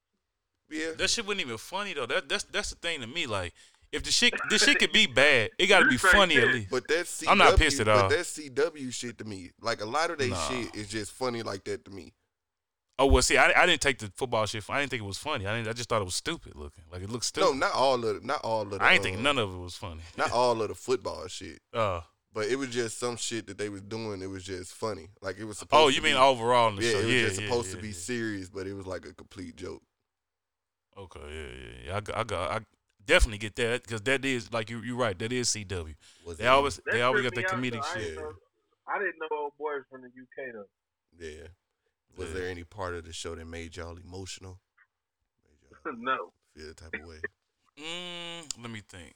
A: Yeah,
C: That shit wasn't even funny though. That that's that's the thing to me. Like, if the shit this shit could be bad, it gotta be funny at least.
A: but that's CW,
C: (laughs) I'm not pissed at all.
A: But that CW shit to me, like a lot of they
C: Nah.
A: shit is just funny like that to me.
C: Oh well, see, I, I didn't take the football shit. I didn't think it was funny. I didn't, I just thought it was stupid looking. Like it looked
A: No,
C: stupid.
A: not all of, not all of. The,
C: I ain't think
A: um,
C: none of it was funny.
A: Not all of the football shit.
C: Uh,
A: But it was just some shit that they was doing. It was just funny. Like it was supposed.
C: oh, you
A: to
C: mean
A: be,
C: overall in the
A: Yeah,
C: show?
A: it was
C: yeah,
A: just
C: yeah,
A: supposed
C: yeah,
A: to be
C: yeah.
A: serious, but it was like a complete joke.
C: Okay, yeah, yeah, yeah. I got, I got, I definitely get that because that is like you, you're right. That is CW.
A: Was
C: They
A: it-
C: always,
B: That
C: they always got
B: tripped
C: that
B: me
C: comedic
B: out, though. I
C: shit.
B: ain't know- I didn't know old boys from the UK though. (laughs)
A: Yeah. Was
C: Yeah.
A: there any part of the show that made y'all emotional? Made y'all
B: no.
A: feel the type of way?
C: Mm, let me think.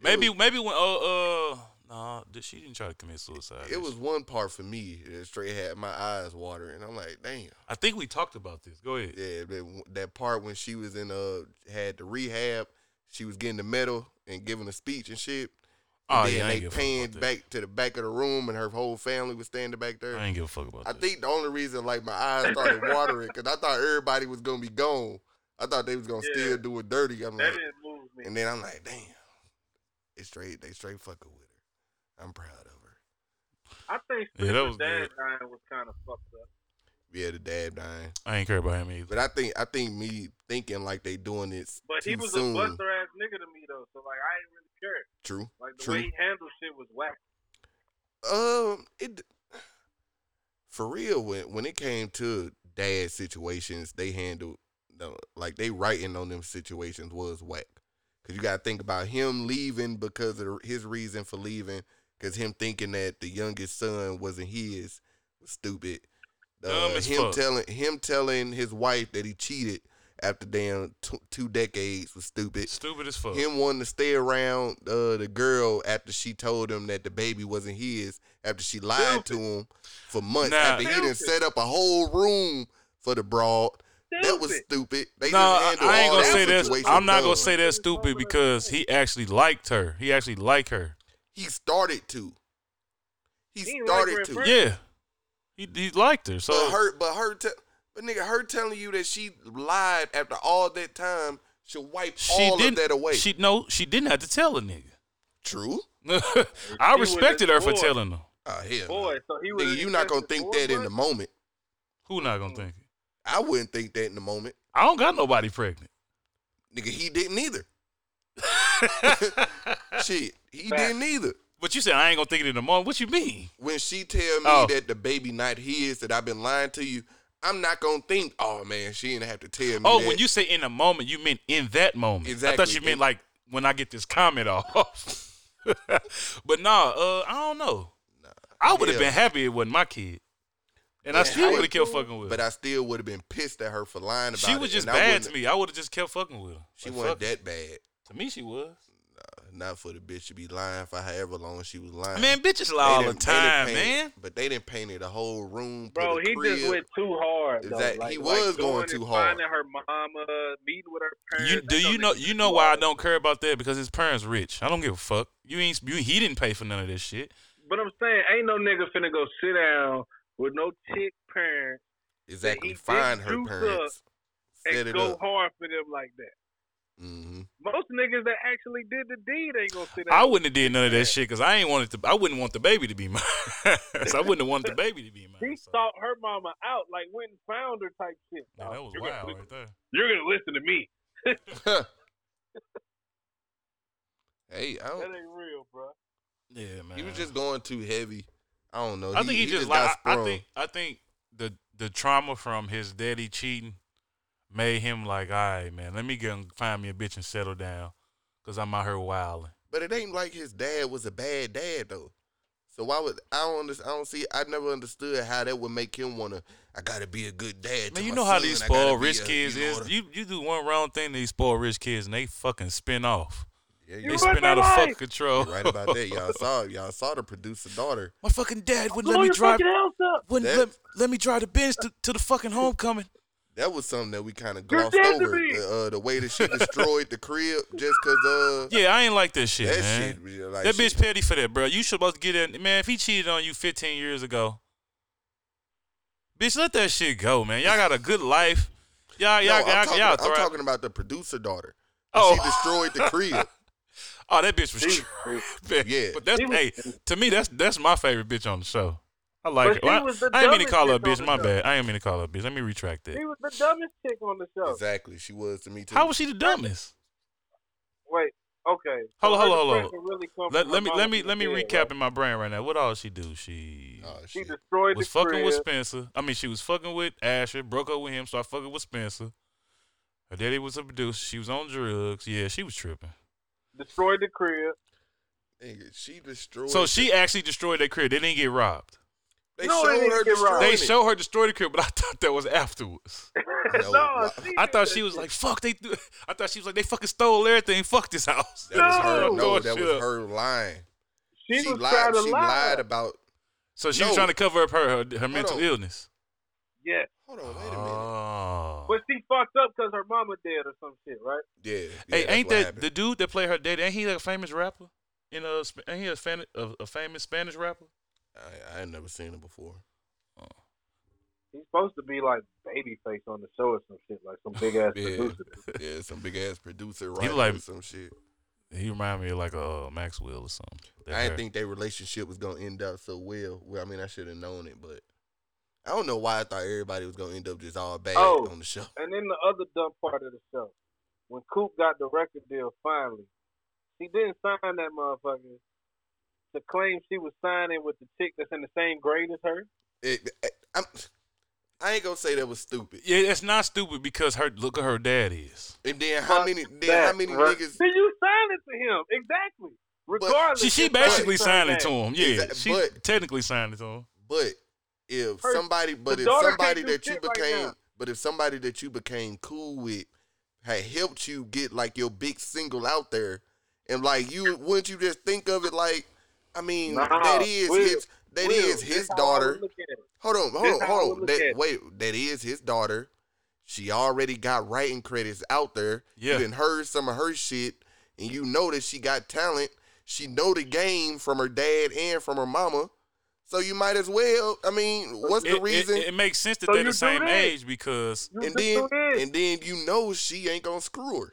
C: Maybe, maybe when oh, uh, nah, did- she didn't try to commit suicide.
A: It was one part for me that straight had my eyes watering. I'm like, damn.
C: I think we talked about this. Go ahead.
A: Yeah, that, that part when she was in uh had the rehab, she was getting the medal and giving a speech and shit.
C: Oh
A: And
C: yeah, I
A: then
C: ain't give
A: they
C: a fuck
A: panned
C: about that.
A: back to the back of the room, and her whole family was standing back there.
C: I ain't give a fuck about
A: I
C: that.
A: think the only reason like my eyes
B: (laughs)
A: started watering because I thought everybody was gonna be gone. I thought they was gonna
B: Yeah.
A: still do it dirty. I'm
B: That
A: like,
B: didn't move me.
A: and then I'm like, damn, it's straight. They straight fucking with her. I'm proud of her.
B: I think
C: Yeah, that was
B: dad
C: good.
B: dying was kind of fucked up.
A: Yeah, the dad dying,
C: I ain't care about him either.
A: but I think I think me thinking like they doing this
B: But
A: too
B: he was
A: soon.
B: a buster ass nigga to me though, so like I ain't really care.
A: True.
B: Like the
A: True.
B: way he handled shit was whack.
A: Um, it for real when when it came to dad situations, they handled the like they writing on them situations was whack. Cause you gotta think about him leaving because of his reason for leaving. Cause him thinking that the youngest son wasn't his was stupid. Uh,
C: Dumb as
A: him
C: fuck.
A: telling him telling his wife that he cheated after damn t- two decades was stupid
C: Stupid as fuck.
A: uh, him wanting to stay around uh, the girl after she told him that the baby wasn't his after she lied to him for months
C: Nah.
A: after he done
B: Stupid.
A: set up a whole room for the broad. That was (laughs) stupid.
B: Stupid.
A: They
C: No, I
A: just handled
C: ain't
A: all
C: gonna
A: that
C: say that's.
A: situation
C: I'm not gonna
A: dumb.
C: say that's stupid because he actually liked her. He actually liked her.
A: he started to. He
B: He ain't like her
A: started
B: at
A: to.
B: first.
C: Yeah, he he liked her.
A: But
C: So
A: her, but her, te- but nigga, her telling you that she lied after all that time should wipe
C: she
A: all of
C: didn't.
A: that away.
C: She no, she didn't have to tell a nigga. (laughs)
A: True.
C: I
B: She was
C: respected her for
B: bored.
C: telling him.
A: Oh hell, no.
B: Boy, so he was
A: nigga, you not gonna think that in the moment.
C: Who not
A: uh,
C: gonna think it?
A: I wouldn't think that in the moment.
C: I don't got nobody pregnant.
A: Nigga, he didn't
C: (laughs)
A: either. Shit, he
B: Fact.
A: didn't either.
C: But you said I ain't gonna think it in the moment. What you mean?
A: When she tell me
C: Oh.
A: that the baby not his, that I've been lying to you, I'm not gonna think, oh man, she didn't have to tell me.
C: Oh,
A: that."
C: when you say in a moment, you meant in that moment. I
A: Exactly.
C: thought you meant like when I get this comment off. (laughs) but nah, uh, I don't know. I would have
A: Hell.
C: been happy it wasn't my kid, and
A: Yeah,
C: I
A: I
C: still would have
A: would
C: kept fucking with.
A: but
C: her.
A: I still would have been pissed at her for lying about
C: She
A: it,
C: was just
A: and I
C: bad
A: wouldn't-
C: to me. I would have just kept fucking with her.
A: She
C: Like,
A: wasn't
C: fuck
A: that
C: it.
A: bad. Uh,
C: To me, she was.
A: Not for the bitch to be lying for however long she was lying.
C: Man, bitches lie all
A: They
C: the
A: done- they done
C: time,
A: painted-
C: man.
A: But they didn't paint it a whole room. put
B: Bro,
A: a
B: he
A: crib.
B: just went too hard. Though.
A: Exactly.
B: Like,
A: He
B: like,
A: was going
B: going
A: too
B: and
A: hard.
B: Finding her mama, meeting with her
C: You,
B: parents.
C: do you know you know why I don't care about that? Because his parents rich. I don't give a fuck. You ain't you, he didn't pay for none of this shit.
B: But I'm saying, ain't no nigga finna go sit down with no chick parent
A: Exactly.
B: he
A: Find
B: did
A: her
B: juice
A: parents. Set
B: and
A: it
B: go
A: up.
B: hard for them like that.
A: hmm
B: Most niggas that actually did the deed ain't gonna sit down.
C: I wouldn't have did none of that shit because I ain't wanted to. I wouldn't want the baby to be mine. (laughs) so I wouldn't have wanted the baby to be
B: He
C: mine. So.
B: sought her mama out, like went and found her type shit.
C: Man, that was
B: You're gonna
C: wild
B: listen-
C: right there.
B: You're gonna listen to me.
A: hey, I
B: That
A: don't.
B: ain't real, bro.
A: Oh.
C: Yeah, man.
A: He was just going too heavy. I don't know.
C: I think he, just,
A: got
C: like I, I
A: sprung.
C: think I think the the trauma from his daddy cheating made him like, all right, man, let me go and find me a bitch and settle down, cause I'm out here wilding.
A: But it ain't like his dad was a bad dad though. So why would I don't understand? I don't see. I never understood how that would make him wanna. I gotta be a good dad. to
C: Man, you
A: my
C: know how
A: son,
C: these
A: I gotta
C: spoiled
A: be
C: rich
A: a-
C: kids
A: you know
C: is.
A: what I-
C: You you do one wrong thing, these spoiled rich kids, and they fucking spin off.
A: Yeah,
C: They
A: you're
B: You
A: right.
B: right.
C: spin out of
B: my
C: fucking
B: life.
C: control.
A: You're right about that. Y'all saw. Y'all saw the producer daughter.
C: (laughs) My fucking dad wouldn't
B: Blow
C: let me
B: your
C: drive.
B: fucking house up.
C: (laughs) Wouldn't
A: That-
C: let, let me drive the bench to, to the fucking homecoming.
A: That was something that we kind of
B: You're
A: glossed
B: dead to
A: over.
B: me.
A: The, uh, the way that she destroyed the crib just cause uh
C: Yeah, I ain't like that shit,
A: that
C: man.
A: shit. was Like,
C: that
A: she-
C: bitch petty for that, bro. You supposed to get that man. If he cheated on you 15 years ago, bitch, let that shit go, man. Y'all got a good life. Y'all,
A: No,
C: y'all,
A: I'm,
C: y'all,
A: talking,
C: y'all
A: I'm
C: thrive-
A: talking about the producer daughter.
C: Oh.
A: She destroyed
C: (laughs)
A: the
B: (laughs)
A: crib.
C: Oh, that bitch was
B: She-
C: trash. man.
A: (laughs) Yeah.
C: but that's
B: She was-
C: hey, to me, that's that's my favorite bitch on the show. I like
B: But
C: it.
B: she
C: Well, I-
B: was the
C: I, ain't mean to
B: dumbest
C: call her a
B: bitch on
C: bitch.
B: the
C: My
B: show.
C: bad. I ain't mean to call her a bitch. Let me retract that.
B: He was the dumbest chick on the show.
A: exactly. She was to me too.
C: How was she the dumbest?
B: Wait, okay.
C: Hold on,
B: her
C: hold on, hold on.
B: depression Really come
C: Let,
B: from
C: let
B: her
C: me
B: mama
C: let me
B: being
C: let me
B: dead,
C: recap
B: right?
C: in my brain right now. What all she do? She
A: Oh,
B: She
A: shit.
B: destroyed
C: was
B: the
C: fucking
B: crib.
C: with Spencer. I mean, she was fucking with Asher, broke up with him, started fucking with Spencer. Her daddy was a producer. She was on drugs. Yeah, she was tripping.
B: Destroyed the
C: (laughs)
B: crib. (laughs)
A: Nigga, she destroyed.
C: So
A: the-
C: she actually destroyed that crib. They didn't get robbed.
A: They
B: No, it
A: showed
B: didn't
A: her
B: get
A: destroying
B: robbed.
C: They
A: it.
C: show her destroy the crib, but I (laughs) thought that was afterwards.
A: No,
B: no,
A: wow.
B: she
C: I
B: did
C: thought
B: that
C: she was
B: shit.
C: like, "Fuck!" They, th- (laughs) I thought she was like, "They fucking stole everything. Fuck this house." (laughs)
A: That was her.
B: No.
A: No,
C: Going
A: that
C: shit
A: was
C: up.
A: her lying.
B: she, was
A: lied.
B: trying to
A: she
B: lie.
A: lied about.
C: So she
A: No.
C: was trying to cover up her her, her mental
A: on.
C: illness.
B: Yeah,
A: Hold on, wait a minute.
C: Oh.
B: but she fucked up because her mama dead or some shit, right?
A: Yeah. yeah,
C: Hey,
A: that's
C: ain't
A: what
C: that
A: happened.
C: the dude that played her daddy? Ain't he a famous rapper? In a, Sp- ain't he a, fan, a, a famous Spanish rapper?
A: I, I had never seen it before.
B: He's supposed to be like babyface on the show or some shit, like some big ass
A: (laughs) Yeah.
B: producer.
A: Yeah, some big ass producer, right?
C: like-
A: some shit.
C: He reminded me of like a uh, Maxwell or something. That
A: I didn't
C: hair.
A: think their relationship was gonna end up so well. Well, I mean, I should have known it, but I don't know why I thought everybody was gonna end up just all bad
B: Oh.
A: on the show.
B: And then the other dumb part of the show, when Coop got the record deal finally, she didn't sign that motherfucker to claim she was signing with the chick that's in the same grade as her.
A: It, I, I'm, I ain't gonna say that was stupid.
C: Yeah, it's not stupid because her look at her dad is.
A: And then how
B: Fuck
A: many? Then
B: That,
A: how many
B: right?
A: niggas?
B: Then you sign it to him exactly. Regardless,
C: She she
B: it's her
C: basically
B: son
C: signed
B: name.
C: it to him. Yeah,
A: Exact-
C: she
A: but-
C: technically signed it to him.
A: But if
B: Her-
A: somebody, but
B: the
A: if
B: daughter
A: somebody
B: can't do
A: that you
B: shit right
A: became,
B: now.
A: but if somebody that you became cool with had helped you get like your big single out there, and like you, wouldn't you just think of it like, I mean,
B: Nah,
A: that is
B: Will,
A: his, that
B: Will,
A: is
B: this
A: his
B: how I
A: daughter.
B: would look at it.
A: Hold on, hold
B: this
A: on,
B: how I
A: hold on.
B: would look
A: That,
B: at it.
A: wait, that is his daughter. She already got writing credits out there.
C: Yeah.
A: You done heard some of her shit, and you know that she got talent. She know the game from her dad and from her mama. So you might as well. I mean, what's
C: It-
A: the
C: it-
A: reason?
C: It, makes sense that
B: So
C: they're
B: you do
C: the same
B: this.
C: age because
B: You
A: and
B: just
A: then,
B: do this.
A: and then you know she ain't gonna screw her.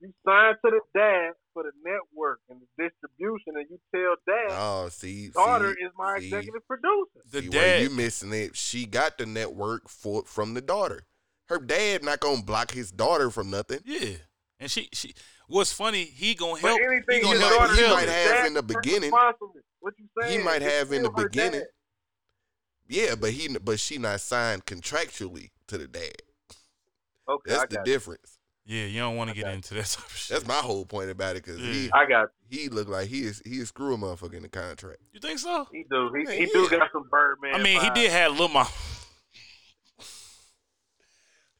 B: you sign to the dad for the network and the distribution, and you tell dad,
A: Oh, see,
B: daughter
A: see,
B: is my
A: see,
B: executive producer.
C: the
A: see where
C: dad.
A: you missing it. She got the network for from the daughter. Her dad not gonna block his daughter from nothing.
C: yeah, and she she. What's funny? He gonna
B: But
C: help.
B: anything
C: He
A: you
C: gonna
B: his
A: might-
C: help.
B: daughter
A: he
C: him.
A: might have
B: dad
A: in the
B: is her
A: beginning.
B: responsibility. What you saying?
A: he might
B: It's
A: have in the
B: still her
A: beginning,
B: dad.
A: yeah, but he but she not signed contractually to the dad.
B: Okay,
A: That's
B: I
A: the
B: got you.
A: difference.
C: Yeah, you don't want to
B: I
C: get
B: got
C: into that type of shit.
A: That's my whole point about it because he
C: Yeah.
B: I got
A: he looked like he is he is screwing motherfucker in the contract.
C: you think so?
B: you. He do. He,
A: Man,
B: he do
A: yeah.
B: got some Birdman.
C: I mean, he
B: vibes.
C: did have Lil Mom.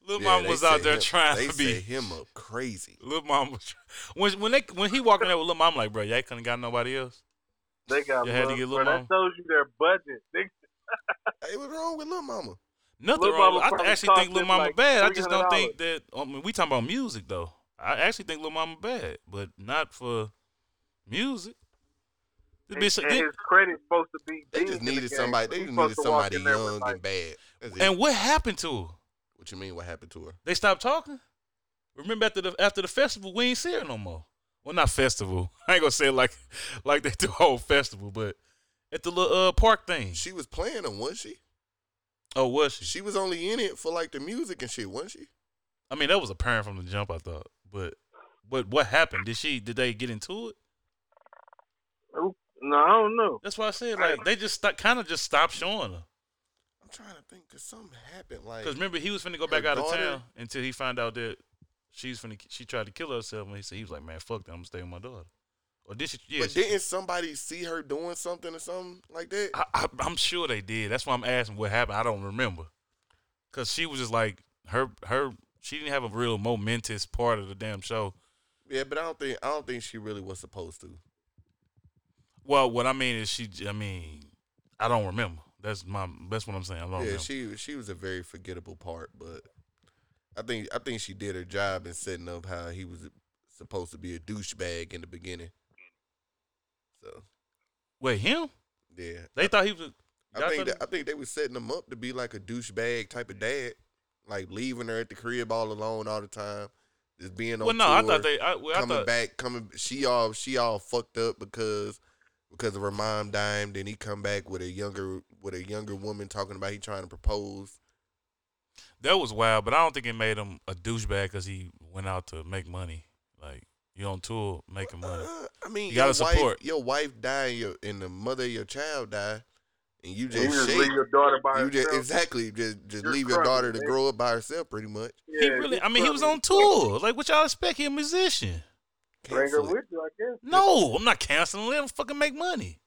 C: Lil
A: Yeah,
C: Mom
A: they
C: was out
A: set
C: there
A: him-
C: trying
A: They
C: to be.
A: set him up crazy.
C: Lil Mom was when when they when he walked in there with Lil Mom, I'm like, bro, y'all couldn't got nobody else.
B: They got.
C: You had to
B: love
C: get
B: for-
C: Lil
B: That
C: Mama.
B: shows you their budget. They,
A: Hey, what's wrong with little mama?
C: Nothing
B: Lil
C: wrong.
B: Mama
C: With, I th-
B: probably
C: actually
B: cost
C: think Lil
B: him
C: Mama
B: like
C: bad. I just don't
B: $300.
C: think that. I mean, we talking about music though. I actually think Lil Mama bad, but not for music. This
B: and, and
C: bitch- this-
B: his credit's supposed to be.
A: They
B: deep
A: just
B: in the
A: needed
B: game.
A: somebody. They
B: He's
A: just needed
B: supposed to walk
A: somebody
B: in there with,
A: young
B: like,
A: and bad. That's it.
C: and what happened to her?
A: what you mean? What happened to her?
C: They stopped talking. Remember after the after the festival, we ain't see her no more. Well, not festival. (laughs) I ain't gonna say it like like they do whole festival, but at the little uh, park thing.
A: She was playing him, wasn't she?
C: Oh, was she?
A: She was only in it for like the music and shit, wasn't she?
C: I mean, that was apparent from the jump. I thought, but but what happened? Did she? Did they get into it?
B: Who, No, I don't know.
C: That's why I said like they just st- kind of just stopped showing her.
A: I'm trying to think because something happened. Like,
C: Because remember, he was finna go back out of
A: daughter-
C: town until he found out that she's finna she tried to kill herself, and he said he was like, "Man, fuck that, I'm gonna stay with my daughter." Or did she? Yeah,
A: but
C: she-
A: didn't somebody see her doing something or something like that?
C: I, I, I'm sure they did. That's why I'm asking what happened. I don't remember, cause she was just like her her she didn't have a real momentous part of the damn show.
A: yeah, but I don't think I don't think she really was supposed to.
C: Well, what I mean is she. I mean, I don't remember. That's my. That's what I'm saying. I don't
A: yeah,
C: remember.
A: she she was a very forgettable part, but I think I think she did her job in setting up how he was supposed to be a douchebag in the beginning. So
C: Wait, him?
A: yeah,
C: They thought he was.
A: I
C: y'all
A: think
C: thought
A: that, I think they were setting him up to be like a douchebag type of dad, like leaving her at the crib all alone all the time, just being on
C: well, no, I
A: tour,
C: thought they. I, well, I
A: coming
C: thought.
A: back, coming. She all she all fucked up because because of her mom dying. Then he come back with a younger with a younger woman talking about he trying to propose.
C: That was wild, but I don't think it made him a douchebag because he went out to make money. Like you on tour making (laughs) money.
A: Uh, I mean,
C: You gotta
A: your wife-
C: support.
A: your wife die and, your, and the mother of your child die, and you
B: you
A: just
B: just
A: shake.
B: leave your daughter by
A: you
B: herself.
A: just exactly just just
B: You're
A: leave your
B: crummy,
A: daughter to
B: man.
A: grow up by herself, pretty much.
C: he
B: Yeah,
C: really.
B: you
C: I mean, he was
B: crummy.
C: on tour. Like what y'all expect? He a musician.
B: Bring her
A: Cancel it.
B: with you, I guess.
C: No, I'm not canceling. Let him fucking make money.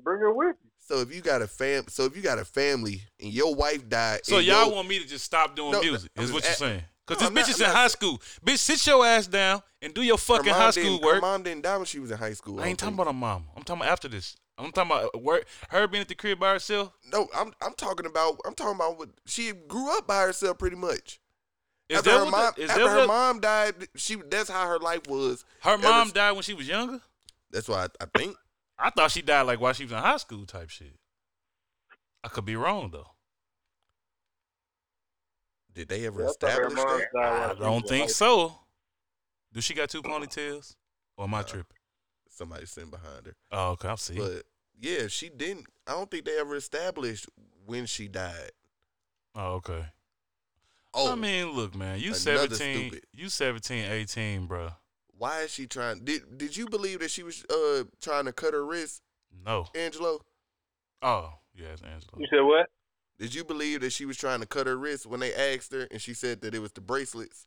B: Bring her with you.
A: So if you got a fam, so if you got a family and your wife died,
C: So
A: and
C: y'all
A: your-
C: want me to just stop doing
A: No,
C: music?
A: I'm
C: Is
A: just
C: what you're
A: a-
C: saying? Because
A: No,
C: this
A: I'm
C: bitch
A: not-
C: is
A: I'm
C: in
A: not-
C: high school. Bitch, sit your ass down and do your
A: her
C: fucking
A: mom
C: high school
A: didn't- Her
C: work.
A: mom didn't die when she was in high school.
C: I ain't
A: don't
C: talking about her mom. I'm talking about after this. I'm talking about work. Her being at the crib by herself.
A: think. No, I'm I'm talking about I'm talking about what she grew up by herself, pretty much.
C: Is
A: after
C: that
A: her
C: what
A: mom,
C: the- is
A: after
C: that
A: her
C: what-
A: mom died, she that's how her life was.
C: Her
A: ever
C: mom
A: s-
C: died when she was younger.
A: That's why I, I think.
C: I thought she died like while she was in high school type shit. I could be wrong though.
A: Did they ever
B: That's how her
A: establish
B: mom
A: that?
B: died
C: I
B: while she
C: don't
B: was
C: think
B: like-
C: so. Do she got two ponytails? Or am I tripping?
A: Somebody sitting behind her.
C: Oh, okay. I'll see.
A: Uh, But yeah, she didn't. I don't think they ever established when she died.
C: oh, okay.
A: Oh,
C: I mean, look, man. You
A: another
C: 17.
A: stupid.
C: You 17, 18, bro.
A: why is she trying? Did Did you believe that she was uh trying to cut her wrist,
C: No.
A: Angelo?
C: Oh, yeah, it's Angela.
B: You said what?
A: Did you believe that she was trying to cut her wrist when they asked her, and she said that it was the bracelets?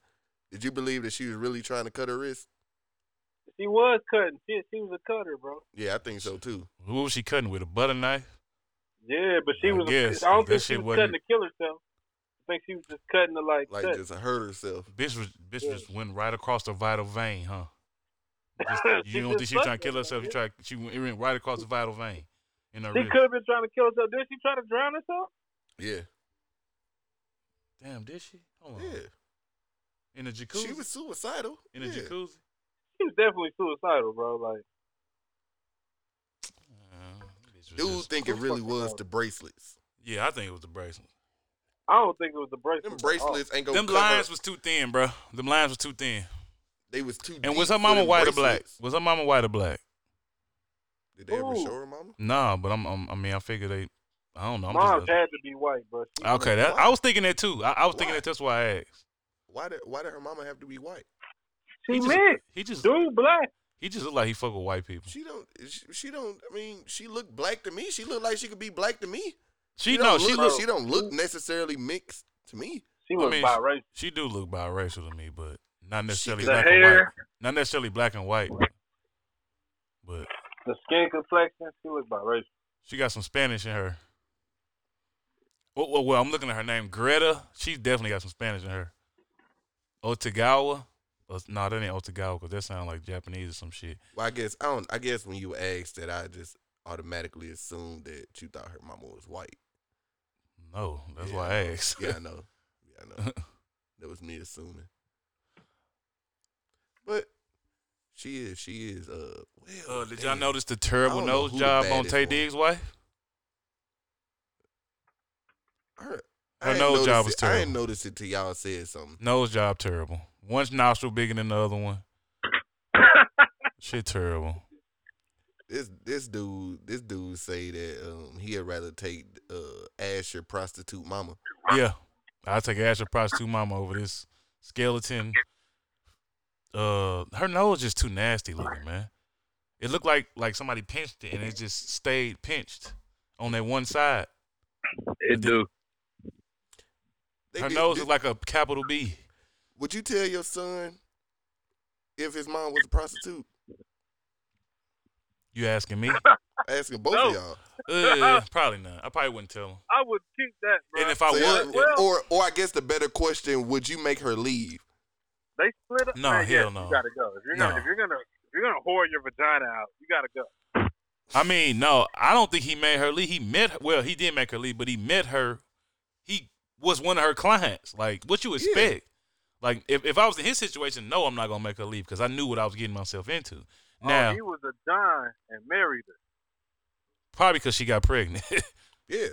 A: Did you believe that she was really trying to cut her wrist?
B: She was cutting. She, she was a cutter, bro.
A: Yeah, I think so too.
C: Who was she cutting with? A butter knife?
B: Yeah, but she
C: I
B: was.
C: guess,
B: I don't
C: that
B: think she
C: shit
B: was
C: wasn't-
B: cutting to kill herself. I think she was just cutting to like.
A: Like
B: cut.
A: just hurt herself.
C: Bitch was bitch
B: Yeah.
C: just went right across the vital vein, huh? Just-
B: (laughs) She
C: you don't
B: just
C: think she was trying
B: fucked
C: to kill
B: herself,
C: herself? She tried. She went, it went right across the vital vein in her
B: she
C: wrist.
B: could have been trying to kill herself. Did she try to drown herself?
A: Yeah,
C: Damn, did she? Hold on.
A: yeah.
C: In the jacuzzi.
A: She was suicidal.
C: in the
A: yeah.
C: jacuzzi.
B: She was definitely suicidal, bro. Like,
C: Uh, bitch was
A: Dude,
C: just-
A: think it
B: Who
A: really
B: fucking
A: was
B: knows?
A: the bracelets.
C: yeah, I think it was the bracelet.
B: I don't think it was the bracelet.
A: Them
B: at
A: bracelets ain't gonna
C: Them
A: cover.
C: lines was too thin, bro. Them lines was too thin.
A: they was too.
C: And
A: deep
C: was her
A: for
C: mama
A: them
C: white or black?
A: bracelets.
C: Was her mama white or black?
A: Did they ever
B: Ooh.
A: show her mama?
C: Nah, but I'm. I'm I mean, I figured they. I don't know.
B: all.
C: I'm
B: Moms
C: just,
B: Oh, had to be white, bro. She-
C: okay, that, I was thinking that too. I, I was thinking
A: Why?
C: that. That's why I asked.
A: Why did Why did her mama have to be white?
B: She
C: just,
B: meant
C: He just
B: dude black.
C: he just look like he fuck with white people.
A: She don't. She, she don't. I mean, she looked black to me. She looked like she could be black to me.
C: She
A: don't
C: no, she
A: look,
C: look
A: She don't look necessarily mixed to me.
B: She
C: I
B: was
C: mean,
B: biracial.
C: she do look biracial to me, but not necessarily
A: could-
B: The
C: black and white.
B: hair,
C: Not necessarily black and white. But
B: the skin complexion, she was biracial.
C: she got some Spanish in her. Well, well, well, I'm looking at her name, Greta. She definitely got some Spanish in her. Otagawa. No, nah, that ain't Otagawa because that sounds like Japanese or some shit.
A: Well, I guess I don't. I guess when you asked that, I just automatically assumed that you thought her mama was white.
C: No, that's
A: Yeah,
C: why I asked.
A: Yeah, I know. Yeah, I know. that was me assuming. But she is. She is. Uh. Well,
C: (laughs) Uh, did y'all
A: damn.
C: notice the terrible
A: I don't know
C: nose
A: who the
C: job on
A: baddest
C: Tay
A: one.
C: Diggs' wife?
A: Her,
C: Her
A: I ain't
C: nose
A: noticed
C: job was
A: it- I ain't
C: terrible.
A: noticed it till y'all said something.
C: Nose job terrible. One's nostril bigger than the
A: (laughs)
C: other one. Shit terrible.
A: This this dude this dude say that um he'd rather take uh Asher prostitute mama.
C: Yeah. I'll take Asher prostitute mama over this skeleton. Uh her nose is too nasty looking, man. It looked like like somebody pinched it and it just stayed pinched on that one side.
B: It do.
A: They
C: Her
A: did-
C: nose
A: did-
C: is like a capital B.
A: Would you tell your son if his mom was a prostitute?
C: You
A: (laughs)
C: asking me?
A: Asking both
B: No.
A: of y'all.
C: Uh, probably not. I probably wouldn't tell him.
B: I would keep that, bro.
C: And if I
A: So y'all-
C: would,
B: Well-
A: or or I guess the better question: Would you make her leave?
B: they split up,
C: No,
B: man,
C: hell
B: yes,
C: no.
B: You gotta go. If you're
C: No.
B: gonna, if you're gonna, if you're gonna whore your vagina out, you gotta go.
C: I mean, no, I don't think he made her leave. He met her. Well, he did make her leave, but he met her. He was one of her clients. Like, what you expect? Like, if, if I was in his situation, no, I'm not gonna make her leave because I knew what I was getting myself into.
B: Oh,
C: Now,
B: he was a don and married her.
C: probably because she got pregnant. (laughs)
A: Yeah,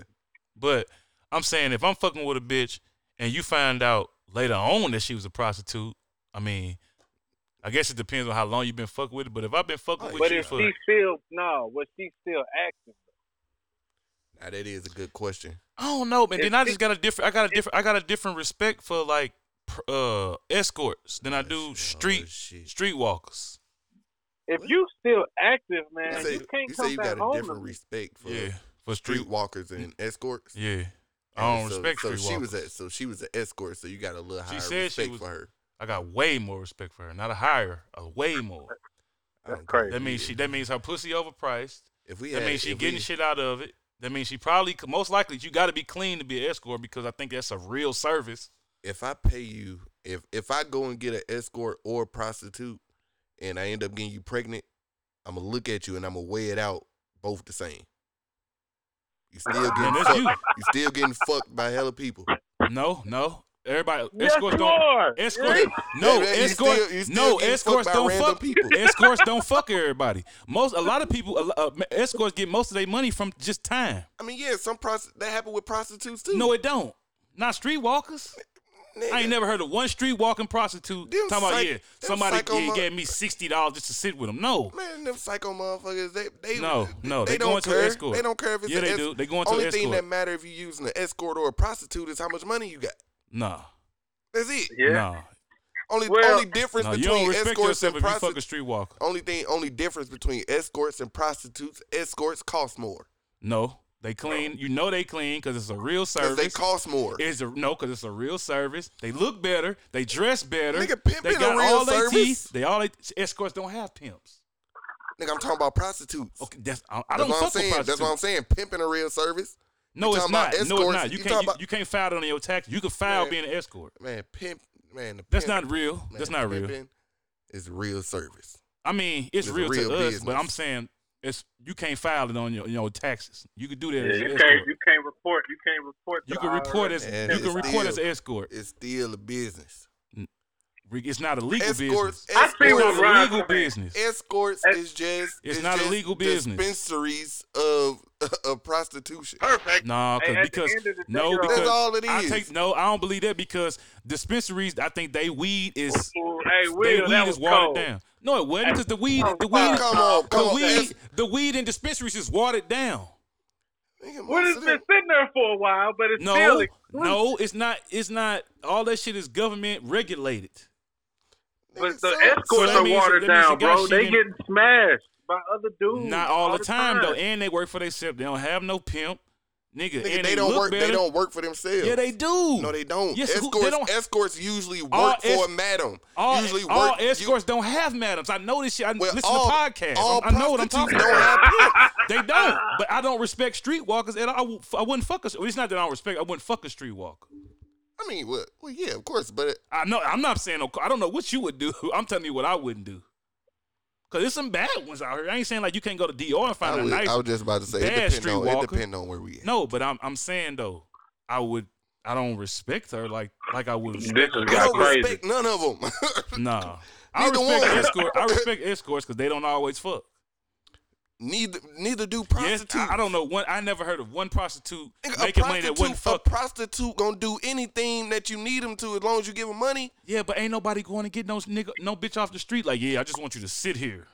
C: but I'm saying if I'm fucking with a bitch and you find out later on that she was a prostitute, I mean, I guess it depends on how long you've been fucking with it. But if I've been fucking
A: Right.
C: with
B: But
C: you
B: if
C: for,
B: she still no, was she still active?
A: now that is a good question.
C: I don't know, man.
B: If
C: Then I
B: she-
C: just got a different. I got a different. I got a different respect for like pr- uh escorts than I do
A: Oh,
C: street
A: shit.
C: streetwalkers.
B: If you still active, man,
A: You say
B: you, can't
A: you,
B: come
A: say you got
B: back home.
A: a
B: to
A: different
B: me.
A: respect for
C: Yeah, for street.
A: streetwalkers and escorts.
C: Yeah, I don't
A: And so,
C: respect
A: so
C: streetwalkers.
A: she was at so she was an escort, so you got a little
C: She
A: higher
C: said she
A: respect
C: was-
A: for her.
C: I got way more respect for her. Not a higher, a way more.
A: I
B: That's
A: don't
B: crazy.
C: That means
A: yeah.
C: she. That means her pussy overpriced.
A: If we
C: That
A: had-
C: means she
A: if
C: getting
A: we-
C: shit out of it. That means she probably most likely you got to be clean to be an escort because I think that's a real service.
A: If I pay you, if if I go and get an escort or a prostitute, and I end up getting you pregnant, I'm gonna look at you and I'm gonna weigh it out both the same. You still
C: Man,
A: getting
C: that's
A: fucked.
C: you.
A: You. still getting fucked by hella people.
C: No, no. Everybody
B: Yes,
C: escorts
B: you
C: don't
B: are.
C: escorts.
B: Yes.
C: No
A: Yeah, man, you
C: escorts.
A: still- you still
C: no
A: getting
C: escorts
A: fucked by
C: don't
A: random
C: fuck.
A: people.
C: escorts don't fuck everybody. Most a lot of people. a lo- Uh, escorts get most of their money from just time.
A: I mean, yeah, some prostitutes that happened with prostitutes too.
C: No, it don't. Not streetwalkers.
A: Nigga,
C: I ain't never heard of one streetwalking prostitute
A: Them
C: talking about
A: psych-
C: yeah.
A: them
C: Somebody
A: psycho
C: yeah,
A: mo-
C: gave me sixty dollars just to sit with them. No.
A: Man, them psycho motherfuckers, they they
C: No, no, they
A: don't
C: going to
A: care.
C: escort.
A: They don't care if it's
C: Yeah,
A: an
C: they
A: esc-
C: do. They going to
A: Only thing
C: escort.
A: that matter if you using an escort or a prostitute is how much money you got.
C: Nah.
A: That's it.
B: Yeah.
C: Nah.
A: Only
B: Well-
A: only difference
C: Nah. You don't
A: between
C: respect
A: escorts
C: yourself
A: and
C: if you fuck a
A: prostitutes.
C: streetwalker.
A: Only thing, only difference between escorts and prostitutes. Escorts cost more
C: No, they clean. You know they clean because it's a real
A: because
C: service.
A: they cost more.
C: It's a no, because it's a real service. They look better. They dress better.
A: Nigga, pimp
C: they
A: ain't a
C: got
A: real
C: all their
A: service.
C: teeth. They all they, escorts don't have pimps.
A: Nigga, I'm talking about prostitutes.
C: Okay, that's I, I
A: That's
C: don't
A: what I'm
C: fuck
A: saying.
C: with
A: That's what I'm
C: prostitutes.
A: saying. Pimping a real service,
C: No,
A: You
C: it's
A: talking
C: not.
A: about
C: No, it's
A: escorts.
C: not.
A: You
C: You, can't.
A: talking
C: You,
A: about-
C: you can't file it on your tax. You can file
A: Man.
C: being an escort.
A: man. Pimp, man. The
C: That's
A: pimp,
C: not real.
A: man,
C: That's not real.
A: pimping Is real service.
C: I mean, it's
A: It's
C: real,
A: real
C: to us, but
A: business.
C: I'm saying it's you can't file it on your your taxes. You could do that.
B: Yeah,
C: as an
B: you
C: escort.
B: can't. You can't report. You can't report. to
C: You
B: the
C: can report
B: IRS.
C: as
A: Man,
C: you can
A: it's
C: report as
A: still-
C: an escort.
A: It's still a business.
C: It's not a legal
A: Escorts.
C: business.
B: I
A: escorts
B: see what
C: It's a
B: Ron
C: legal
B: come in.
C: business.
A: escorts
B: Es-
A: is just
C: It's
A: is
C: not a
A: just
C: legal business.
A: Dispensaries of (laughs) of prostitution.
B: Perfect.
C: Nah, 'cause-
B: Hey, at the
C: because
B: end of the day,
C: no,
B: though-
C: because
A: That's all it
C: I
A: is.
C: take no. I don't believe that because dispensaries. I think they weed is
B: Ooh, Hey,
C: they
B: Will,
C: weed
B: that was
C: is watered
B: cold.
C: down. No, it wasn't because the weed,
B: Come
C: the
B: on,
C: weed,
A: come on,
C: the
A: come on,
C: weed,
A: that's-
C: the weed in dispensaries is watered down.
A: Nigga,
B: Well,
A: most
B: it's
A: of
B: been
A: them-
B: sitting there for a while, but it's still
C: No,
B: exclusive.
C: no, it's not. It's not. All that shit is government regulated.
B: But
A: nigga,
B: the
A: some-
C: so
B: escorts
C: that
B: are
C: means-
B: watered
C: that means
B: down,
C: you got
B: bro.
C: shit
B: They
C: in-
B: getting smashed by other dudes.
C: Not all, the time, though, and they work for themselves. They don't have no pimp, nigga.
A: nigga,
C: and
A: they don't
C: look
A: work. They
C: better.
A: don't work for themselves.
C: Yeah, they do.
A: no, they don't.
C: Yes, who-
A: escorts,
C: they don't.
A: escorts usually work
C: All
A: for
C: es-
A: a madam.
C: All,
A: usually
C: all
A: work. you-
C: escorts don't have madams. I know this shit. I
A: well,
C: listen
A: all-
C: to podcasts.
A: all
C: I, I know what I'm
A: prostitutes
C: talking
A: don't
C: about.
A: have pimps.
C: They don't. But I don't respect streetwalkers, and I, w- I wouldn't fuck a. It's not that I don't respect. I wouldn't fuck a streetwalker.
A: I mean, well, well, yeah, of course, but it-
C: I know. I'm not saying. I don't know what you would do. (laughs) I'm telling you what I wouldn't do. Cause there's some bad ones out here. I ain't saying like you can't go to DR and
A: I,
C: find a
A: was-
C: nice.
A: I was just about to say
C: bad
A: it depends on
C: streetwalker.
A: it depend on where we at.
C: No, but I'm I'm saying though, I would. I don't respect her like like I would.
B: This
C: Respect
B: has
A: I
B: got
A: don't
B: crazy.
A: respect none of them.
C: (laughs) nah. I
A: Neither
C: respect
A: one.
C: escort. I respect escorts because they don't always fuck.
A: (laughs) neither neither do
C: Yes,
A: prostitutes.
C: I, I don't know one. I never heard of one prostitute
A: Nigga, a
C: making money that
A: prostitute,
C: wouldn't
A: a
C: fuck.
A: prostitute gonna do anything that you need them to as long as you give them money.
C: yeah, but ain't nobody going to get no nigga, no bitch off the street. Like, yeah, I just want you to sit here.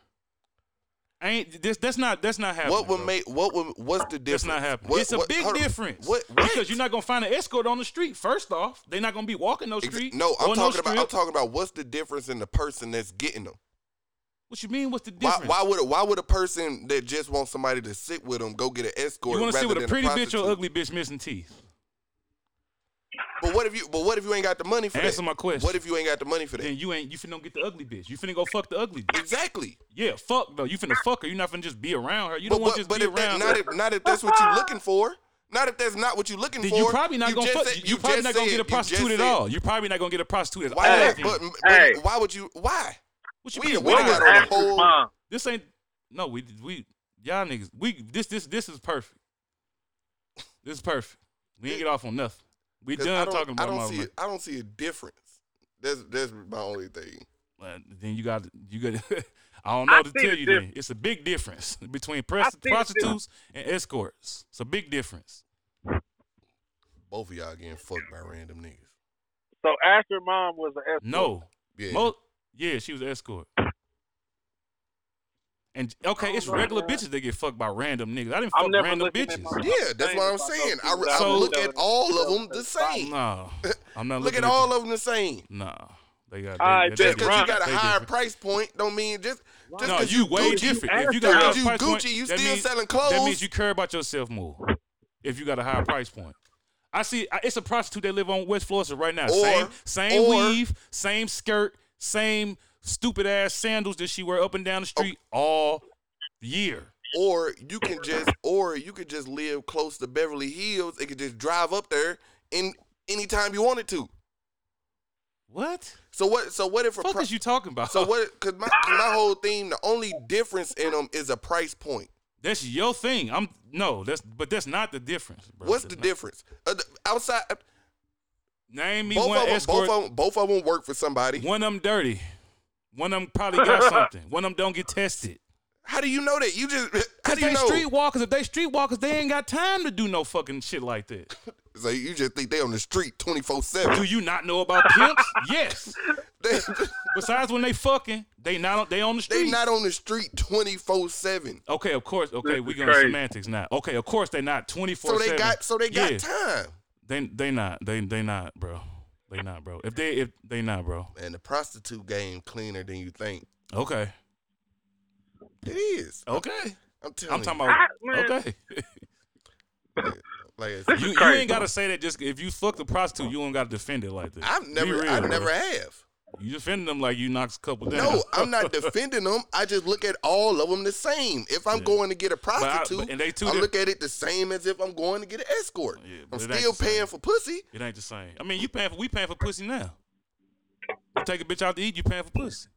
C: Ain't this? That's not. That's not happening.
A: What would
C: bro.
A: make? What would? What's the difference?
C: That's not happening.
A: What-
C: it's a
A: what-
C: big
A: hold on.
C: difference.
A: What? what?
C: Because you're not gonna find an escort on the street. First off, they're not gonna be walking no
A: Ex-
C: street.
A: No,
C: or
A: I'm talking about. I'm
C: strip.
A: talking about what's the difference in the person that's getting them.
C: What you mean? What's the
A: Why,
C: difference?
A: why would a, why would a person that just wants somebody to sit with them go get an escort
C: you want
A: rather
C: to sit with a
A: than
C: pretty bitch
A: prostitute?
C: or ugly bitch missing teeth?
A: But what if you but what if you ain't got the money for
C: Answer
A: that?
C: my question.
A: What if you ain't got the money for that?
C: Then you ain't you finna get the ugly bitch. You finna go fuck the ugly bitch.
A: Exactly.
C: Yeah, fuck though. You finna fuck her. You not finna just be around her. You
A: But
C: don't want
A: what,
C: to just
A: but
C: be
A: if that,
C: around.
A: not
C: her.
A: if not if that's what you're looking for. Not if that's not what you're looking
C: Then
A: for.
C: you probably not gonna
A: just
C: fuck.
A: said-
C: you, you probably
A: just
C: not gonna
A: said-
C: get
A: you
C: a
A: just
C: prostitute at
A: said-
C: all. You're probably not gonna get a prostitute at
A: Why?
C: all.
A: not?
B: Hey.
A: But, but
B: Hey.
A: why would you? Why?
C: What you
A: we-
C: mean?
A: we
C: why?
A: got on a
B: Ask
A: whole-
B: your mom.
C: This ain't no. We we y'all niggas. We this this this is perfect. This is perfect. We ain't get off on nothing. We
A: 'Cause I
C: done
A: don't-
C: talking about
A: I don't
C: motherfucker.
A: see. A, I don't see a difference. That's that's my only thing.
C: Well, then you got you got. (laughs) I don't know
B: I
C: to
B: see
C: tell
B: the
C: you. Then it's a big difference (laughs) between pres-
B: see the
C: prostitutes and escorts. It's a big difference.
A: Both of y'all getting fucked by random niggas.
B: So ask your mom was an escort.
C: No,
A: Yeah.
C: most yeah, she was an escort. And okay, it's
B: my
C: regular
B: God.
C: bitches that get fucked by random niggas. I didn't
B: I'm
C: fuck
B: never
C: random
B: looking at
C: bitches.
B: my-
A: yeah, that's what I'm saying. I, I
C: So-
A: look at all of them the same.
C: No, I'm not
A: Look at
C: looking
A: all of them the same.
C: No, they got.
B: All right,
C: they, they,
A: Just
B: Just
A: because you
B: rhyme.
A: got a
C: they
A: higher
C: different.
A: price point don't mean just just
C: No,
A: because
C: you way
A: Gucci-
C: different.
B: asked
C: If you
B: her.
C: got
A: Just
C: a higher
A: 'cause you
C: price point,
A: Gucci, you
C: that
A: still
C: means-
A: selling
C: That
A: clothes.
C: means you care about yourself more. If you got a higher price point, I see. I- It's a prostitute that live on West Florissant right now.
A: Or-
C: same, same
A: or-
C: weave, same skirt, same stupid ass sandals that she wear up and down
A: Oh.
C: the street all year.
A: or you can just or you could just live close to Beverly Hills and could just drive up there in anytime you wanted to.
C: What?
A: So what? So what if a
C: What fuck
A: pri-
C: is you talking about?
A: so what? Because my 'cause my whole theme, the only difference in them is a price point.
C: That's your thing. I'm no. That's but that's not the difference. Bro.
A: What's
C: That's
A: the
C: not-
A: difference? Uh, the- outside,
C: Name me
A: both
C: one
A: of, them,
C: escort.
A: both of them, both of them work for somebody.
C: One of them dirty. One of them probably (laughs) got something. One of them don't get tested.
A: How do you know that? You just (laughs) how
C: Cause
A: do you
C: they
A: know?
C: streetwalkers. If they streetwalkers, they ain't got time to do no fucking shit like that.
A: So you just think they on the street twenty four
C: Do
A: seven.
C: you not know (laughs) about pimps? yes. (laughs) Besides when they fucking, they not they on the street.
A: They not on the street twenty four seven.
C: okay, of course. Okay,
B: This
C: we
B: is
C: going to
B: crazy.
C: semantics now. Okay, of course they not twenty
A: So
C: four.
A: they got so they got
C: Yeah,
A: time.
C: they they not they they not bro. They not bro. If they if they not bro.
A: And the prostitute game cleaner than you think.
C: Okay.
A: It is.
C: Okay.
A: I'm telling
C: I'm talking
A: you.
C: about
B: Ah, man.
C: okay.
A: Like I said,
B: This
C: You,
B: is
C: you
B: crazy.
C: ain't gotta say that just if you fuck the prostitute, you ain't gotta defend it like that.
A: I've
C: Be
A: never
C: real,
A: I
C: bro.
A: never have.
C: You defending them like you knocks a couple down.
A: No, I'm not defending them. I just look at all of them the same. If I'm
C: Yeah.
A: going to get a
C: I-
A: prostitute,
C: but- and they two
A: I
C: diff-
A: look at it the same as if I'm going to get an escort.
C: Yeah, but
A: I'm
C: it ain't
A: still
C: the same.
A: paying for pussy.
C: It ain't the same. I mean, you paying for we paying for pussy now. You take a bitch out to eat, you paying for pussy.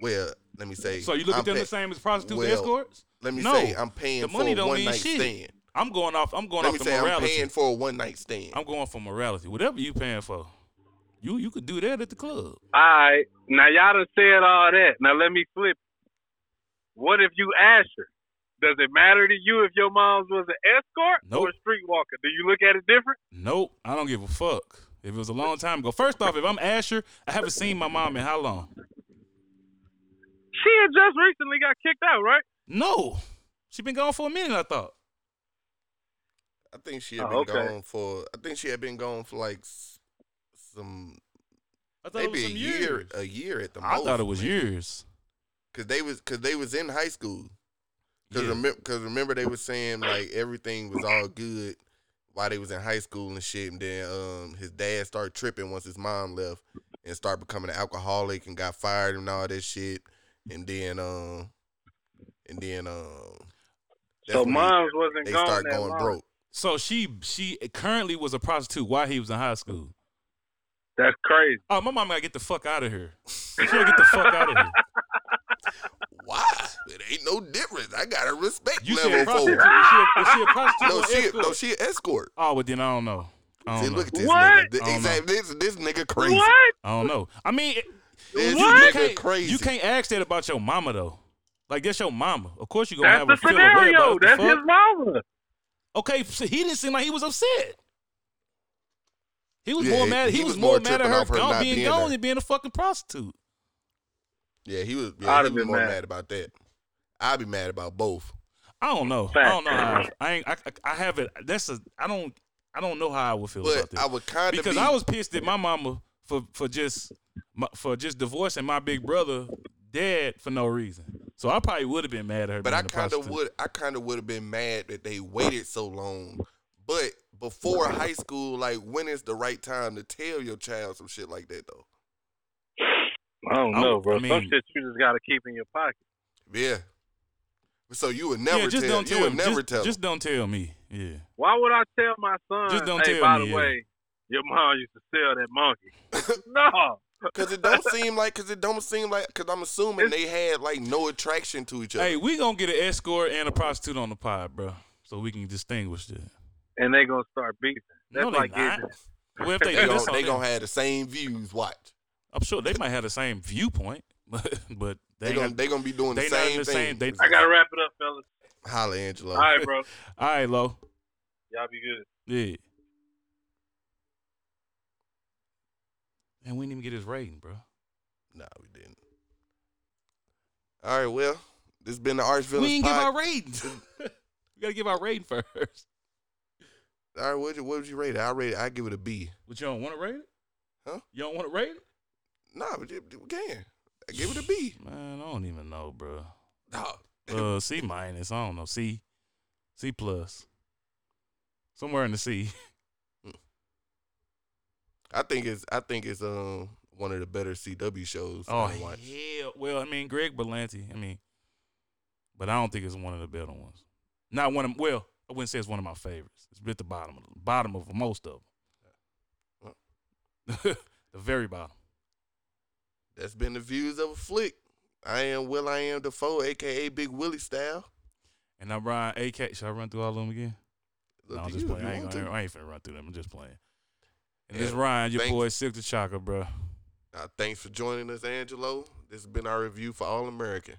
A: Well, let me say.
C: So you look
A: I'm
C: at them
A: pay-
C: the same as prostitutes and
A: Well,
C: escorts?
A: Let me
C: No.
A: say I'm paying
C: the money
A: for a
C: don't
A: one
C: mean
A: night
C: shit.
A: stand.
C: I'm going off. I'm going
A: Let me
C: off the
A: say I'm
C: morality.
A: paying for a one night stand.
C: I'm going for morality. Whatever you paying for, you you could do that at the club.
B: All right. Now y'all done said all that. Now let me flip. What if you ask her? Does it matter to you if your mom's was an escort or a
C: Nope.
B: streetwalker? Do you look at it different?
C: Nope, I don't give a fuck. If it was a long time ago, first off, if I'm Asher, I haven't seen my mom in how long?
B: She had just recently got kicked out, right?
C: No, she been gone for a minute. I thought.
A: I think she had
B: Oh,
A: been
B: okay.
A: gone for. I think she had been gone for like s- some
C: I thought
A: maybe
C: it
A: a
C: was some
A: year,
C: years.
A: a year at the
C: I
A: most.
C: thought it was years.
A: because they was because they was in high school. Because
C: Yeah.
A: remember they was saying like everything was all good while they was in high school and shit. And then um his dad started tripping once his mom left and started becoming an alcoholic and got fired and all that shit. And then um and then um that's
B: so
A: when he-
B: moms wasn't
A: they
B: gone.
A: start
B: that
A: going
B: long.
A: broke.
C: So she she currently was a prostitute while he was in high school.
B: That's crazy.
C: Oh, my mom gotta get the fuck out of here. She gotta get the fuck out of here.
A: Why? It ain't no difference. I got a respect
C: You said
A: level for
C: prostitute.
A: it.
C: Is she a, is she a prostitute?
A: (laughs) No, she no
C: or escort?
A: she an escort.
C: Oh, but then I don't know. I
A: See,
C: don't know.
A: look at this
B: What?
A: nigga. Th-
C: I don't know.
A: Exactly. This this nigga crazy.
B: What?
C: I don't know. I mean, it-
A: This
B: What?
A: nigga crazy.
C: you can't ask that about your mama though. Like that's your mama. Of course you gonna
B: That's
C: have
B: the
C: a feeling away about
B: scenario.
C: it. The
B: That's
C: fuck?
B: his mama.
C: Okay, so he didn't seem like he was upset. He was
A: Yeah,
C: more
A: he-
C: mad. He,
A: he
C: was,
A: was more
C: more mad at
A: tripping
C: her,
A: off her
C: gone-
A: not
C: being,
A: being
C: gone
A: there.
C: than being a fucking prostitute.
A: Yeah, he was.
B: I'd
A: Yeah, he
B: have
A: was
B: been
A: more
B: mad.
A: mad. about that. I'd be mad about both.
C: I don't know. I
B: Fact.
C: don't know. How I, I ain't. I, I haven't. That's a. I don't. I don't know how I would feel about
A: But
C: this.
A: I would kind of
C: because
A: be,
C: I was pissed at my mama for for just my, for just divorcing my big brother dead for no reason. So I probably would have been mad at her.
A: But I
C: kind of
A: would I kind of would have been mad that they waited so long. But before high school, like when is the right time to tell your child some shit like that though?
B: I don't
C: I
B: know,
C: would-
B: bro.
C: I
B: Some
C: mean-
B: shit you just gotta keep in your pocket.
A: Yeah. So you would never
C: yeah, just
A: tell.
C: don't tell
A: you would
C: me.
A: never
C: just,
A: tell.
C: Just don't tell me. Yeah.
B: Why would I tell my son?
C: Just don't
B: hey,
C: tell
B: by
C: me,
B: the
C: yeah.
B: way, your mom used to sell that monkey.
C: (laughs)
B: no,
A: Cause it don't seem like, cause it don't seem like, cause I'm assuming they had like no attraction to each other.
C: Hey, we gonna get an escort and a prostitute on the pod, bro, so we can distinguish that.
B: and they gonna start beefing. That's
C: no, they
B: like
C: not.
B: getting-
C: Well, if they,
A: they
C: do
A: gon'
C: this on
A: they
C: them-
A: gonna have the same views. Watch,
C: I'm sure they might have the same viewpoint, (laughs) but but
A: they
C: they,
A: gonna
C: ain't
A: they gonna be doing the
C: they not in
A: same
C: the
A: thing.
C: same- they-
B: I gotta wrap it up, fellas.
A: Holla, Angelo.
B: All right, bro.
C: got- all right, low.
B: Y'all be good.
C: Yeah. And we didn't even get his rating, bro.
A: Nah, we didn't. All right, well, this has been the Arch
C: we
A: Villains
C: didn't give
A: pod.
C: our ratings. (laughs) we gotta give our rating first.
A: All right, what, what would you rate it? I rate it. I give it a B.
C: But you don't want to rate it?
A: Huh?
C: You don't want to rate it?
A: Nah, but you, you can. I give it a
C: (sighs)
A: B.
C: Man, I don't even know, bro.
A: Nah,
C: Uh, C minus. I don't know. C, C plus. Somewhere in the C.
A: I think it's I think it's um one of the better CW shows.
C: Oh
A: I watch.
C: yeah. Well, I mean Greg Berlanti. I mean, but I don't think it's one of the better ones. Not one of. Well, I wouldn't say it's one of my favorites. It's at the bottom of the bottom of most of them. (laughs) the very bottom.
A: That's been the views of a flick. I am Will. I am Defoe, aka Big Willie style.
C: And I'm Ryan AK. Should I run through all of them again?
A: Look
C: no,
A: to
C: I'm just
A: you if
C: playing.
A: you
C: I ain't,
A: want
C: gonna,
A: to.
C: I ain't finna run through them. I'm just playing. And
A: Yeah,
C: it's Ryan, your
A: thanks.
C: boy Silk the Chaka, bro.
A: Uh, thanks for joining us, Angelo. This has been our review for All American.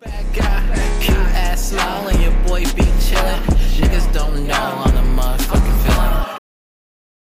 D: Bad guy, cute ass smile, and your boy be chillin'. Niggas don't know I'm the motherfucking